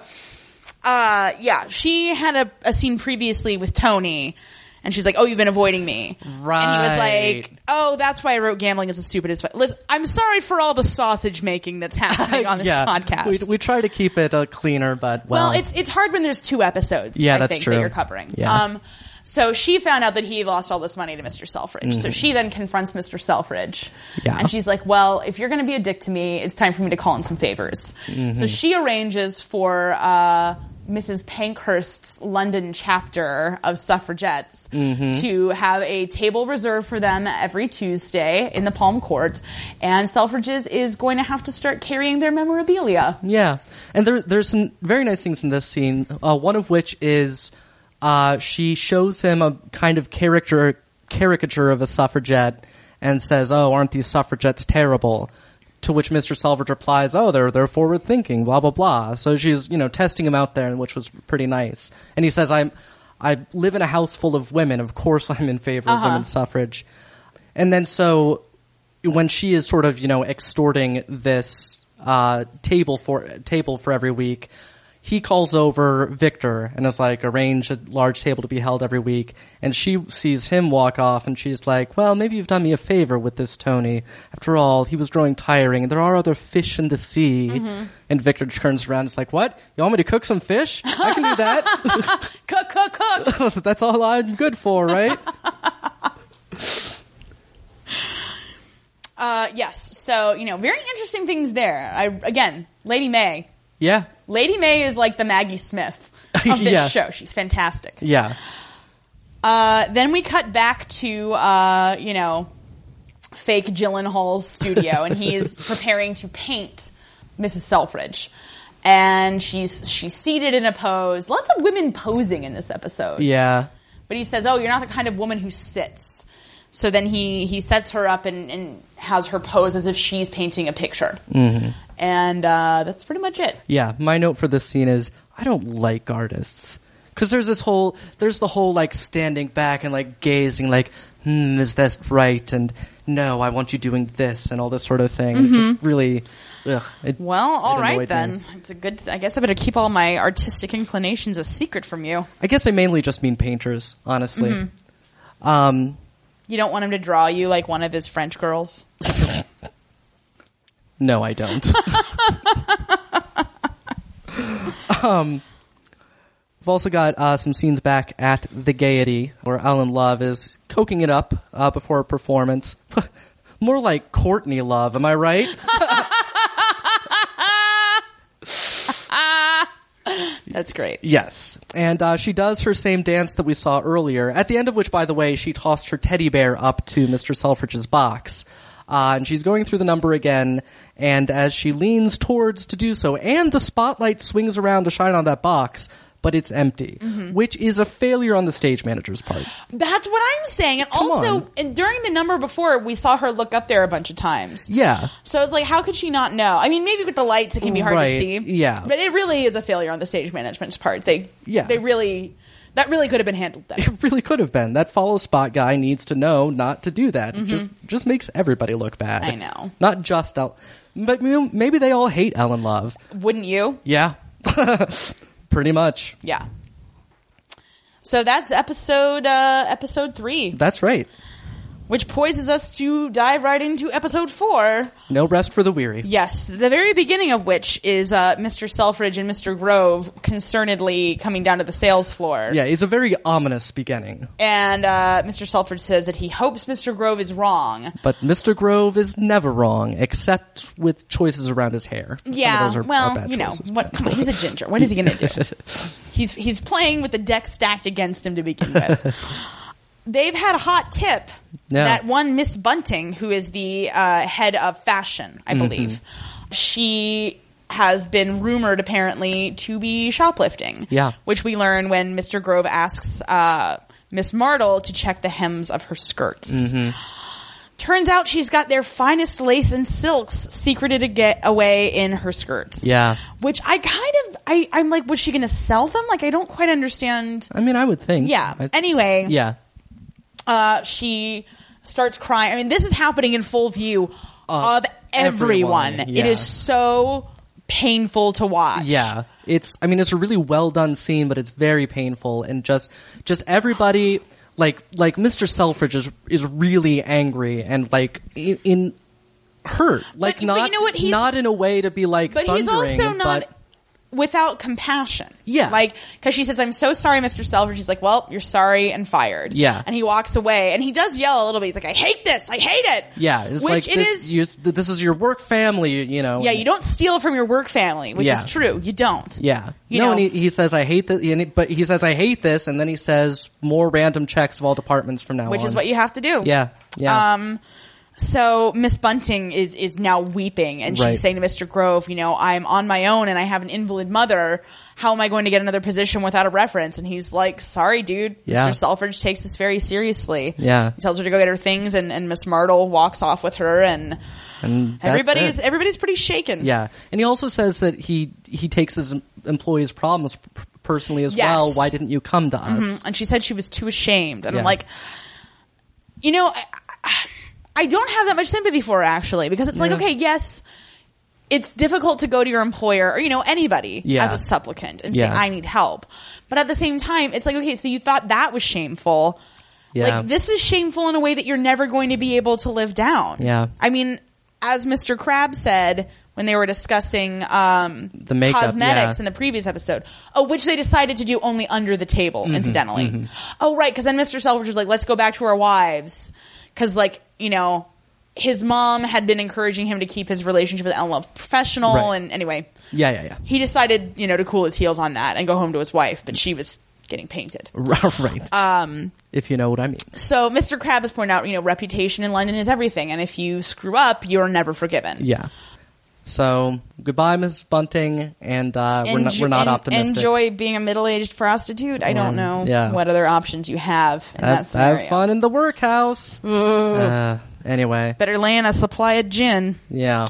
S2: uh, yeah, she had a, a scene previously with Tony, and she's like, "Oh, you've been avoiding me." And he
S1: Right.
S2: was like, "Oh, that's why I wrote gambling is the stupidest." fi-" Listen, I'm sorry for all the sausage making that's happening on this
S1: yeah,
S2: podcast.
S1: We, we try to keep it uh, cleaner, but well,
S2: Well, it's it's hard when there's two episodes.
S1: Yeah,
S2: I
S1: that's
S2: think,
S1: true.
S2: That you're covering.
S1: Yeah.
S2: Um, so she found out that he lost all this money to Mr. Selfridge. So she then confronts Mr. Selfridge.
S1: Mm-hmm. Yeah.
S2: And she's like, "Well, if you're going to be a dick to me, it's time for me to call in some favors."
S1: Mm-hmm.
S2: So she arranges for uh, Mrs. Pankhurst's London chapter of suffragettes
S1: Mm-hmm.
S2: to have a table reserved for them every Tuesday in the Palm Court, and Selfridges is going to have to start carrying their memorabilia.
S1: yeah. And there there's some very nice things in this scene. Uh, one of which is uh, she shows him a kind of character caricature of a suffragette and says, "Oh, aren't these suffragettes terrible?" To which Mr. Selfridge replies, "Oh, they're they're forward thinking, blah blah blah." So she's you know testing him out there, which was pretty nice. And he says, "I'm I live in a house full of women. Of course, I'm in favor of women's suffrage." And then so when she is sort of you know extorting this uh, table for table for every week, he calls over Victor and is like arrange a large table to be held every week. And she sees him walk off, and she's like, "Well, maybe you've done me a favor with this, Tony. After all, he was growing tiring, and there are other fish in the sea." And Victor turns around, and is like, "What? You want me to cook some fish? I can do that.
S2: Cook, cook, cook.
S1: That's all I'm good for, right?"
S2: Uh, yes. So you know, very interesting things there. I again, Lady May.
S1: Yeah,
S2: Lady May is like the Maggie Smith of this
S1: Yeah.
S2: show. She's fantastic.
S1: yeah.
S2: Uh, then we cut back to uh, you know, fake Gyllenhaal's studio, and he is preparing to paint Mrs. Selfridge. And she's she's seated in a pose. Lots of women posing in this episode.
S1: Yeah.
S2: But he says, "Oh, you're not the kind of woman who sits." So then he he sets her up and, and has her pose as if she's painting a picture, mm-hmm. and uh, that's pretty much it.
S1: Yeah, my note for this scene is I don't like artists because there's this whole there's the whole like standing back and like gazing like hmm is this right and no I want you doing this and all this sort of thing It just really ugh, it-
S2: Mm-hmm. Well, all
S1: it
S2: right
S1: annoyed
S2: then.
S1: me.
S2: It's a good. I guess I better keep all my artistic inclinations a secret from you.
S1: I guess I mainly just mean painters honestly
S2: Mm-hmm.
S1: um
S2: You don't want him to draw you like one of his French girls.
S1: no I don't um Um, We've also got uh, some scenes back at the Gaiety, where Alan Love is coking it up uh, before a performance. More like Courtney Love, am I right?
S2: That's great.
S1: yes. And uh, she does her same dance that we saw earlier, at the end of which, by the way, she tossed her teddy bear up to Mr. Selfridge's box. Uh, Uh, and she's going through the number again. And as she leans towards to do so, and the spotlight swings around to shine on that box, but it's empty,
S2: Mm-hmm.
S1: which is a failure on the stage manager's part.
S2: That's what I'm saying. And
S1: Come
S2: also,
S1: on.
S2: and during the number before, we saw her look up there a bunch of times.
S1: Yeah.
S2: So it's like, how could she not know? I mean, maybe with the lights, it can be hard
S1: Right,
S2: to see.
S1: yeah.
S2: But it really is a failure on the stage management's part. They,
S1: Yeah.
S2: they really, that really could have been handled then.
S1: It really could have been. That follow spot guy needs to know not to do that. It just just makes everybody look bad.
S2: Mm-hmm. I know.
S1: Not just El- but m- maybe they all hate Ellen Love.
S2: Wouldn't you?
S1: Yeah. Pretty much.
S2: Yeah. So that's episode uh, episode three,
S1: That's right.
S2: which poises us to dive right into episode four.
S1: No rest for the weary.
S2: Yes, the very beginning of which is uh, Mr. Selfridge and Mr. Grove concernedly coming down to the sales floor.
S1: Yeah, it's a very ominous beginning.
S2: And uh, Mr. Selfridge says that he hopes Mr. Grove is wrong.
S1: But Mr. Grove is never wrong, except with choices around his hair. Some of
S2: Yeah,
S1: those are- are
S2: well,
S1: bad
S2: you know,
S1: choices.
S2: what, come on, he's a ginger. What is he going to do? he's he's playing with the deck stacked against him to begin with. They've had a hot tip
S1: Yeah.
S2: that one Miss Bunting, who is the uh, head of fashion,
S1: Mm-hmm.
S2: I believe, she has been rumored apparently to be shoplifting.
S1: Yeah.
S2: which we learn when Mr. Grove asks uh, Miss Martle to check the hems of her skirts.
S1: Mm-hmm.
S2: Turns out she's got their finest lace and silks secreted aga away in her skirts.
S1: Yeah.
S2: Which I kind of, I, I'm like, was she going to sell them? Like, I don't quite understand.
S1: I mean, I would think.
S2: Yeah.
S1: I-
S2: Anyway,
S1: yeah.
S2: uh, she starts crying. I mean, this is happening in full view
S1: Of
S2: of everyone.
S1: everyone,
S2: It is
S1: yeah.
S2: so painful to watch.
S1: Yeah, it's. I mean, it's a really well done scene, but it's very painful and just just everybody like like Mr. Selfridge is is really angry and like in. in hurt like
S2: but
S1: not
S2: you know what? He's-
S1: not in a way to be like
S2: But he's
S1: thundering,
S2: also not
S1: but-
S2: without compassion.
S1: Yeah.
S2: Like, because she says, I'm so sorry, Mr. Selfridge. He's like, well, you're sorry and fired.
S1: Yeah.
S2: And he walks away and he does yell a little bit. He's like, I hate this. I hate it.
S1: yeah it's like
S2: Which it
S1: this,
S2: is.
S1: you- this is your work family you know
S2: yeah, you don't steal from your work family, which
S1: Yeah.
S2: is true. You don't.
S1: yeah
S2: You
S1: no
S2: know,
S1: and he, he says i hate this but he says i hate this and then he says more random checks of all departments from now
S2: which
S1: on
S2: is what you have to do.
S1: yeah yeah
S2: Um, so Miss Bunting is is now weeping, and she's
S1: Right.
S2: saying to Mr. Grove, "You know, I'm on my own, and I have an invalid mother. How am I going to get another position without a reference?" And he's like, "Sorry, dude.
S1: Yeah.
S2: Mr. Selfridge takes this very seriously.
S1: Yeah.
S2: he tells her to go get her things, and, and Miss Martle walks off with her, and,
S1: and that's
S2: everybody's
S1: it.
S2: everybody's pretty shaken.
S1: Yeah, and he also says that he he takes his em- employees' problems p- personally as
S2: Yes.
S1: well. Why didn't you come to us?
S2: Mm-hmm. and she said she was too ashamed and i'm
S1: Yeah.
S2: like you know I, I- I don't have that much sympathy for her actually because it's like
S1: Yeah.
S2: okay yes it's difficult to go to your employer or you know anybody
S1: Yeah.
S2: as a supplicant and
S1: Yeah.
S2: say i need help but at the same time it's like okay so you thought that was shameful
S1: Yeah.
S2: like this is shameful in a way that you're never going to be able to live down
S1: Yeah.
S2: i mean as mr crab said when they were discussing um,
S1: The makeup,
S2: cosmetics
S1: yeah.
S2: in the previous episode. Oh, which they decided to do only under the table,
S1: Mm-hmm,
S2: incidentally. Oh, right, because then Mr. Selfridge was like, "Let's go back to our wives," because like you know, his mom had been encouraging him to keep his relationship with Ellen Love professional,
S1: Right.
S2: and anyway,
S1: Yeah, yeah, yeah.
S2: he decided you know to cool his heels on that and go home to his wife, but she was getting painted.
S1: right. Um, if you know what I mean.
S2: So Mr. Crab has pointed out, you know, reputation in London is everything, and if you screw up, you're never forgiven.
S1: Yeah. So goodbye, Ms. Bunting, and uh, we're not
S2: Enjo-
S1: we're not
S2: en-
S1: optimistic.
S2: Enjoy being a middle-aged prostitute. I don't
S1: Um,
S2: know
S1: yeah.
S2: what other options you have in that
S1: have,
S2: scenario.
S1: have fun in the workhouse. Uh, anyway,
S2: Better land a supply of gin.
S1: yeah.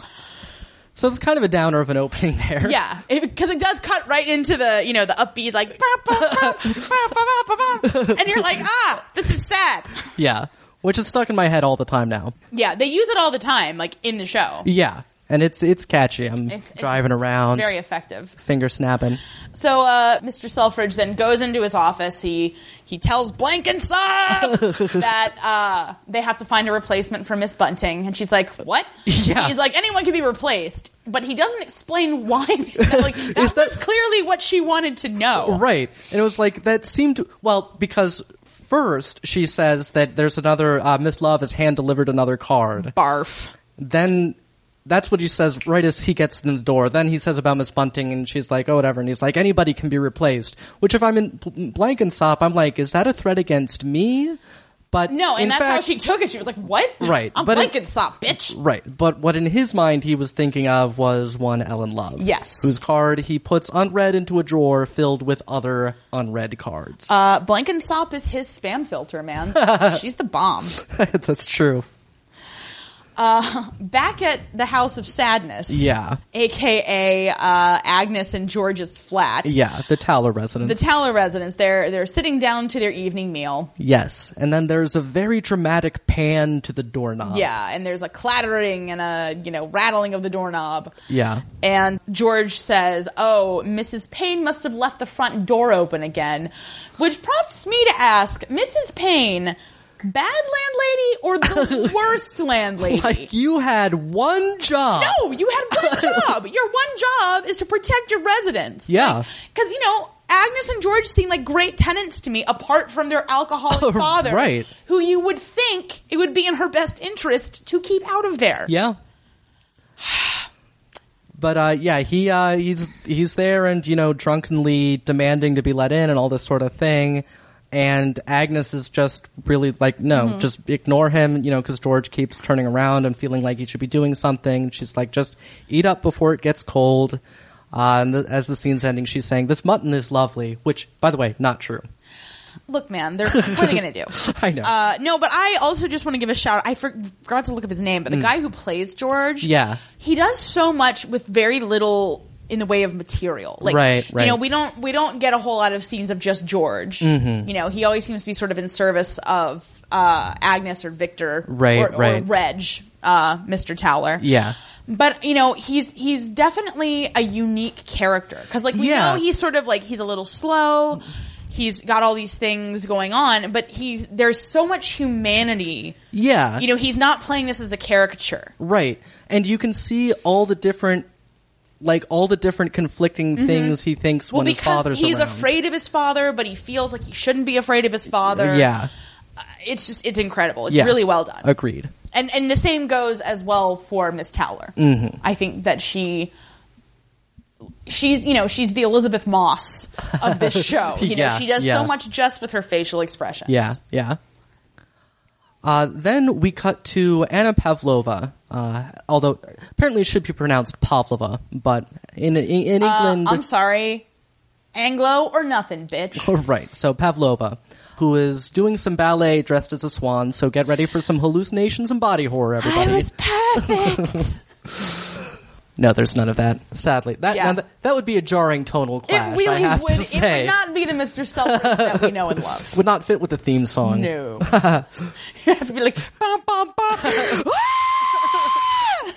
S1: So it's kind of a downer of an opening there.
S2: Yeah, because it, does cut right into the you know the upbeat like, bah, bah, bah, bah, bah, bah, bah, bah. and you're like, ah, this is sad.
S1: yeah. Which is stuck in my head all the time now.
S2: Yeah, they use it all the time, like in the show.
S1: Yeah, and it's it's catchy. I'm
S2: It's- it's
S1: driving around,
S2: Very effective.
S1: finger snapping.
S2: So uh, Mr. Selfridge then goes into his office. He he tells Blankenship that uh, they have to find a replacement for Miss Bunting, and she's like, "What?"
S1: Yeah.
S2: He's like, "Anyone can be replaced," but he doesn't explain why. That, like that,
S1: Is that-
S2: was clearly what she wanted to know.
S1: Right. And it was like, that seemed, well, because first she says that there's another, uh, Miss Love has hand delivered another card.
S2: Barf.
S1: Then that's what he says right as he gets in the door. Then he says about Miss Bunting and she's like, oh, whatever. And he's like, anybody can be replaced. Which if I'm in Bl- Blankensop, I'm like, is that a threat against me? But
S2: No, and
S1: in
S2: that's how
S1: fact-
S2: she took it. She was like, "What?
S1: Right,
S2: I'm
S1: but it-
S2: Blankenstop, bitch."
S1: Right, but what in his mind he was thinking of was one Ellen Love.
S2: Yes.
S1: Whose card he puts unread into a drawer filled with other unread cards.
S2: Uh, Blankenstop is his spam filter, man. She's the bomb.
S1: That's true.
S2: Back at the House of Sadness,
S1: Yeah.
S2: aka uh, Agnes and George's flat,
S1: Yeah, the Towler residence.
S2: the Taller residents. They're they're sitting down to their evening meal.
S1: yes, and then there's a very dramatic pan to the doorknob.
S2: Yeah, and there's a clattering and a you know rattling of the doorknob.
S1: Yeah.
S2: And George says, Oh, Mrs. Payne must have left the front door open again. Which prompts me to ask, Mrs. Payne, bad landlady or the worst landlady?
S1: Like you had one job.
S2: no, you had one job. Your one job is to protect your residents.
S1: Yeah.
S2: Because, you know, Agnes and George seem like great tenants to me, apart from their alcoholic father,
S1: right.
S2: who you would think it would be in her best interest to keep out of there.
S1: Yeah. But uh, yeah, he uh, he's he's there and you know drunkenly demanding to be let in and all this sort of thing, and Agnes is just really like no, just ignore him, you know, because George keeps turning around and feeling like he should be doing something. She's like, just eat up before it gets cold. Uh, and the, as the scene's ending, she's saying, "This mutton is lovely," which, by the way, not true.
S2: Look, man, they're, what are they going to do?
S1: I know.
S2: Uh, no, but I also just want to give a shout. I for- forgot to look up his name, but the guy who plays George,
S1: Mm. Yeah.
S2: he does so much with very little in the way of material. Like,
S1: Right,
S2: You know,
S1: right.
S2: we don't we don't get a whole lot of scenes of just George.
S1: Mm-hmm.
S2: You know, he always seems to be sort of in service of uh, Agnes or Victor,
S1: Right,
S2: or, or
S1: right.
S2: Reg, uh, Mr. Towler,
S1: Yeah.
S2: But you know, he's he's definitely a unique character because, like, we
S1: Yeah.
S2: know he's sort of like he's a little slow. He's got all these things going on, but he's there's so much humanity.
S1: yeah,
S2: You know, he's not playing this as a caricature.
S1: Right. And you can see all the different like all the different conflicting things he thinks
S2: Mm-hmm. Well,
S1: when his
S2: because
S1: father's
S2: he's
S1: around.
S2: afraid of his father, but he feels like he shouldn't be afraid of his father.
S1: Yeah.
S2: it's just it's incredible. It's
S1: Yeah.
S2: really well done.
S1: Agreed.
S2: and and the same goes as well for Miss Towler.
S1: Mm-hmm.
S2: I think that she. She's, you know, she's the Elizabeth Moss of this show. You know,
S1: Yeah,
S2: she does
S1: yeah.
S2: so much just with her facial expressions.
S1: Yeah. Yeah. Uh, then we cut to Anna Pavlova, uh, although apparently it should be pronounced Pavlova, but in in, in England,
S2: Uh, I'm sorry, Anglo or nothing, bitch.
S1: Oh, right? So Pavlova, who is doing some ballet dressed as a swan, so get ready for some hallucinations and body horror, everybody.
S2: perfect.
S1: no, there's none of that, sadly. That
S2: Yeah.
S1: now that, that would be a jarring tonal clash.
S2: it
S1: I
S2: really
S1: have
S2: would.
S1: to
S2: It
S1: say.
S2: would not be the Mr. Selfridge that we know and love.
S1: would not fit with the theme song.
S2: No, you have to be like, bum, bum, bum. Ah!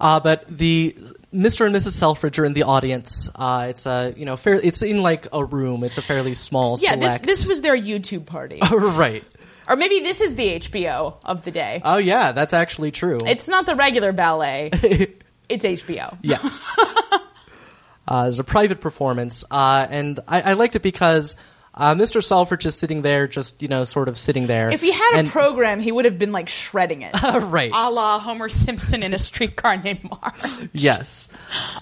S1: Uh, but the Mr. and Mrs. Selfridge are in the audience. Uh, it's a you know fair. It's in like a room. It's a fairly small
S2: yeah, this
S1: select.
S2: this was their YouTube party.
S1: right.
S2: Or maybe this is the HBO of the day.
S1: Oh yeah, that's actually true.
S2: It's not the regular ballet. it's HBO.
S1: yes. uh, it's a private performance, uh, and I, I liked it because. Uh, Mr. Selfridge is sitting there, just you know, sort of sitting there.
S2: If he had a
S1: And-
S2: program, he would have been like shredding it.
S1: right?
S2: a la Homer Simpson in a streetcar named Marge.
S1: Yes.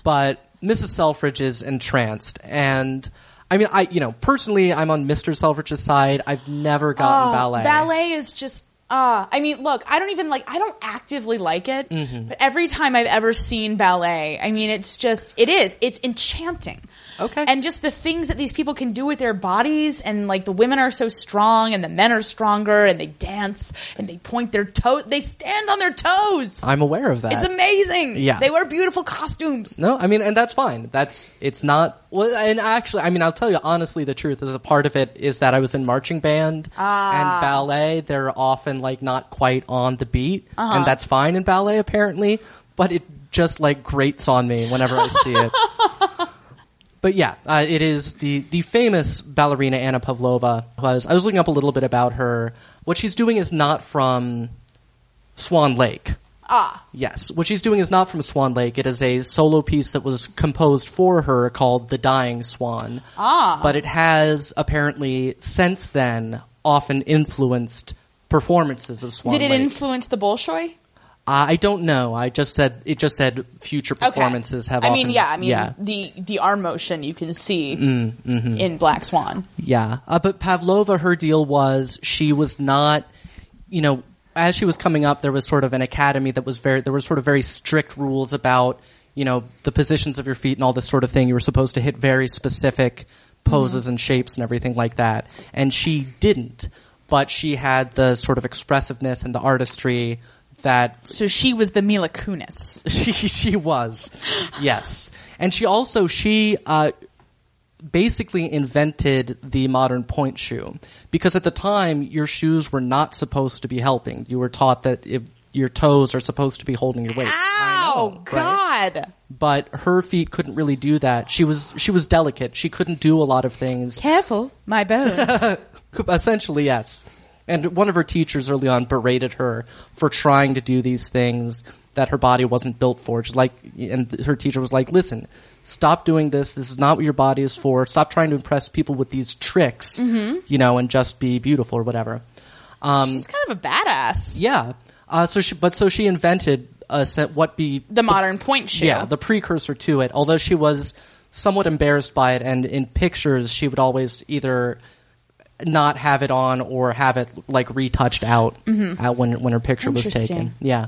S1: But Mrs. Selfridge is entranced and I mean I you know, personally I'm on Mr. Selfridge's side. I've never gotten ballet.
S2: Ballet is just. Uh, I mean, look, I don't even like, I don't actively like it,
S1: Mm-hmm.
S2: but every time I've ever seen ballet, I mean, it's just, it is, it's enchanting.
S1: Okay.
S2: And just the things that these people can do with their bodies, and like the women are so strong, and the men are stronger, and they dance, and they point their toe, they stand on their toes.
S1: I'm aware of that.
S2: It's amazing.
S1: Uh, Yeah.
S2: They wear beautiful costumes.
S1: no, I mean and that's fine. That's it's not well and actually I mean I'll tell you honestly the truth is a part of it is that I was in marching band and ballet they're often like not quite on the beat and that's fine in ballet apparently, but it just like grates on me whenever I see it. But yeah, uh, it is the the famous ballerina Anna Pavlova. Who I was I was looking up a little bit about her. What she's doing is not from Swan Lake. Ah, yes. What she's doing is not from Swan Lake. It is a solo piece that was composed for her called "The Dying Swan." Ah, but it has apparently since then often influenced performances of Swan.
S2: Did it
S1: Lake.
S2: influence the Bolshoi?
S1: Uh, I don't know. I just said it. Just said future performances have.
S2: I mean,
S1: often- Mm,
S2: yeah, I mean
S1: yeah. mm-hmm.
S2: the the arm motion you can see in Black Swan.
S1: Yeah, uh, but Pavlova, her deal was she was not, you know, as she was coming up, there was sort of an academy that was very, there were sort of very strict rules about, you know, the positions of your feet and all this sort of thing. You were supposed to hit very specific poses and shapes and everything like that. And she didn't, but she had the sort of expressiveness and the artistry that
S2: So she was the Mila Kunis.
S1: she she was yes and she also she uh basically invented the modern point shoe because at the time your shoes were not supposed to be helping you were taught that if your toes are supposed to be holding your weight I know,
S2: Ow,
S1: right?
S2: Oh, God.
S1: but her feet couldn't really do that she was she was delicate she couldn't do a lot of things
S2: Careful, my bones.
S1: Essentially, yes. And one of her teachers early on berated her for trying to do these things that her body wasn't built for. She's like, and her teacher was like, "Listen, stop doing this. This is not what your body is for. Stop trying to impress people with these tricks, you know, and just be beautiful or whatever." Um,
S2: She's kind of a badass.
S1: Yeah. Uh, so, she, but so she invented a set, what be
S2: The modern point shoe.
S1: yeah, the precursor to it. Although she was somewhat embarrassed by it, and in pictures she would always either not have it on or have it like retouched out uh, when when her picture was taken.
S2: Interesting.
S1: Yeah.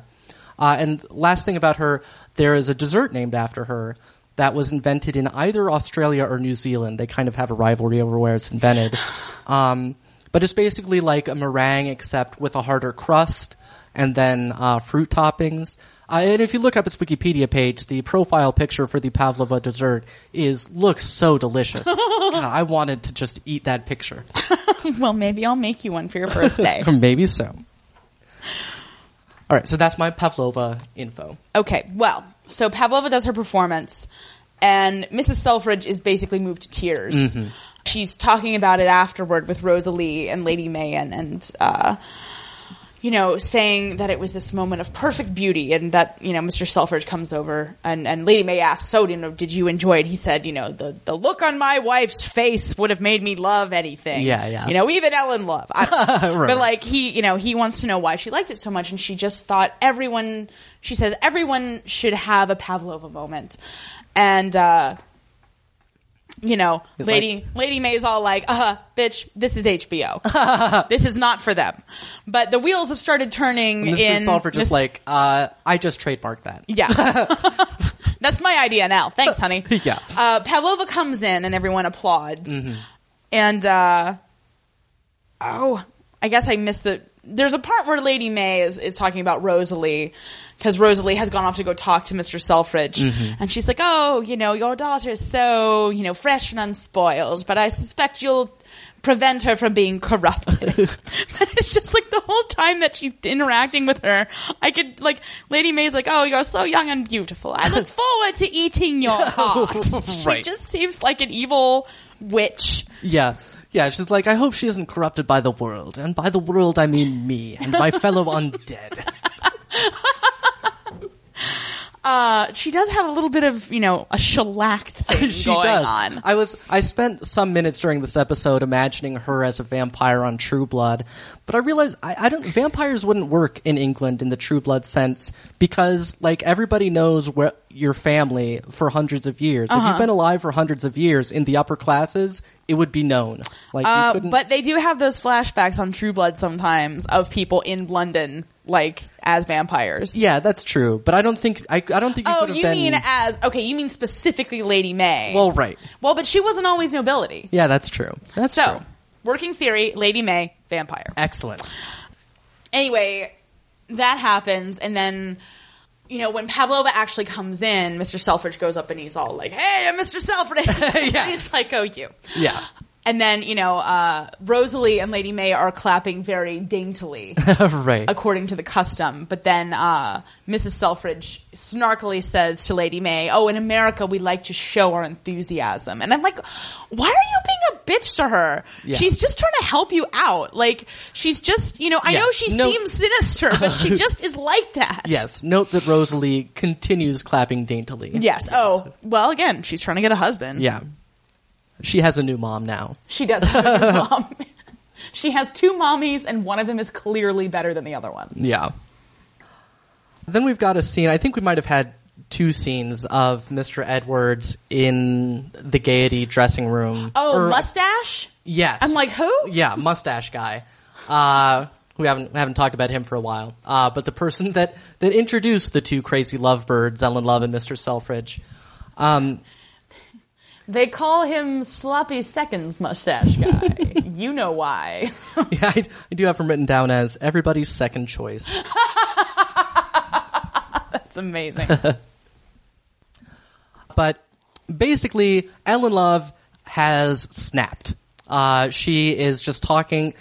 S1: Uh, and last thing about her, there is a dessert named after her that was invented in either Australia or New Zealand. They kind of have a rivalry over where it's invented. Um, but it's basically like a meringue except with a harder crust and then uh, fruit toppings. Uh, and if you look up its Wikipedia page, the profile picture for the pavlova dessert is looks so delicious. God, I wanted to just eat that picture.
S2: well, maybe I'll make you one for your birthday.
S1: Maybe so. All right, so that's my pavlova info.
S2: okay, well, so Pavlova does her performance, and Mrs. Selfridge is basically moved to tears.
S1: Mm-hmm.
S2: She's talking about it afterward with Rosalie and Lady May, and, and uh, you know, saying that it was this moment of perfect beauty, and that you know, Mr. Selfridge comes over, and, and Lady May asks, "So, you know, did you enjoy it?" He said, "You know, the the look on my wife's face would have made me love anything.
S1: Yeah, yeah.
S2: You know, even Ellen Love. I-
S1: Right,
S2: but
S1: right.
S2: like he you know he wants to know why she liked it so much and she just thought everyone she says everyone should have a pavlova moment and uh you know
S1: It's
S2: lady lady may's all like uh bitch this is hbo this is not for them but the wheels have started turning
S1: Mr.
S2: in
S1: Sulfur just
S2: Mis-
S1: like, uh, I just trademarked that.
S2: yeah that's my idea now thanks honey
S1: Yeah. Mm-hmm.
S2: uh pavlova comes in and everyone applauds and uh oh, I guess I missed the. There's a part where Lady May is, is talking about Rosalie because Rosalie has gone off to go talk to Mr. Selfridge, and she's like, "Oh, you know, your daughter is so you know fresh and unspoiled, but I suspect you'll." Prevent her from being corrupted. but it's just like the whole time that she's interacting with her, I could like Lady May's like, "Oh, you're so young and beautiful. I look forward to eating your heart." She
S1: Right.
S2: just seems like an evil witch.
S1: Yeah. Yeah, she's like, I hope she isn't corrupted by the world. And by the world, I mean me and my fellow undead.
S2: she does have a little bit of you know a shellacked thing
S1: she
S2: going
S1: does.
S2: on.
S1: I was, I spent some minutes during this episode imagining her as a vampire on True Blood, but I realized I, I don't, vampires wouldn't work in England in the True Blood sense because, like, everybody knows where your family for hundreds of years. If
S2: Uh-huh.
S1: you've been alive for hundreds of years in the upper classes, it would be known. Like, you
S2: Uh,
S1: couldn't.
S2: but they do have those flashbacks on True Blood sometimes of people in London like as vampires.
S1: Yeah, that's true. But I don't think I, I don't think you
S2: Oh,
S1: could have
S2: you
S1: been.
S2: mean as okay? You mean specifically Lady May?
S1: well, right.
S2: well, but she wasn't always nobility.
S1: Yeah, that's true. That's
S2: so,
S1: true.
S2: working theory, Lady May, vampire.
S1: Excellent.
S2: anyway, that happens, and then you know when Pavlova actually comes in, Mr. Selfridge goes up and he's all like, "Hey, I'm Mr. Selfridge."
S1: Yeah.
S2: He's like, "Oh, you."
S1: Yeah.
S2: And then you know uh, Rosalie and Lady May are clapping very daintily
S1: right.
S2: according to the custom, but then uh, Mrs. Selfridge snarkily says to Lady May, "Oh, in America we like to show our enthusiasm," and I'm like, "Why are you being a bitch to her?
S1: Yeah.
S2: She's just trying to help you out. Like she's just, you know, I
S1: Yeah.
S2: know she
S1: No-
S2: seems sinister, but she just is like that."
S1: Yes. Note that Rosalie continues clapping daintily.
S2: Yes. Oh, well, again, she's trying to get a husband.
S1: Yeah. She has a new mom now.
S2: She does have a good mom. she has two mommies, and one of them is clearly better than the other one.
S1: Yeah. Then we've got a scene. I think we might have had two scenes of Mr. Edwards in the Gaiety dressing room.
S2: Oh,
S1: Or-
S2: mustache.
S1: Yes.
S2: I'm like, who?
S1: Yeah, mustache guy. Uh, we haven't we haven't talked about him for a while. Uh, but the person that that introduced the two crazy lovebirds, Ellen Love and Mr. Selfridge. Um,
S3: They call him Sloppy Seconds Mustache Guy. you know why.
S1: yeah, I, I do have him written down as everybody's second choice.
S2: That's amazing.
S1: But basically, Ellen Love has snapped. Uh, she is just talking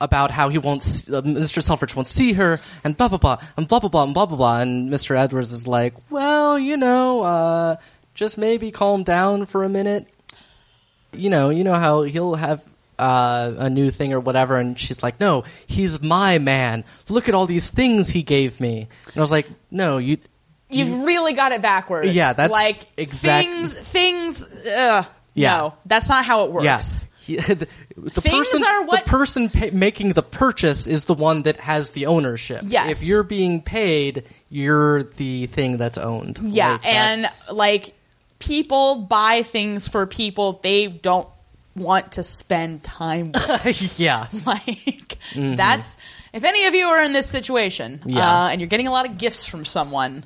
S1: about how he won't, s- uh, Mr. Selfridge won't see her, and blah blah blah, and blah blah blah, and blah blah blah. And Mr. Edwards is like, "Well, you know, uh, just maybe calm down for a minute. You know, you know how he'll have." Uh, a new thing or whatever, and she's like, "No, he's my man. Look at all these things he gave me." And I was like, "No, you,
S2: You've really got it backwards.
S1: Yeah, that's
S2: like
S1: exact-
S2: things. Things. Ugh,
S1: Yeah.
S2: No, that's not how it works.
S1: Yes. the, the
S2: Things
S1: person,
S2: are what-
S1: the person pa making the purchase is the one that has the ownership.
S2: Yes.
S1: If you're being paid, you're the thing that's owned.
S2: Yeah,
S1: Like,
S2: and
S1: that's-
S2: like people buy things for people they don't want to spend time with.
S1: yeah,
S2: like that's if any of you are in this situation
S1: Yeah.
S2: uh, and you're getting a lot of gifts from someone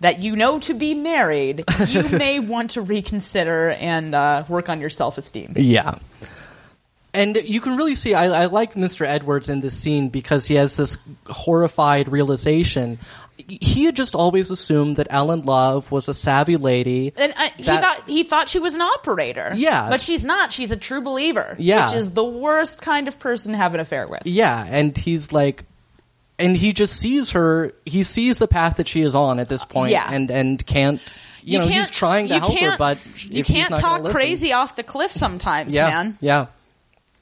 S2: that you know to be married, you may want to reconsider and uh, work on your self esteem.
S1: yeah. And you can really see, I, I like Mr. Edwards in this scene because he has this horrified realization. He had just always assumed that Ellen Love was a savvy lady.
S2: And uh, he
S1: that-
S2: thought he thought she was an operator.
S1: Yeah.
S2: but she's not. She's a true believer.
S1: Yeah.
S2: which is the worst kind of person to have an affair with.
S1: Yeah, and he's like, and he just sees her. He sees the path that she is on at this point,
S2: Uh, Yeah.
S1: and and can't. You, know, he's trying to
S2: you
S1: help her,
S2: can't-
S1: but
S2: you
S1: if he's
S2: can't
S1: not gonna
S2: talk
S1: listen-
S2: crazy off the cliff sometimes,
S1: Yeah,
S2: man.
S1: yeah,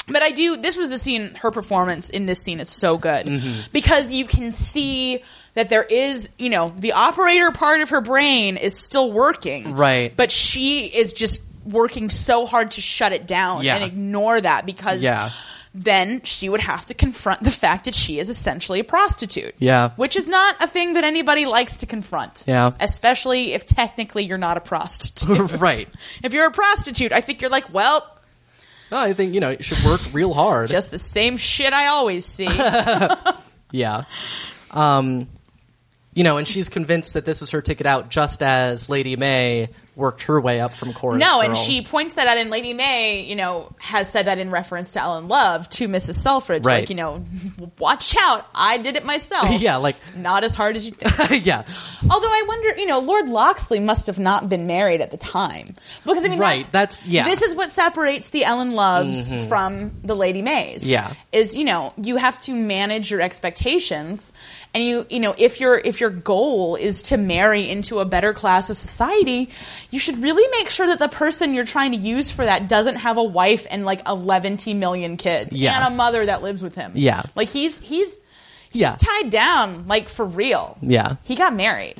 S2: But I do. This was the scene. Her performance in this scene is so good
S1: Mm-hmm.
S2: because you can see that there is, you know, the operator part of her brain is still working,
S1: Right.
S2: But she is just working so hard to shut it down
S1: Yeah.
S2: and ignore that because.
S1: Yeah.
S2: Then she would have to confront the fact that she is essentially a prostitute.
S1: Yeah.
S2: Which is not a thing that anybody likes to confront.
S1: Yeah.
S2: Especially if technically you're not a prostitute.
S1: Right.
S2: If you're a prostitute, I think you're like, well,
S1: No, I think you know it should work real hard.
S2: just the same shit I always see.
S1: yeah, um, you know, and she's convinced that this is her ticket out, just as Lady May worked her way up from chorus.
S2: no,
S1: Girl.
S2: and she points that out, and Lady May, you know, has said that in reference to Ellen Love to Mrs. Selfridge,
S1: Right.
S2: like, you know, watch out, I did it myself.
S1: yeah, like,
S2: Not as hard as you think.
S1: yeah,
S2: Although I wonder, you know, Lord Locksley must have not been married at the time. Because, I mean,
S1: right. That's yeah. Mm-hmm.
S2: This is what separates the Ellen Loves from the Lady Mays.
S1: Yeah.
S2: Is, you know, you have to manage your expectations and you you know, if your if your goal is to marry into a better class of society, you should really make sure that the person you're trying to use for that doesn't have a wife and like 11 million kids
S1: Yeah.
S2: and a mother that lives with him.
S1: Yeah.
S2: Like he's he's
S1: yeah.
S2: he's tied down like for real.
S1: Yeah.
S2: He got married.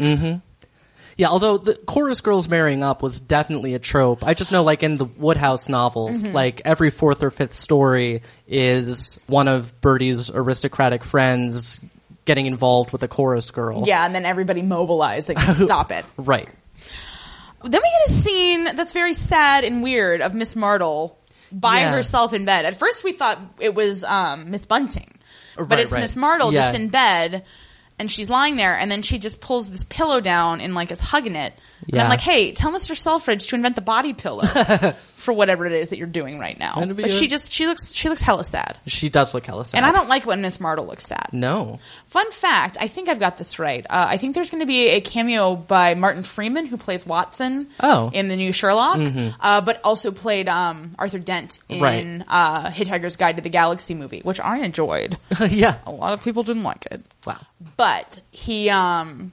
S1: Yeah, although the chorus girls marrying up was definitely a trope. I just know, like in the Woodhouse novels, like every fourth or fifth story is one of Bertie's aristocratic friends getting involved with a chorus girl.
S2: Yeah, and then everybody mobilizing to stop it.
S1: Right.
S2: Then we get a scene that's very sad and weird of Miss Martle by
S1: Yeah.
S2: herself in bed. At first, we thought it was um, Miss Bunting, but
S1: Right,
S2: it's
S1: right.
S2: Miss Martle
S1: Yeah.
S2: just in bed, and she's lying there, and then she just pulls this pillow down and like is hugging it. And I'm
S1: Yeah.
S2: like, hey, tell Mr. Selfridge to invent the body pillow for whatever it is that you're doing right now.
S1: That'd be
S2: But she
S1: good.
S2: just she looks she looks hella sad,
S1: She does look hella sad.
S2: and I don't like when Miss Martle looks sad.
S1: No.
S2: Fun fact, I think I've got this right. Uh, I think there's going to be a cameo by Martin Freeman, who plays Watson
S1: Oh. Mm-hmm.
S2: in the new Sherlock, uh, but also played um, Arthur Dent in
S1: Right.
S2: uh, Hitchhiker's Guide to the Galaxy movie, which I enjoyed.
S1: yeah.
S2: a lot of people didn't like it.
S1: Wow.
S2: But he um,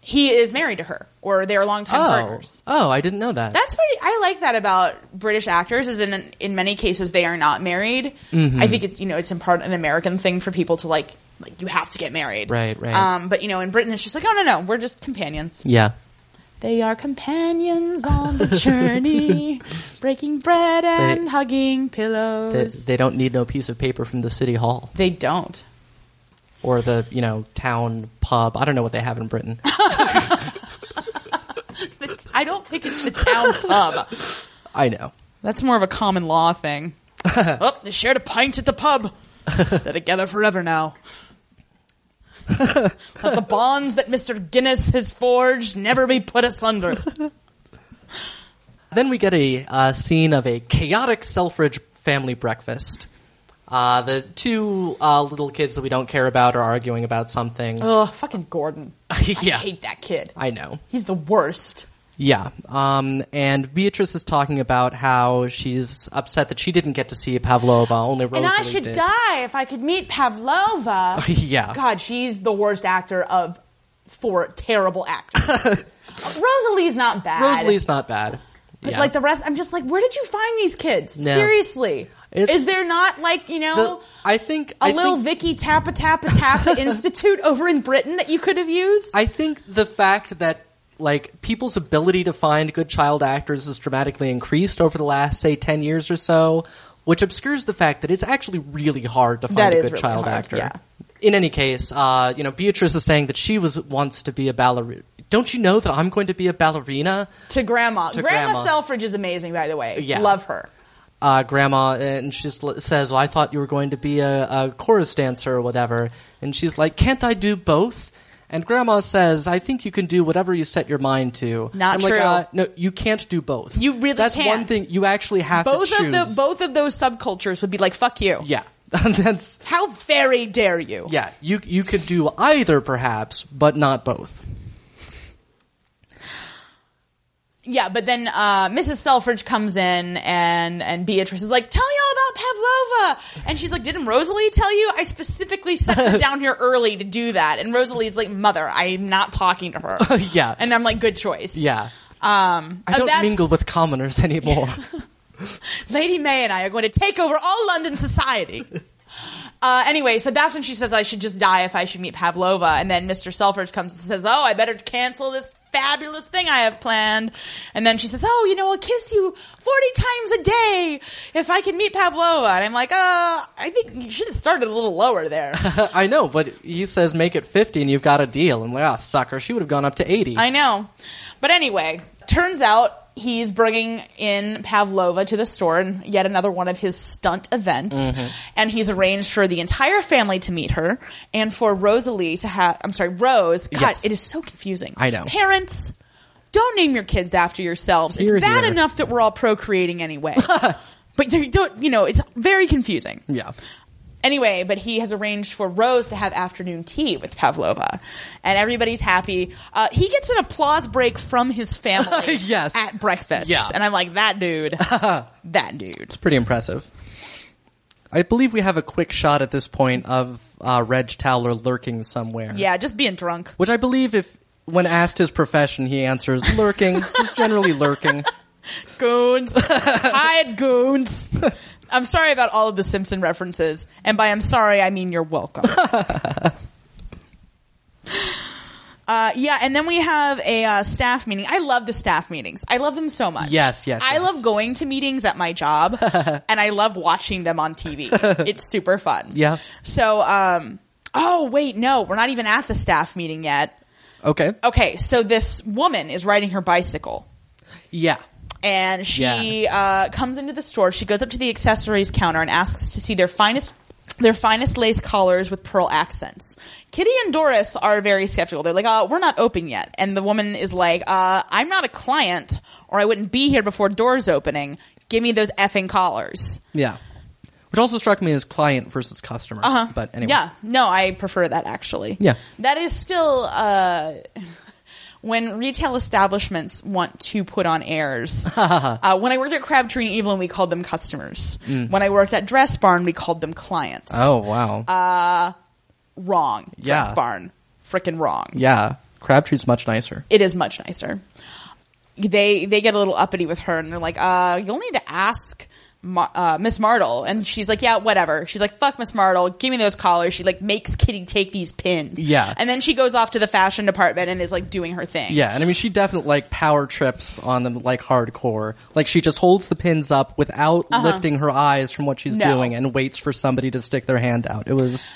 S2: he is married to her, or they're longtime
S1: Oh.
S2: partners.
S1: Oh, I didn't know that.
S2: That's what I like that about British actors is in in many cases they are not married.
S1: Mm-hmm.
S2: I think it, you know it's in part an American thing for people to like like you have to get married,
S1: Right, right.
S2: Um, but you know in Britain it's just like oh no no we're just companions.
S1: yeah.
S2: They are companions on the journey, breaking bread and
S1: They-
S2: hugging
S1: They,
S2: pillows. They,
S1: they don't need no piece of paper from the city hall
S2: don't.
S1: or the, you know, town pub. I don't know what they have in Britain.
S2: I don't think it's the town pub.
S1: I know.
S2: That's more of a common law thing. oh, they shared a pint at the pub. They're together forever now. Let the bonds that Mr. Guinness has forged never be put asunder.
S1: Then we get a uh, scene of a chaotic Selfridge family breakfast. Uh, the two uh, little kids that we don't care about are arguing about something.
S3: Ugh, fucking Gordon.
S1: yeah,
S3: I hate that kid.
S1: I know.
S3: He's the worst.
S1: Yeah. Um, and Beatrice is talking about how she's upset that she didn't get to see Pavlova, only Rosalie
S3: and I should
S1: did.
S3: die if I could meet Pavlova.
S1: yeah.
S3: God, she's the worst actor of four terrible actors. Rosalie's not bad.
S1: Rosalie's not bad.
S3: But
S1: Yeah.
S3: like the rest, I'm just like, where did you find these kids?
S1: No.
S3: Seriously.
S1: It's-
S3: Is there not like, you know,
S1: The- I think
S3: a
S1: I
S3: little
S1: think-
S3: Vicky Tappa Tappa Tappa Institute over in Britain that you could have used?
S1: I think the fact that like people's ability to find good child actors has dramatically increased over the last say 10 years or so, which obscures the fact that it's actually really hard to find
S3: That
S1: a
S3: is
S1: good
S3: really
S1: child
S3: hard,
S1: actor.
S3: yeah.
S1: In any case, uh, you know, Beatrice is saying that she was wants to be a ballerina. Don't you know that I'm going to be a ballerina?
S3: to grandma.
S1: To
S3: grandma,
S1: grandma.
S3: Selfridge is amazing, by the way.
S1: Yeah.
S3: Love her.
S1: uh, grandma, and she s- says, well, I thought you were going to be a, a chorus dancer or whatever. And she's like, can't I do both? And grandma says, I think you can do whatever you set your mind to.
S2: Not
S1: I'm
S2: true.
S1: Like, uh, no, you can't do both.
S3: You really
S1: That's
S3: can't.
S1: one thing you actually have
S2: Both
S1: to choose.
S2: of the both of those subcultures would be like, "Fuck you."
S1: Yeah. That's,
S2: How very dare you?
S1: yeah, you, you could do either perhaps, but not both.
S2: Yeah, but then uh, Mrs. Selfridge comes in and and Beatrice is like, "Tell me all about Pavlova," and she's like, "Didn't Rosalie tell you? I specifically sent her down here early to do that." And Rosalie's like, "Mother, I'm not talking to her."
S1: Yeah.
S2: and I'm like, "Good choice."
S1: Yeah.
S2: um,
S1: I don't
S2: that's-
S1: mingle with commoners anymore.
S2: Lady May and I are going to take over all London society. Uh, anyway, so that's when she says I should just die if I should meet Pavlova, and then Mr. Selfridge comes and says, "Oh, I better cancel this fabulous thing I have planned." And then she says, "Oh, you know, I'll kiss you forty times a day if I can meet Pavlova." And I'm like, "Uh, I think you should have started a little lower there."
S1: I know, but he says make it 50 and you've got a deal. And I'm like, ah, sucker, she would have gone up to 80.
S2: I know, but anyway,
S3: Anyway, turns out he's bringing in Pavlova to the store in yet another one of his stunt events.
S1: Mm-hmm.
S2: and he's arranged for the entire family to meet her and for Rosalie to have. I'm sorry, Rose. God,
S1: Yes.
S2: it is so confusing.
S1: I know.
S2: Parents, don't name your kids after yourselves.
S1: Dear,
S2: it's bad
S1: dear.
S2: enough that we're all procreating anyway. but they don't. You know, it's very confusing.
S1: Yeah.
S2: Anyway, but he has arranged for Rose to have afternoon tea with Pavlova, and everybody's happy. Uh, he gets an applause break from his family
S1: Yes.
S2: at breakfast,
S1: Yeah.
S2: and I'm like, that dude, that dude.
S1: pretty impressive. I believe we have a quick shot at this point of uh, Reg Towler lurking somewhere.
S2: Yeah, just being drunk.
S1: Which I believe, if when asked his profession, he answers lurking. He's generally lurking.
S2: Goons. Hide goons. I'm sorry about all of the Simpson references. And by I'm sorry, I mean you're welcome. Uh, yeah, and then we have a uh, staff meeting. I love the staff meetings. I love them so much.
S1: Yes, yes,
S2: I
S1: yes.
S2: love going to meetings at my job, and I love watching them on TV. it's super fun.
S1: Yeah.
S2: So, um, oh wait, no, we're not even at the staff meeting yet.
S1: Okay.
S2: Okay, so this woman is riding her bicycle
S1: Yeah.
S2: and she uh, comes into the store. She goes up to the accessories counter and asks to see their finest. Their finest lace collars with pearl accents. Kitty and Doris are very skeptical. They're like, uh, we're not open yet. And the woman is like, uh, I'm not a client or I wouldn't be here before doors opening. Give me those effing collars.
S1: Yeah. Which also struck me as client versus customer. Uh-huh. But anyway.
S2: Yeah. No, I prefer that actually.
S1: Yeah.
S2: That is still, uh, when retail establishments want to put on airs. uh, when I worked at Crabtree and Evelyn, we called them customers. When I worked at Dress Barn, we called them clients.
S1: Mm. Oh wow.
S2: Uh, Wrong.
S1: Yeah.
S2: Dress Barn. Frickin' wrong.
S1: yeah. Crabtree's much nicer.
S2: It is much nicer. They, they get a little uppity with her and they're like, uh, you'll need to ask Ma- uh, Miss Martle. And she's like, yeah, whatever. She's like, fuck Miss Martle. Give me those collars. She like makes Kitty take these pins.
S1: Yeah.
S2: And then she goes off to the fashion department and is like doing her thing.
S1: Yeah, and I mean she definitely like power trips on them like hardcore. Like she just holds the pins up without lifting her eyes from what she's
S2: Uh-huh. No.
S1: doing and waits for somebody to stick their hand out. It was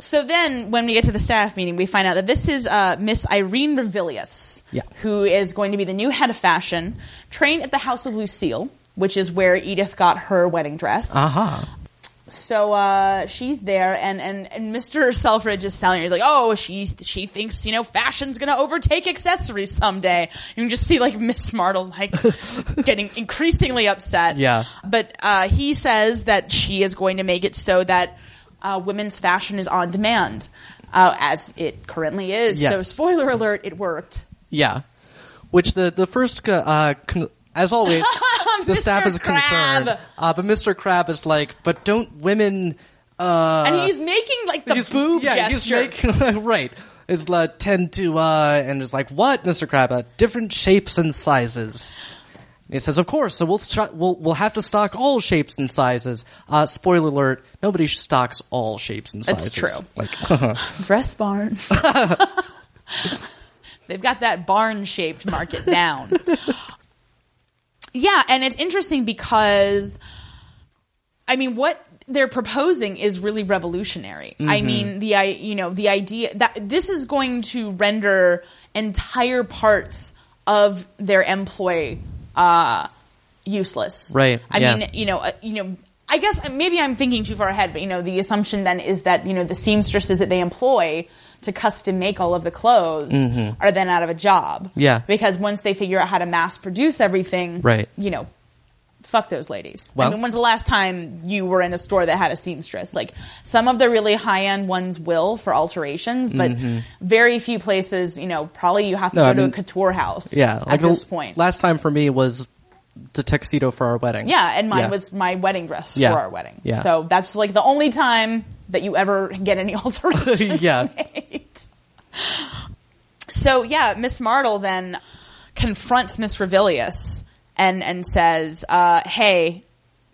S2: So then, when we get to the staff meeting, we find out that this is uh, Miss Irene Revilius,
S1: Yeah.
S2: who is going to be the new head of fashion, trained at the House of Lucille, which is where Edith got her wedding dress.
S1: Aha.
S2: So uh, she's there, and, and, and Mr. Selfridge is telling her, he's like, oh, she's, she thinks, you know, fashion's going to overtake accessories someday. You can just see, like, Miss Martle, like, getting increasingly upset.
S1: Yeah.
S2: But uh, he says that she is going to make it so that uh, women's fashion is on demand, uh, as it currently is.
S1: Yes.
S2: So, spoiler alert, it worked.
S1: Yeah. Which the the first uh, con- as always the staff is
S2: Crab.
S1: concerned, uh, but Mr. Crab is like, but don't women? uh,
S2: and he's making, like, the
S1: he's-
S2: boob
S1: yeah,
S2: gesture.
S1: he's making right. Is uh, tend to uh, and is like what, Mr. Crab? Uh, different shapes and sizes. And he says, of course. So we'll st- we'll we'll have to stock all shapes and sizes. Uh, spoiler alert: nobody stocks all shapes and
S2: That's
S1: sizes.
S2: true.
S1: Like,
S2: Dress barn. They've got that barn shaped market down. yeah, and it's interesting because, I mean, what they're proposing is really revolutionary. I mean, the I you know the idea that this is going to render entire parts of their employ uh, useless.
S1: Right,
S2: I
S1: yeah.
S2: mean, you know, uh, you know, I guess maybe I'm thinking too far ahead, but you know, the assumption then is that you know the seamstresses that they employ to custom make all of the clothes are then out of a job.
S1: Mm-hmm. Yeah.
S2: because once they figure out how to mass produce everything,
S1: Right.
S2: You know, fuck those ladies.
S1: Well-
S2: I mean, when's the last time you were in a store that had a seamstress? Like some of the really high end ones will for alterations, but very few places. You know, probably you have to
S1: Mm-hmm. No,
S2: go
S1: I
S2: to a
S1: mean-
S2: couture house.
S1: yeah,
S2: at
S1: like the
S2: this point.
S1: Last time for me was the tuxedo for our wedding.
S2: Yeah, and mine
S1: Yeah.
S2: was my wedding dress
S1: Yeah.
S2: for our wedding.
S1: Yeah.
S2: So that's like the only time that you ever get any alterations.
S1: Yeah.
S2: made. So yeah, Miss Martle then confronts Miss Revilius and and says, uh, "Hey,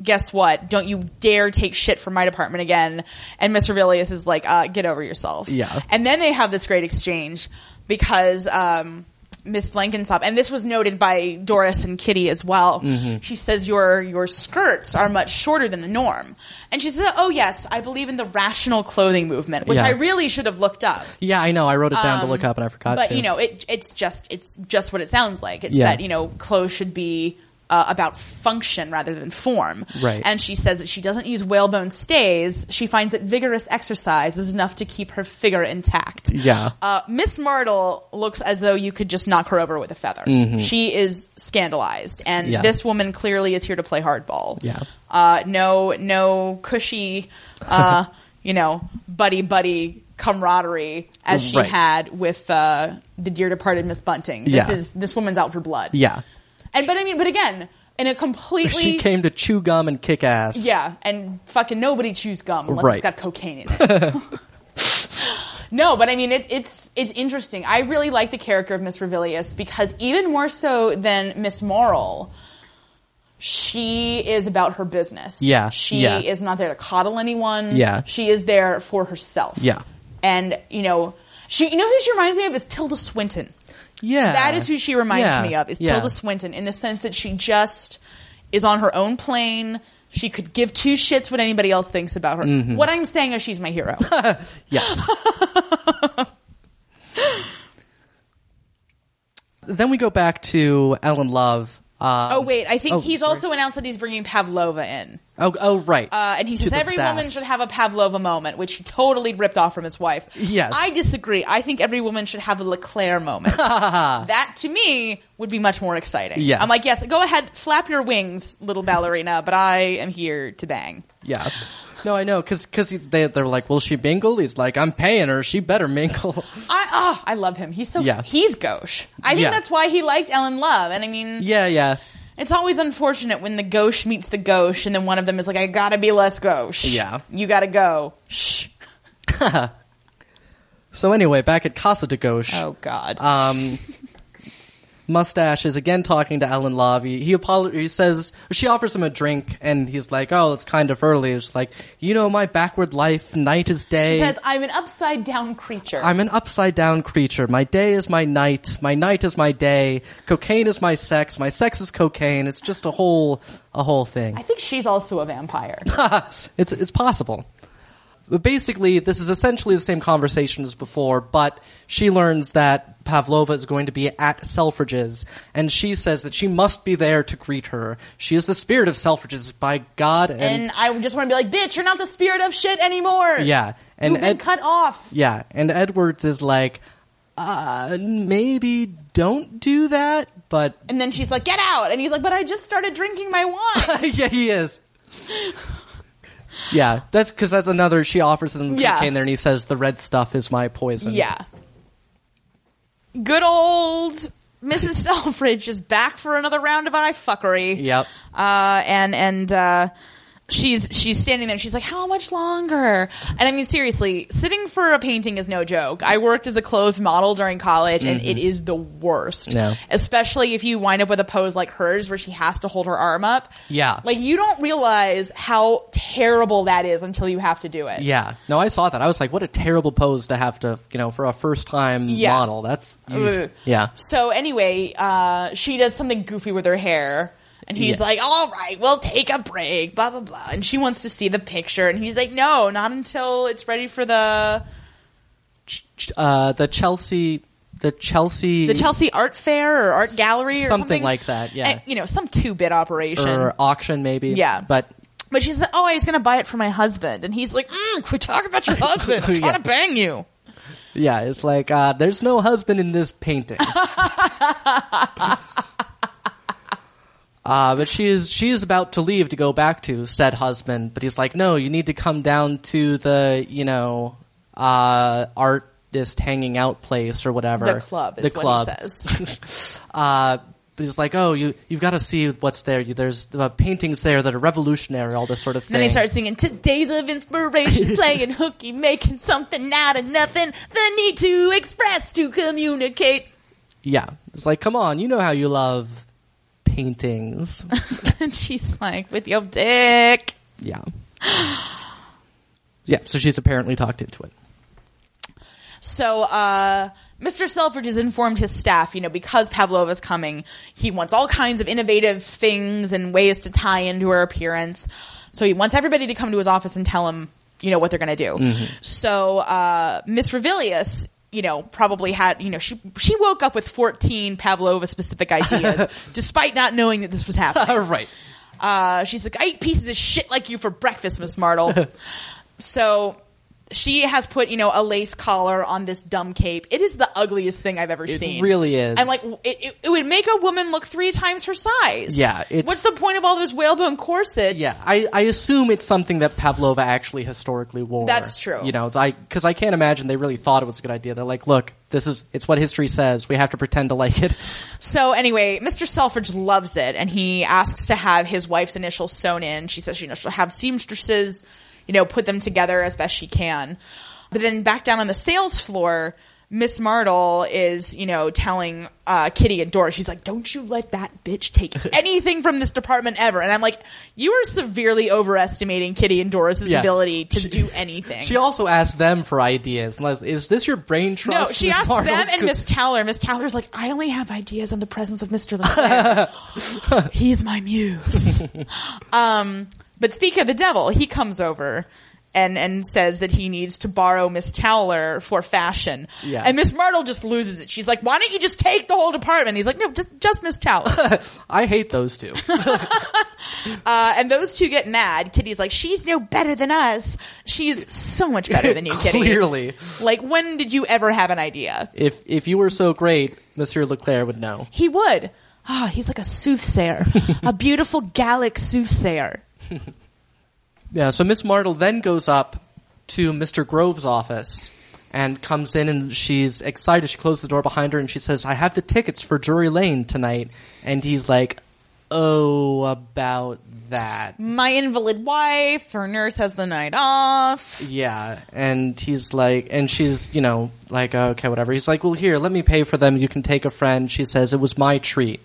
S2: guess what? Don't you dare take shit from my department again." And Miss Revilius is like, uh, "Get over yourself."
S1: Yeah.
S2: And then they have this great exchange because um, Miss Blankensop, and this was noted by Doris and Kitty as well. She says your your skirts are much shorter than the norm, and she says, "Oh yes, I believe in the rational clothing movement, which
S1: Yeah.
S2: I really should have looked up."
S1: Yeah, I know. I wrote it down to look up, and I forgot.
S2: Um, but
S1: to.
S2: you know it, it's just it's just what it sounds like it's
S1: Yeah.
S2: that you know clothes should be uh, about function rather than form
S1: Right.
S2: and she says that she doesn't use whalebone stays she finds that vigorous exercise is enough to keep her figure intact
S1: Yeah.
S2: uh, miss martle looks as though you could just knock her over with a feather she is scandalized and
S1: Mm-hmm. Yeah.
S2: this woman clearly is here to play hardball
S1: Yeah.
S2: uh, no no cushy uh, you know buddy buddy camaraderie as she
S1: Right.
S2: had with uh, the dear departed Miss Bunting. This
S1: Yeah.
S2: is this woman's out for blood.
S1: yeah.
S2: and but I mean, but again, in a completely
S1: She came to chew gum and kick ass.
S2: yeah, and fucking nobody chews gum unless
S1: Right.
S2: it's got cocaine in it. no, but I mean, it, it's it's interesting. I really like the character of Miss Revilius because even more so than Miss Morrill, she is about her business.
S1: Yeah,
S2: she
S1: yeah.
S2: is not there to coddle anyone.
S1: Yeah.
S2: she is there for herself.
S1: Yeah.
S2: and you know, she. You know who she reminds me of is Tilda Swinton.
S1: Yeah.
S2: That is who she reminds
S1: Yeah.
S2: me of is
S1: Yeah.
S2: Tilda Swinton in the sense that she just is on her own plane. She could give two shits what anybody else thinks about her.
S1: Mm-hmm.
S2: What I'm saying is she's my hero.
S1: Oh, Yes. then we go back to Ellen Love. Um,
S2: oh wait, I think
S1: oh,
S2: he's
S1: sorry.
S2: also announced that he's bringing Pavlova in,
S1: Oh, oh right.
S2: uh, and he
S1: To
S2: says
S1: the
S2: every
S1: staff.
S2: woman should have a Pavlova moment, which he totally ripped off from his wife.
S1: Yes.
S2: I disagree. I think every woman should have a Leclaire moment. that to me would be much more exciting.
S1: Yes.
S2: I'm like, yes, go ahead, flap your wings, little ballerina, but I am here to bang.
S1: Yeah. No, I know, because they they're like, will she mingle? He's like, I'm paying her. She better mingle.
S2: I ah, I love him. He's so
S1: Yeah.
S2: he's gauche. I think
S1: Yeah.
S2: that's why he liked Ellen Love. And I mean,
S1: yeah, yeah,
S2: it's always unfortunate when the gauche meets the gauche, and then one of them is like, "I gotta be less gauche."
S1: Yeah.
S2: you gotta go. Shh.
S1: So anyway, back at Casa de Gauche.
S2: Oh God.
S1: Um, Mustache is again talking to Alan Love. He, he, apolog- he says, she offers him a drink, and he's like, oh, it's kind of early. It's like, you know, my backward life, night is day.
S2: she says, "I'm an upside down creature."
S1: I'm an upside down creature. My day is my night. My night is my day. Cocaine is my sex. My sex is cocaine. It's just a whole, a whole thing.
S2: I think she's also a vampire.
S1: it's, it's possible. But basically, this is essentially the same conversation as before, but she learns that Pavlova is going to be at Selfridge's, and she says that she must be there to greet her. She is the spirit of Selfridge's, by God, and,
S2: And I just want to be like, bitch, you're not the spirit of shit anymore.
S1: yeah, and
S2: You've been
S1: Ed-
S2: cut off.
S1: yeah, and Edwards is like, uh, maybe don't do that, but
S2: And then she's like, get out. And he's like, but I just started drinking my wine.
S1: yeah, he is. Yeah, that's because that's another. She offers him
S2: Yeah.
S1: cocaine there, and he says the red stuff is my poison.
S2: yeah. Good old Mrs. Selfridge is back for another round of eye fuckery.
S1: Yep.
S2: Uh, and, and, uh, She's she's standing there. and She's like, "How much longer?" And I mean, seriously, sitting for a painting is no joke. I worked as a clothes model during college, and it
S1: Mm-hmm.
S2: is the worst.
S1: No.
S2: Especially if you wind up with a pose like hers, where she has to hold her arm up.
S1: Yeah.
S2: Like you don't realize how terrible that is until you have to do it.
S1: Yeah. No, I saw that. I was like, what a terrible pose to have to, you know, for a first time
S2: Yeah. Uh,
S1: model. That's
S2: Ugh.
S1: yeah.
S2: So anyway, uh, she does something goofy with her hair. And he's
S1: Yeah.
S2: like, all right, we'll take a break, blah, blah, blah. And she wants to see the picture. And he's like, no, not until it's ready for the,
S1: Ch- ch- Uh, the Chelsea, the Chelsea,
S2: the Chelsea Art Fair or Art Gallery or
S1: something
S2: something.
S1: like that, yeah. Er,
S2: And, you know, some two bit operation.
S1: or auction maybe.
S2: Yeah.
S1: But
S2: but she says, oh, I was going to buy it for my husband. And he's like, mm, quit talking about your husband. I'm trying
S1: Yeah.
S2: to bang you.
S1: yeah, it's like uh, there's no husband in this painting. Uh, but she is she is about to leave to go back to said husband, but he's like, no, you need to come down to the you know uh, artist hanging out place or whatever.
S2: The club is
S1: Er, the
S2: what
S1: club.
S2: he says.
S1: Uh, but he's like, oh, you you've got to see what's there. You, there's uh, paintings there that are revolutionary, all this sort of thing.
S2: Then he starts singing, Today's of inspiration, playing hooky, making something out of nothing, the need to express, to communicate.
S1: Yeah, it's like, come on, you know how you love paintings.
S2: And she's like, With your dick.
S1: yeah, yeah. So she's apparently talked into it.
S2: So, uh, Mr. Selfridge has informed his staff, you know, because Pavlova's coming, he wants all kinds of innovative things and ways to tie into her appearance. So he wants everybody to come to his office and tell him, you know, what they're going to do. So, uh, Miss Revilius, you know, probably had, you know, she, she woke up with 14 Pavlova specific ideas, despite not knowing that this was happening.
S1: All right.
S2: Uh, she's like, I eat pieces of shit like you for breakfast, Miss Martle. so she has put, you know, a lace collar on this dumb cape. It is the ugliest thing I've ever
S1: It
S2: seen.
S1: really is.
S2: I'm like, it, it, it would make a woman look three times her size.
S1: Yeah, it's-
S2: What's the point of all those whalebone corsets?
S1: Yeah, I, I assume it's something that Pavlova actually historically wore.
S2: That's true.
S1: You know, it's- I because I can't imagine they really thought it was a good idea. They're like, look, this is it's what history says. We have to pretend to like it.
S2: So anyway, Mr. Selfridge loves it and he asks to have his wife's initials sewn in. She says, you know, she'll have seamstresses, you know, put them together as best she can. But then back down on the sales floor, Miss Martle is, you know, telling uh, Kitty and Doris, she's like, don't you let that bitch take anything from this department ever. And I'm like, you are severely overestimating Kitty and Doris's
S1: Yeah.
S2: ability to do anything.
S1: She also asked them for ideas. Unless, is this your brain
S2: no,
S1: trust?
S2: she
S1: Miss
S2: asked
S1: Martle?
S2: them and
S1: Could-
S2: Miss Towler. Miss Towler's like, I only have ideas on the presence of Mr. Leclerc. He's my muse. um, but speak of the devil, he comes over and, and says that he needs to borrow Miss Towler for fashion.
S1: Yeah.
S2: And Miss Martle just loses it. She's like, why don't you just take the whole department? He's like, no, just, just Miss Towler.
S1: I hate those two.
S2: Uh, and those two get mad. Kitty's like, she's no better than us. She's so much better than you, Kitty.
S1: Clearly,
S2: Like, when did you ever have an idea?
S1: if if you were so great, Monsieur Leclerc would know.
S2: He would. Ah, he's like a soothsayer, a beautiful Gallic soothsayer.
S1: Yeah. So Miss Martle then goes up to Mr. Grove's office and comes in, and she's excited. She closes the door behind her, and she says, "I have the tickets for Drury Lane tonight." And he's like, "Oh, about that."
S2: My invalid wife, her nurse has the night off.
S1: Yeah, and he's like, and she's, you know, like, okay, whatever. He's like, well, here, let me pay for them. You can take a friend. She says, it was my treat.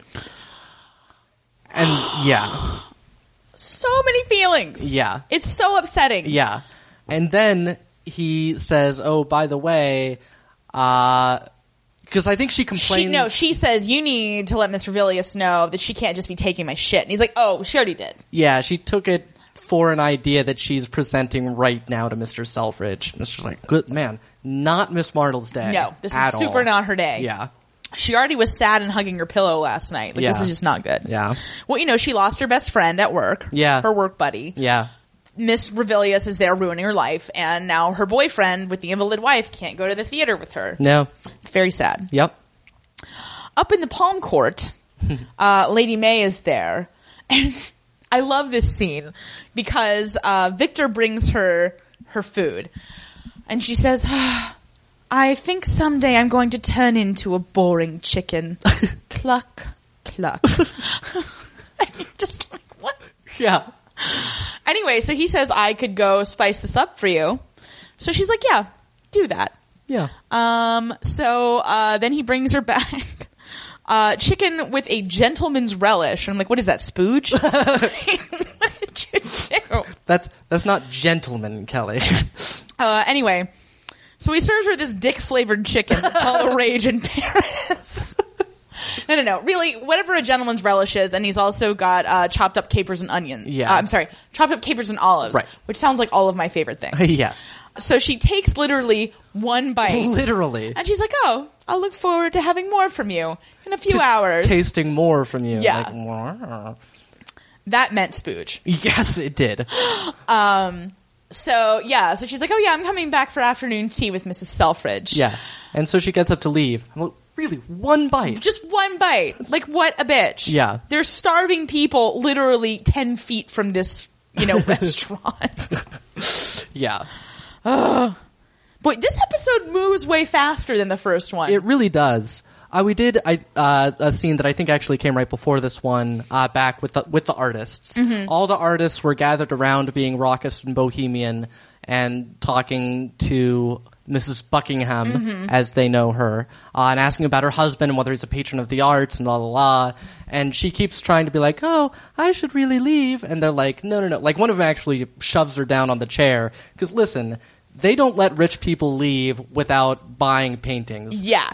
S1: And yeah,
S2: So many feelings.
S1: Yeah.
S2: It's so upsetting.
S1: yeah. And then he says, oh, by the way, because I think she complained.
S2: She, no, she says, you need to let Mr. Villius know that she can't just be taking my shit. And he's like, oh, she already did.
S1: yeah, she took it for an idea that she's presenting right now to Mr. Selfridge. And she's like, good man, not Miss Martle's day.
S2: No, this is
S1: Eh, at
S2: super
S1: all.
S2: not her day.
S1: Yeah.
S2: She already was sad and hugging her pillow last night. Like,
S1: Yeah.
S2: this is just not good.
S1: Yeah.
S2: Well, you know, she lost her best friend at work.
S1: Yeah.
S2: Her work buddy.
S1: Yeah.
S2: Miss Revilius is there ruining her life, and now her boyfriend with the invalid wife can't go to the theater with her.
S1: No.
S2: It's very sad.
S1: Yep.
S2: Up in the palm court, uh, Lady May is there, and I love this scene because uh, Victor brings her her food, and she says, "Ah, "I think someday I'm going to turn into a boring chicken." cluck, cluck. and you're just like what?
S1: Yeah.
S2: Anyway, so he says, I could go spice this up for you. So she's like, yeah, do that.
S1: Yeah.
S2: Um, so uh, then he brings her back. Uh, chicken with a gentleman's relish. I'm like, what is that, spooge? what did you do?
S1: That's that's not gentleman, Kelly.
S2: Uh, anyway, so he serves her this dick flavored chicken that's all the rage in Paris. no, no, no. Really, whatever a gentleman's relish is, and he's also got uh, chopped up capers and onions.
S1: Yeah.
S2: Uh, I'm sorry, chopped up capers and olives,
S1: Right.
S2: which sounds like all of my favorite things.
S1: yeah.
S2: So she takes literally one bite.
S1: Literally.
S2: And she's like, oh, I'll look forward to having more from you in a few hours.
S1: Tasting more from you.
S2: Yeah.
S1: Like, "Wah."
S2: that meant spooge.
S1: yes, it did.
S2: So, yeah. So she's like, oh, yeah, I'm coming back for afternoon tea with Mrs. Selfridge.
S1: Yeah. And so she gets up to leave. I'm like, really? One bite?
S2: Just one bite. Like, what a bitch.
S1: Yeah.
S2: There's starving people literally 10 feet from this, you know, restaurant.
S1: Yeah.
S2: Boy, this episode moves way faster than the first one.
S1: It really does. Uh, we did I, uh, a scene that I think actually came right before this one uh, back with the, with the artists. All the artists were gathered around being raucous and bohemian and talking to Mrs. Buckingham as they know her uh, and asking about her husband and whether he's a patron of the arts and la la la. And she keeps trying to be like, oh, I should really leave. And they're like, no, no, no. Like one of them actually shoves her down on the chair because listen, they don't let rich people leave without buying paintings
S2: yeah,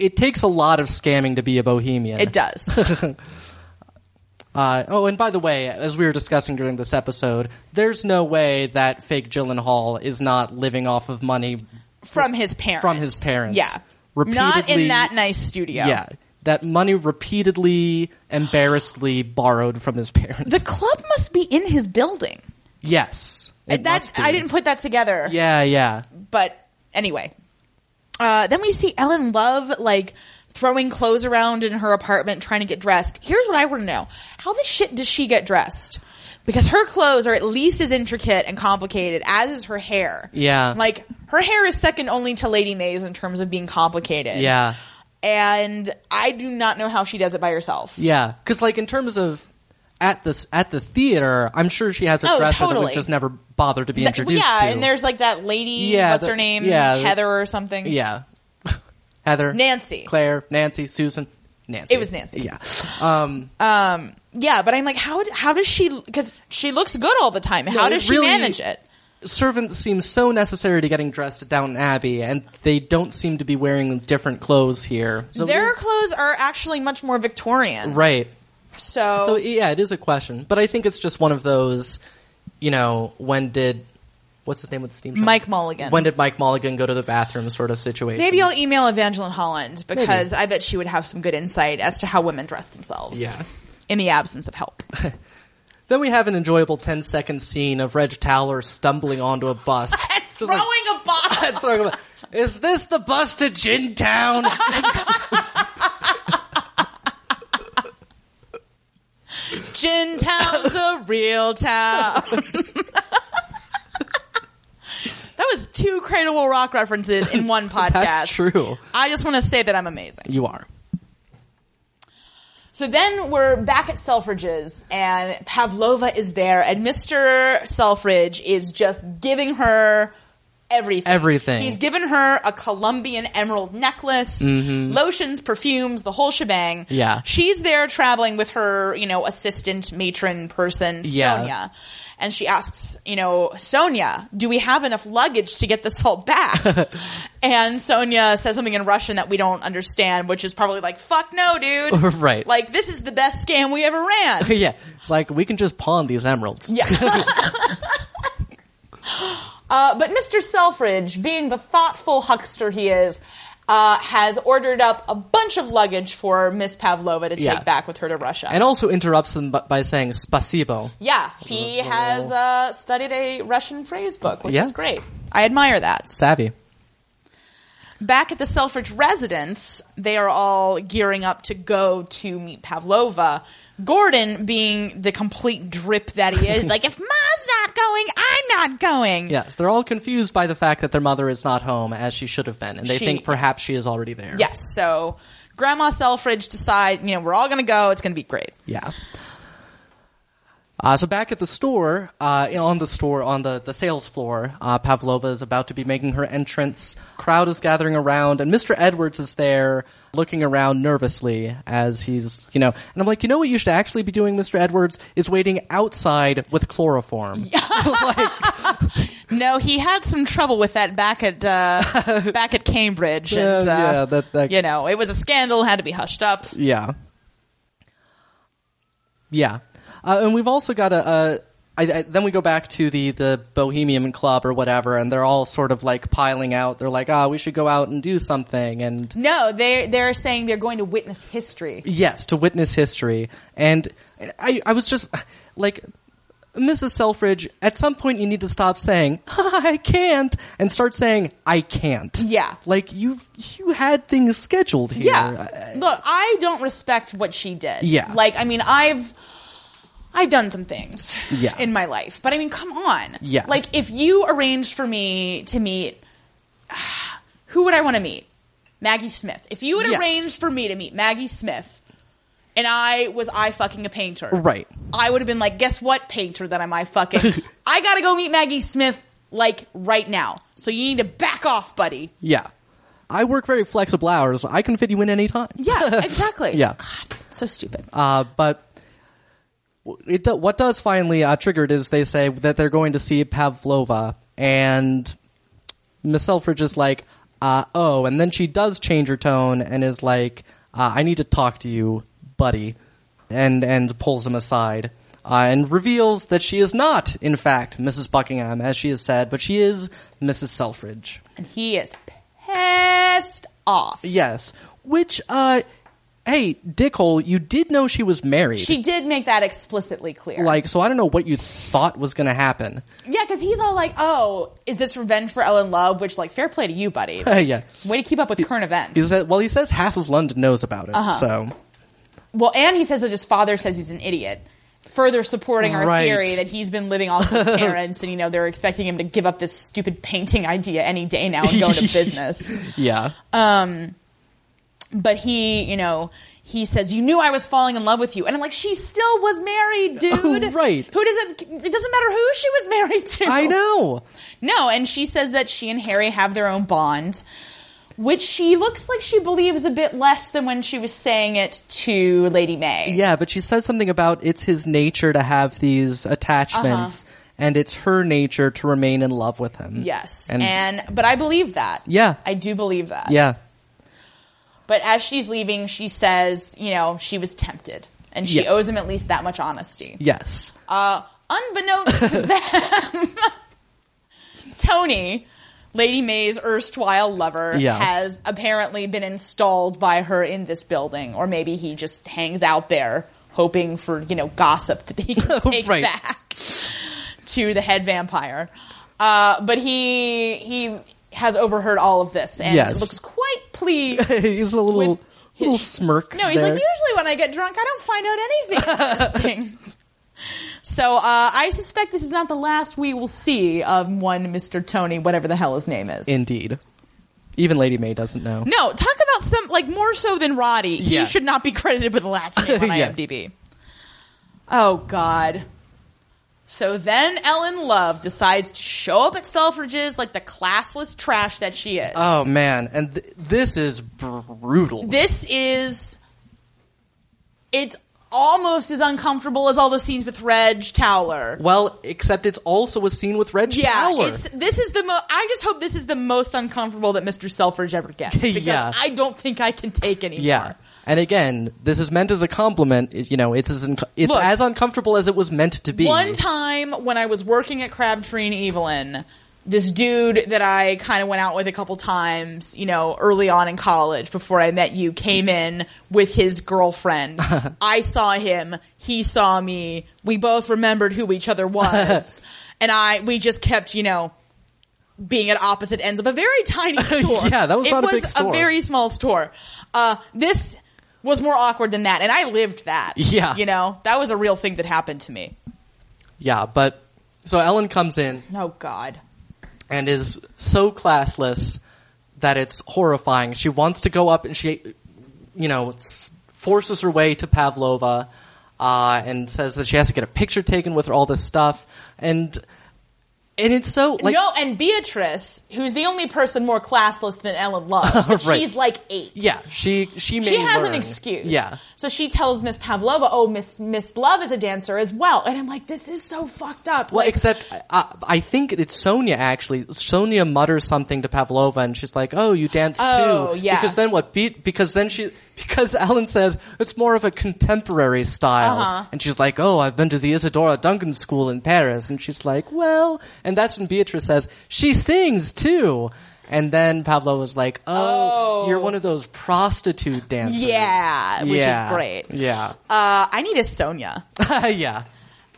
S1: it takes a lot of scamming to be a bohemian.
S2: it does.
S1: Uh, oh, and by the way, as we were discussing during this episode, there's no way that fake Gyllenhaal is not living off of money
S2: from his parents.
S1: from his parents.
S2: Yeah. Not
S1: Repeatedly-
S2: in that nice studio.
S1: Yeah. That money repeatedly, embarrassedly borrowed from his parents.
S2: The club must be in his building.
S1: yes. it
S2: That
S1: must be.
S2: I didn't put that together.
S1: Yeah, yeah.
S2: But anyway, uh, then we see Ellen Love like throwing clothes around in her apartment trying to get dressed. Here's what I want to know: How the shit does she get dressed? Because her clothes are at least as intricate and complicated as is her hair.
S1: Yeah.
S2: like her hair is second only to Lady May's in terms of being complicated.
S1: Yeah.
S2: and I do not know how she does it by herself.
S1: Yeah, because like in terms of at this at the theater, I'm sure she has a
S2: Oh,
S1: dress that
S2: totally.
S1: we've just never bothered to be
S2: Th-
S1: introduced
S2: yeah,
S1: to.
S2: and there's like that lady.
S1: Yeah,
S2: what's
S1: the-
S2: her name?
S1: yeah, the-
S2: Heather or something.
S1: Yeah. Heather.
S2: Nancy.
S1: Claire, Nancy, Susan, Nancy.
S2: It was Nancy.
S1: Yeah. Um,
S2: Yeah, but I'm like, how d- how does she? Because she looks good all the time. How
S1: it
S2: does she
S1: really-
S2: manage it?
S1: Servants seem so necessary to getting dressed at Downton Abbey, and they don't seem to be wearing different clothes here. So it
S2: Their
S1: is-
S2: clothes are actually much more Victorian.
S1: Right.
S2: So,
S1: So, yeah, it is a question. But I think it's just one of those, you know, when did. What's his name with the steam shovel?
S2: Mike Mulligan.
S1: When did Mike Mulligan go to the bathroom sort of situation?
S2: maybe I'll email Evangeline Holland because I bet she would have some good insight as to how women dress themselves.
S1: Yeah.
S2: In the absence of help.
S1: Then we have an enjoyable 10 second scene of Reg Towler stumbling onto a bus.
S2: and
S1: Just
S2: throwing
S1: like-
S2: a bottle.
S1: throwing them out. Is this the bus to Gin Town?
S2: Gin Town's a real town. that was two Cradle Will Rock references in one podcast.
S1: That's true.
S2: I just want to say that I'm amazing.
S1: you are.
S2: So then we're back at Selfridge's, and Pavlova is there, and Mr. Selfridge is just giving her everything.
S1: Everything.
S2: He's given her a Colombian emerald necklace, lotions, perfumes, the whole shebang.
S1: Mm-hmm. Yeah.
S2: She's there traveling with her, you know, assistant matron person,
S1: Yeah.
S2: Sonia. And she asks, you know, Sonia, do we have enough luggage to get this all back? and Sonia says something in Russian that we don't understand, which is probably like, fuck no, dude.
S1: Right.
S2: Like, this is the best scam we ever ran.
S1: yeah. It's like, we can just pawn these emeralds.
S2: Yeah. Uh, but Mr. Selfridge, being the thoughtful huckster he is, uh, has ordered up a bunch of luggage for Miss Pavlova to take
S1: Yeah.
S2: back with her to Russia.
S1: and also interrupts them bu- by saying "spasibo."
S2: yeah, he
S1: Little-
S2: has uh, studied a Russian phrase book, which
S1: Yeah.
S2: is great. I admire that.
S1: Savvy.
S4: Back at the self
S2: Selfridge residence, they are all gearing up to go to meet Pavlova. Gordon, being the complete drip that he is, like, if Ma's not going, I'm not going.
S1: Yes, they're all confused by the fact that their mother is not home as she should have been, and they
S2: She-
S1: think perhaps she is already there.
S2: Yes, so Grandma Selfridge decides, you know, we're all going to go. It's going to be great.
S1: Yeah. Uh, so back at the store, uh, on the store, on the, the sales floor, uh, Pavlova is about to be making her entrance. Crowd is gathering around, and Mr. Edwards is there looking around nervously as he's, you know, and I'm like, you know what you should actually be doing, Mr. Edwards, is waiting outside with chloroform. like,
S4: No, he had some trouble with that back at uh, back at Cambridge,
S1: Yeah,
S4: and uh,
S1: yeah, that- that-
S4: you know it was a scandal, had to be hushed up.
S1: Yeah. Yeah. Uh, and we've also got a. a I, I, then we go back to the, the Bohemian Club or whatever, and they're all sort of like piling out. They're like, ah, we should go out and do something. And
S2: No, they they're saying they're going to witness history.
S1: yes, to witness history. And I, I was just like, Mrs. Selfridge, at some point you need to stop saying, I can't, and start saying, I can't.
S2: Yeah.
S1: Like, you you had things scheduled here. uh,
S2: Yeah. Look, I don't respect what she did.
S1: Yeah.
S2: Like, I mean, I've I've done some things
S1: Yeah.
S2: in my life. But I mean, come on.
S1: Yeah.
S2: Like if you arranged for me to meet who would I want to meet? Maggie Smith. If you had
S1: Yes.
S2: arranged for me to meet Maggie Smith and I was I fucking a painter.
S1: Right.
S2: I would have been like, guess what, painter that am I fucking I gotta go meet Maggie Smith like right now. So you need to back off, buddy.
S1: Yeah. I work very flexible hours. I can fit you in any time.
S2: Yeah, exactly.
S1: Yeah.
S2: God, so stupid.
S1: Uh, but w- it do- what does finally uh, trigger it is they say that they're going to see Pavlova, and Miss Selfridge is like, uh, oh, and then she does change her tone and is like, uh, I need to talk to you, buddy, and and pulls him aside. Uh, and reveals that she is not, in fact, Mrs. Buckingham, as she has said, but she is Mrs. Selfridge.
S2: and he is pissed off.
S1: Yes. Which, uh, hey, dickhole, you did know she was married.
S2: She did make that explicitly clear.
S1: like, so I don't know what you thought was going to happen.
S2: yeah, because he's all like, "Oh, is this revenge for Ellen Love?" Which, like, fair play to you, buddy.
S1: yeah.
S2: Way to keep up with current events.
S1: He said, well, he says half of London knows about it,
S2: Uh-huh.
S1: so.
S2: well, and he says that his father says he's an idiot, further supporting our
S1: Right.
S2: theory that he's been living off his parents, and you know they're expecting him to give up this stupid painting idea any day now and go into business.
S1: Yeah.
S2: Uh-huh. But he, you know, he says, "You knew I was falling in love with you," and I'm like, "She still was married, dude.
S1: Oh, right.
S2: Who doesn't? It doesn't matter who she was married to.
S1: I know.
S2: No, and she says that she and Harry have their own bond, which she looks like she believes a bit less than when she was saying it to Lady May.
S1: Yeah, but she says something about it's his nature to have these attachments,
S2: Uh-huh.
S1: and it's her nature to remain in love with him.
S2: Yes.
S1: And,
S2: And, but I believe that.
S1: Yeah.
S2: I do believe that.
S1: yeah.
S2: But as she's leaving, she says, you know, she was tempted. And she
S1: Yeah.
S2: owes him at least that much honesty.
S1: Yes.
S2: Uh, unbeknownst to them, Tony, Lady May's erstwhile lover,
S1: Yeah.
S2: has apparently been installed by her in this building, or maybe he just hangs out there hoping for you know gossip that he can take
S1: Right.
S2: back to the head vampire. Uh, but he he has overheard all of this and
S1: Yes.
S2: looks quite pleased.
S1: he's a little,
S2: With-
S1: little smirk.
S2: No, he's
S1: there.
S2: like, usually when I get drunk, I don't find out anything interesting. so uh, I suspect this is not the last we will see of one Mr. Tony, whatever the hell his name is.
S1: Indeed. Even Lady May doesn't know.
S2: no, talk about some, like, more so than Roddy.
S1: Yeah.
S2: He should not be credited with the last name on
S1: Yeah.
S2: IMDb. Oh, God. So then Ellen Love decides to show up at Selfridge's like the classless trash that she is.
S1: Oh man, and th- this is brutal.
S2: this is it's almost as uncomfortable as all the scenes with Reg Towler.
S1: well, except it's also a scene with Reg
S2: Yeah,
S1: Towler.
S2: it's this is the most. I just hope this is the most uncomfortable that Mr. Selfridge ever gets. Because
S1: Yeah.
S2: I don't think I can take anymore.
S1: yeah. And again, this is meant as a compliment. It- You know, it's as unco- it's
S2: Look.
S1: as uncomfortable as it was meant to be.
S2: One time when I was working at Crabtree and Evelyn, this dude that I kind of went out with a couple times, you know, early on in college before I met you came in with his girlfriend. I saw him, he saw me. We both remembered who each other was. and I we just kept, you know, being at opposite ends of a very tiny store.
S1: Yeah, that was
S2: it
S1: not a
S2: was
S1: big store.
S2: very small store. Uh, this was more awkward than that, and I lived that.
S1: Yeah.
S2: you know that was a real thing that happened to me.
S1: Yeah, but so Ellen comes in
S2: Oh God,
S1: and is so classless that it's horrifying. She wants to go up and she, you know, s- forces her way to Pavlova uh, and says that she has to get a picture taken with her, all this stuff. And and it's so like
S2: no. And Beatrice, who's the only person more classless than Ellen Love, but
S1: Right.
S2: she's like eight.
S1: yeah, she she may
S2: She has an
S1: learn.
S2: excuse.
S1: Yeah,
S2: So she tells Miss Pavlova, "Oh, Miss Miss Love is a dancer as well." And I'm like, "This is so fucked up."
S1: Well,
S2: Like,
S1: except I, I think it's Sonia actually. Sonia mutters something to Pavlova, and she's like, "Oh, you dance
S2: Oh,
S1: too."
S2: yeah.
S1: Because then what? Be, because then she because Ellen says it's more of a contemporary style,
S2: Uh-huh.
S1: and she's like, "Oh, I've been to the Isadora Duncan School in Paris," and she's like, "Well," and that's when Beatrice says she sings too. And then Pavlova's like, oh,
S2: Oh.
S1: you're one of those prostitute dancers."
S2: Yeah, which is
S1: Yeah.
S2: great.
S1: Yeah,
S2: uh, I need a Sonia.
S1: yeah,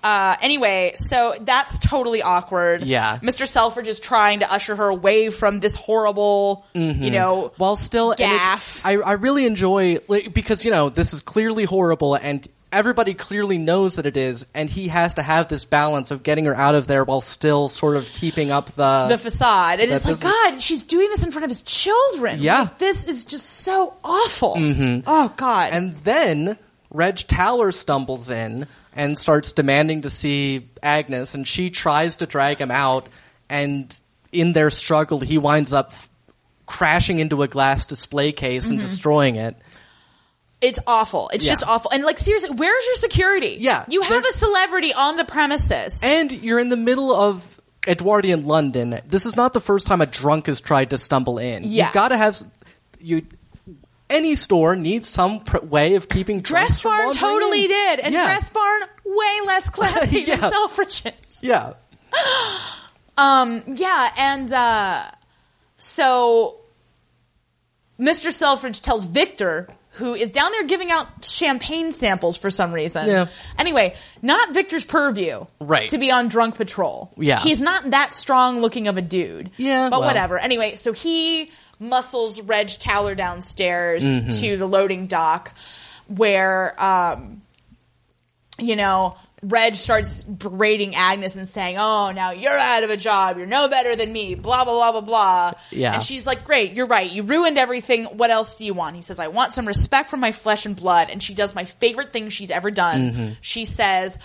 S2: Uh, anyway, so that's totally awkward.
S1: Yeah.
S2: Mr. Selfridge is trying to usher her away from this horrible,
S1: Mm-hmm.
S2: you know,
S1: while still and it-
S2: Gaff.
S1: I, I really enjoy like, because you know this is clearly horrible and everybody clearly knows that it is and he has to have this balance of getting her out of there while still sort of keeping up the,
S2: the facade. And it's
S1: That
S2: like,
S1: doesn't-
S2: God, she's doing this in front of his children.
S1: Yeah. Mm-hmm.
S2: Like, this is just so awful. Oh, God.
S1: and then Reg Towler stumbles in and starts demanding to see Agnes and she tries to drag him out and in their struggle he winds up crashing into a glass display case and destroying it
S2: it's awful. It's
S1: Yeah.
S2: just awful. And like, seriously, where's your security?
S1: Yeah.
S2: You have
S1: There-
S2: a celebrity on the premises.
S1: And you're in the middle of Edwardian London. This is not the first time a drunk has tried to stumble in.
S2: Yeah.
S1: You've got to have s- you. Any store needs some pr- way of keeping drunks
S2: Dress
S1: from
S2: Barn
S1: wandering
S2: totally
S1: in.
S2: did. And
S1: yeah.
S2: Dress Barn, way less classy
S1: Yeah.
S2: than Selfridge's.
S1: Yeah.
S2: Um, yeah, and uh, so Mr. Selfridge tells Victor, who is down there giving out champagne samples for some reason.
S1: Yeah.
S2: Anyway, not Victor's purview,
S1: Right.
S2: To be on drunk patrol.
S1: Yeah.
S2: he's not that strong looking of a dude.
S1: Yeah,
S2: but
S1: well.
S2: whatever. Anyway, so he muscles Reg Towler downstairs
S1: Mm-hmm.
S2: to the loading dock, where um, you know, Reg starts berating Agnes and saying, "Oh, now you're out of a job. You're no better than me." Blah blah blah blah blah.
S1: Yeah.
S2: And she's like, "Great, you're right. You ruined everything. What else do you want?" He says, "I want some respect from my flesh and blood." And she does my favorite thing she's ever done.
S1: Mm-hmm.
S2: She says,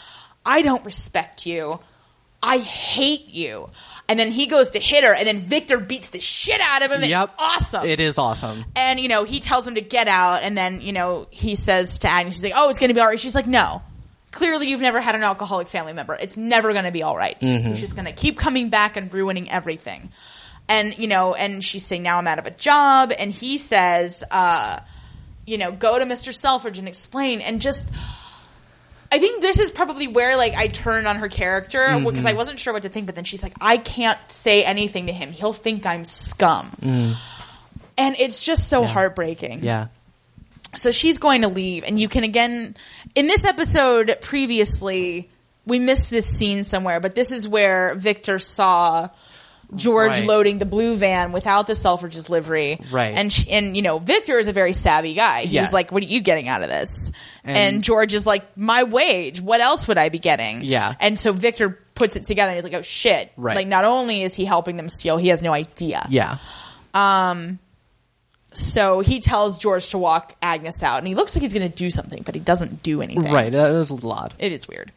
S2: "I don't respect you. I hate you." And then he goes to hit her, and then Victor beats the shit out of him.
S1: Yep.
S2: It's awesome.
S1: It is awesome.
S2: And, you know, he tells him to get out, and then, you know, he says to Agnes, she's like, oh, it's going to be all right. She's like, no. Clearly, you've never had an alcoholic family member. It's never going to be all right. He's just going to keep coming back and ruining everything. And, you know, and she's saying, now I'm out of a job. And he says, uh, you know, go to Mr. Selfridge and explain. And just, I think this is probably where, like, I turned on her character because I wasn't sure what to think. But then she's like, I can't say anything to him. He'll think I'm scum. And it's just so heartbreaking.
S1: Yeah.
S2: So she's going to leave, and you can again in this episode previously we missed this scene somewhere, but this is where Victor saw George
S1: Right.
S2: loading the blue van without the Selfridges livery,
S1: Right.
S2: And she, and you know Victor is a very savvy guy. He's
S1: Yeah.
S2: like, "What are you getting out of this?" And,
S1: And-
S2: George is like, "My wage. What else would I be getting?"
S1: Yeah.
S2: And so Victor puts it together, and he's like, "Oh shit!"
S1: Right.
S2: Like not only is he helping them steal, he has no idea.
S1: Yeah.
S2: So he tells George to walk Agnes out, and he looks like he's going to do something, but he doesn't do anything.
S1: Right. That was a lot.
S2: It is weird.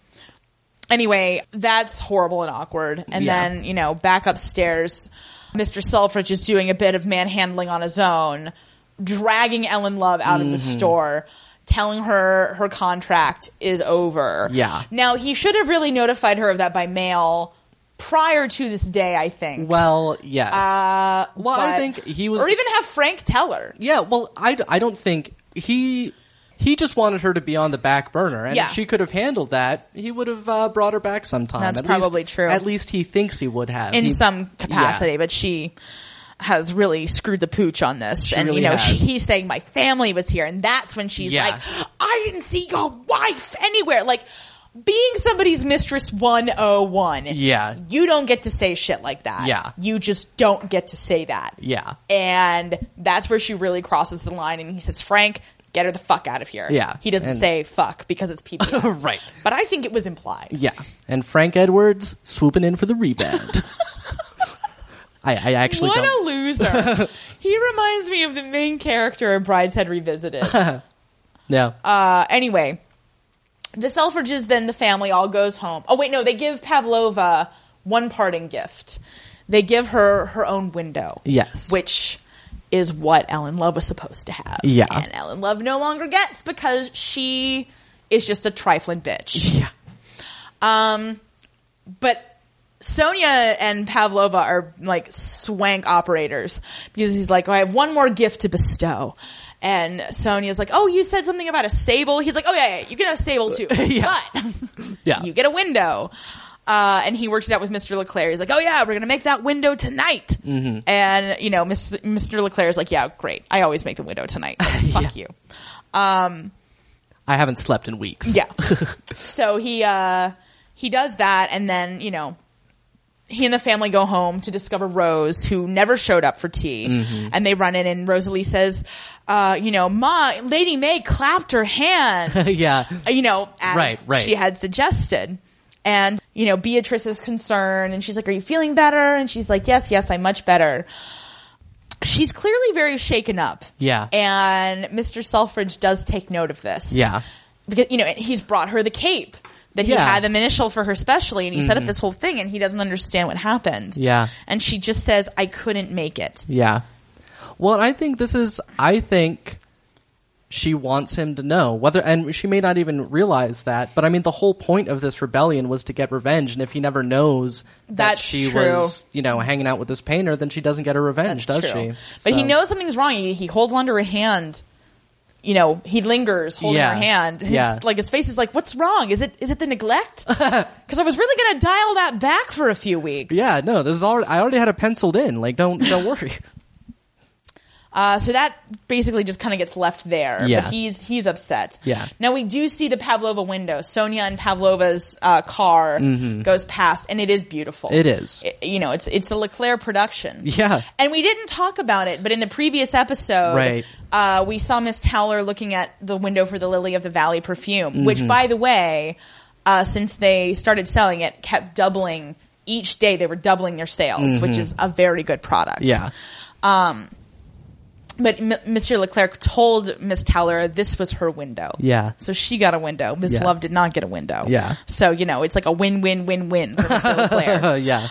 S2: Anyway, that's horrible and awkward. And
S1: Yeah.
S2: then, you know, back upstairs, Mr. Selfridge is doing a bit of manhandling on his own, dragging Ellen Love out of the
S1: Mm-hmm.
S2: store, telling her her contract is over.
S1: Yeah.
S2: Now, he should have really notified her of that by mail prior to this day, I think.
S1: Well, yes.
S2: uh,
S1: well, I
S2: but-
S1: think he was.
S2: Or even have Frank tell her.
S1: yeah. Well, I, I don't think he. He just wanted her to be on the back burner, and
S3: Yeah.
S1: if she could have handled that, he would have uh, brought her back sometime.
S2: That's
S1: At least-
S2: probably true.
S1: At least he thinks he would have
S2: in
S1: He-
S2: some
S1: yeah.
S2: capacity, but she has really screwed the pooch on this. and
S1: really
S2: you know,
S1: has.
S2: she, he's saying my family was here, and that's when she's
S1: Yeah.
S2: like, I didn't see your wife anywhere. Like being somebody's mistress 101.
S1: Yeah.
S2: You don't get to say shit like that.
S1: Yeah.
S2: You just don't get to say that.
S1: Yeah.
S2: And that's where she really crosses the line and he says, Frank, get her the fuck out of here.
S1: Yeah.
S2: He doesn't
S1: And-
S2: say fuck because it's PBS.
S1: Right.
S2: But I think it was implied.
S1: Yeah, and Frank Edwards swooping in for the rebound. I, I actually
S2: what
S1: don't.
S2: a loser. he reminds me of the main character of Brideshead Revisited.
S1: no.
S2: Uh, anyway, the Selfridges, then the family all goes home. Oh, wait, no, they give Pavlova one parting gift. They give her her own window.
S1: Yes.
S2: Which is what Ellen Love was supposed to have.
S1: Yeah.
S2: And Ellen Love no longer gets because she is just a trifling bitch.
S1: yeah.
S2: but Sonia and Pavlova are like swank operators because he's like, oh, I have one more gift to bestow. And Sonia's like, oh, you said something about a sable. He's like, oh yeah, yeah you can have a sable too.
S1: Yeah.
S2: But
S1: Yeah.
S2: you get a window. Uh, and he works it out with Mr. LeClaire. He's like, oh yeah, we're going to make that window tonight.
S1: Mm-hmm.
S2: And, you know, Miss, Mr. LeClaire's like, yeah, great. I always make the window tonight. Like, Fuck you.
S1: I haven't slept in weeks.
S2: Yeah. so he uh he does that and then, you know, he and the family go home to discover Rose, who never showed up for tea. And they run in and Rosalie says, uh, you know, Ma Lady May clapped her hand
S1: yeah.
S2: uh, you know, as
S1: Right, right.
S2: she had suggested. And, you know, Beatrice is concerned and she's like, Are you feeling better? And she's like, Yes, yes, I'm much better. She's clearly very shaken up.
S1: Yeah.
S2: And Mr. Selfridge does take note of this
S1: Yeah.
S2: because you know he's brought her the cape that he
S1: Yeah. Mm-hmm.
S2: had them initial for her specially and he set up this whole thing and he doesn't understand what happened
S1: Yeah.
S2: and she just says i couldn't make it
S1: Yeah. Well, I think this is. I think she wants him to know whether, and she may not even realize that. But I mean, the whole point of this rebellion was to get revenge, and if he never knows that
S2: That's
S1: she
S2: true.
S1: was, you know, hanging out with this painter, then she doesn't get her revenge,
S2: That's
S1: does
S2: true.
S1: she?
S2: but he
S1: So-
S2: knows something's wrong he, he holds onto her hand you know he lingers holding
S1: Yeah.
S2: her hand And
S1: Yeah.
S2: it's like his face is like what's wrong is it is it the neglect because i was really gonna dial that back for a few weeks
S1: Yeah. No. This is already. I already had it penciled in. Like, don't don't worry.
S2: Uh, so that basically just kind of gets left there.
S1: Yeah.
S2: But he's he's upset.
S1: Yeah.
S2: Now we do see the Pavlova window. Sonia and Pavlova's uh, car goes past, and it is beautiful.
S1: Mm-hmm. It is.
S2: I- you know, it's it's a Leclaire production.
S1: Yeah.
S2: And we didn't talk about it, but in the previous episode,
S1: Right.
S2: uh, we saw Miss Towler looking at the window for the Lily of the Valley perfume,
S1: Mm-hmm.
S2: which, by the way, uh, since they started selling it, kept doubling each day. They were doubling their sales, which is a very good product.
S1: Mm-hmm. Yeah.
S2: But M- Mr. Leclerc told Miss Towler this was her window.
S1: Yeah.
S2: So she got a window. Miss
S1: Yeah.
S2: Love did not get a window.
S1: Yeah.
S2: So, you know, it's like a win win win win for Mr. Leclerc.
S1: Uh, yeah.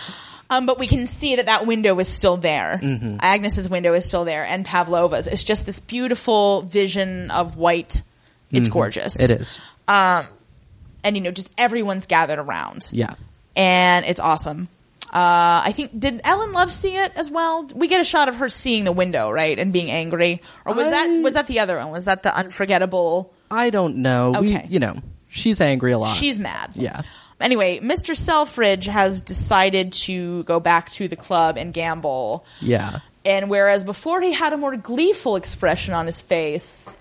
S2: Um, but we can see that that window is still there.
S1: Mm-hmm.
S2: Agnes's window is still there and Pavlova's. It's just this beautiful vision of white. It's gorgeous.
S1: Mm-hmm. It is.
S2: And, you know, just everyone's gathered around.
S1: Yeah.
S2: And it's awesome. Uh, I think did Ellen Love see it as well? We get a shot of her seeing the window, right, and being angry, or was that
S1: I-
S2: was that the other one? Was that the unforgettable?
S1: I don't know.
S2: Okay.
S1: We, you know, she's angry a lot.
S2: She's mad.
S1: Yeah.
S2: Anyway, Mr. Selfridge has decided to go back to the club and gamble.
S1: yeah.
S2: And whereas before he had a more gleeful expression on his face,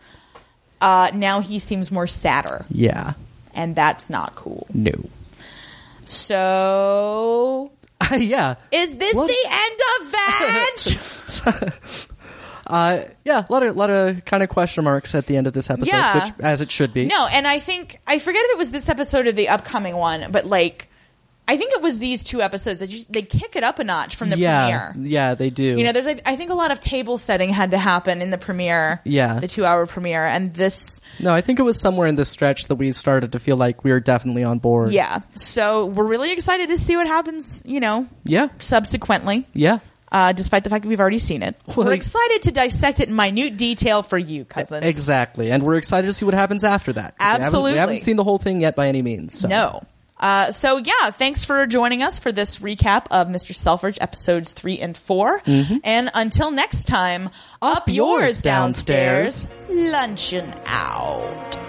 S2: uh, now he seems more sadder.
S1: Yeah.
S2: And that's not cool.
S1: No.
S2: So,
S1: yeah.
S2: is this
S1: What-
S2: the end of Vag?
S1: uh, yeah. A lot of lot of kind of question marks at the end of this episode,
S2: Yeah.
S1: which as it should be.
S2: No, and I think I forget if it was this episode or the upcoming one, but like I think it was these two episodes that just they kick it up a notch from the
S1: yeah.
S2: premiere.
S1: Yeah. They do.
S2: You know, there's I, I think a lot of table setting had to happen in the premiere.
S1: Yeah.
S2: the two hour premiere, and this
S1: no, I think it was somewhere in this stretch that we started to feel like we were definitely on board.
S2: yeah. So we're really excited to see what happens. You know,
S1: Yeah.
S2: subsequently.
S1: Yeah.
S2: Uh, despite the fact that we've already seen it,
S1: Well,
S2: we're
S1: like-
S2: excited to dissect it in minute detail for you, cousin.
S1: Exactly. And we're excited to see what happens after that. We haven't- We
S2: Absolutely.
S1: haven't, seen the whole thing yet by any means. So.
S2: No. Uh, so yeah, thanks for joining us for this recap of Mr. Selfridge episodes
S1: Mm-hmm.
S2: three and 4 And until next time, up,
S1: yours downstairs.
S2: luncheon out.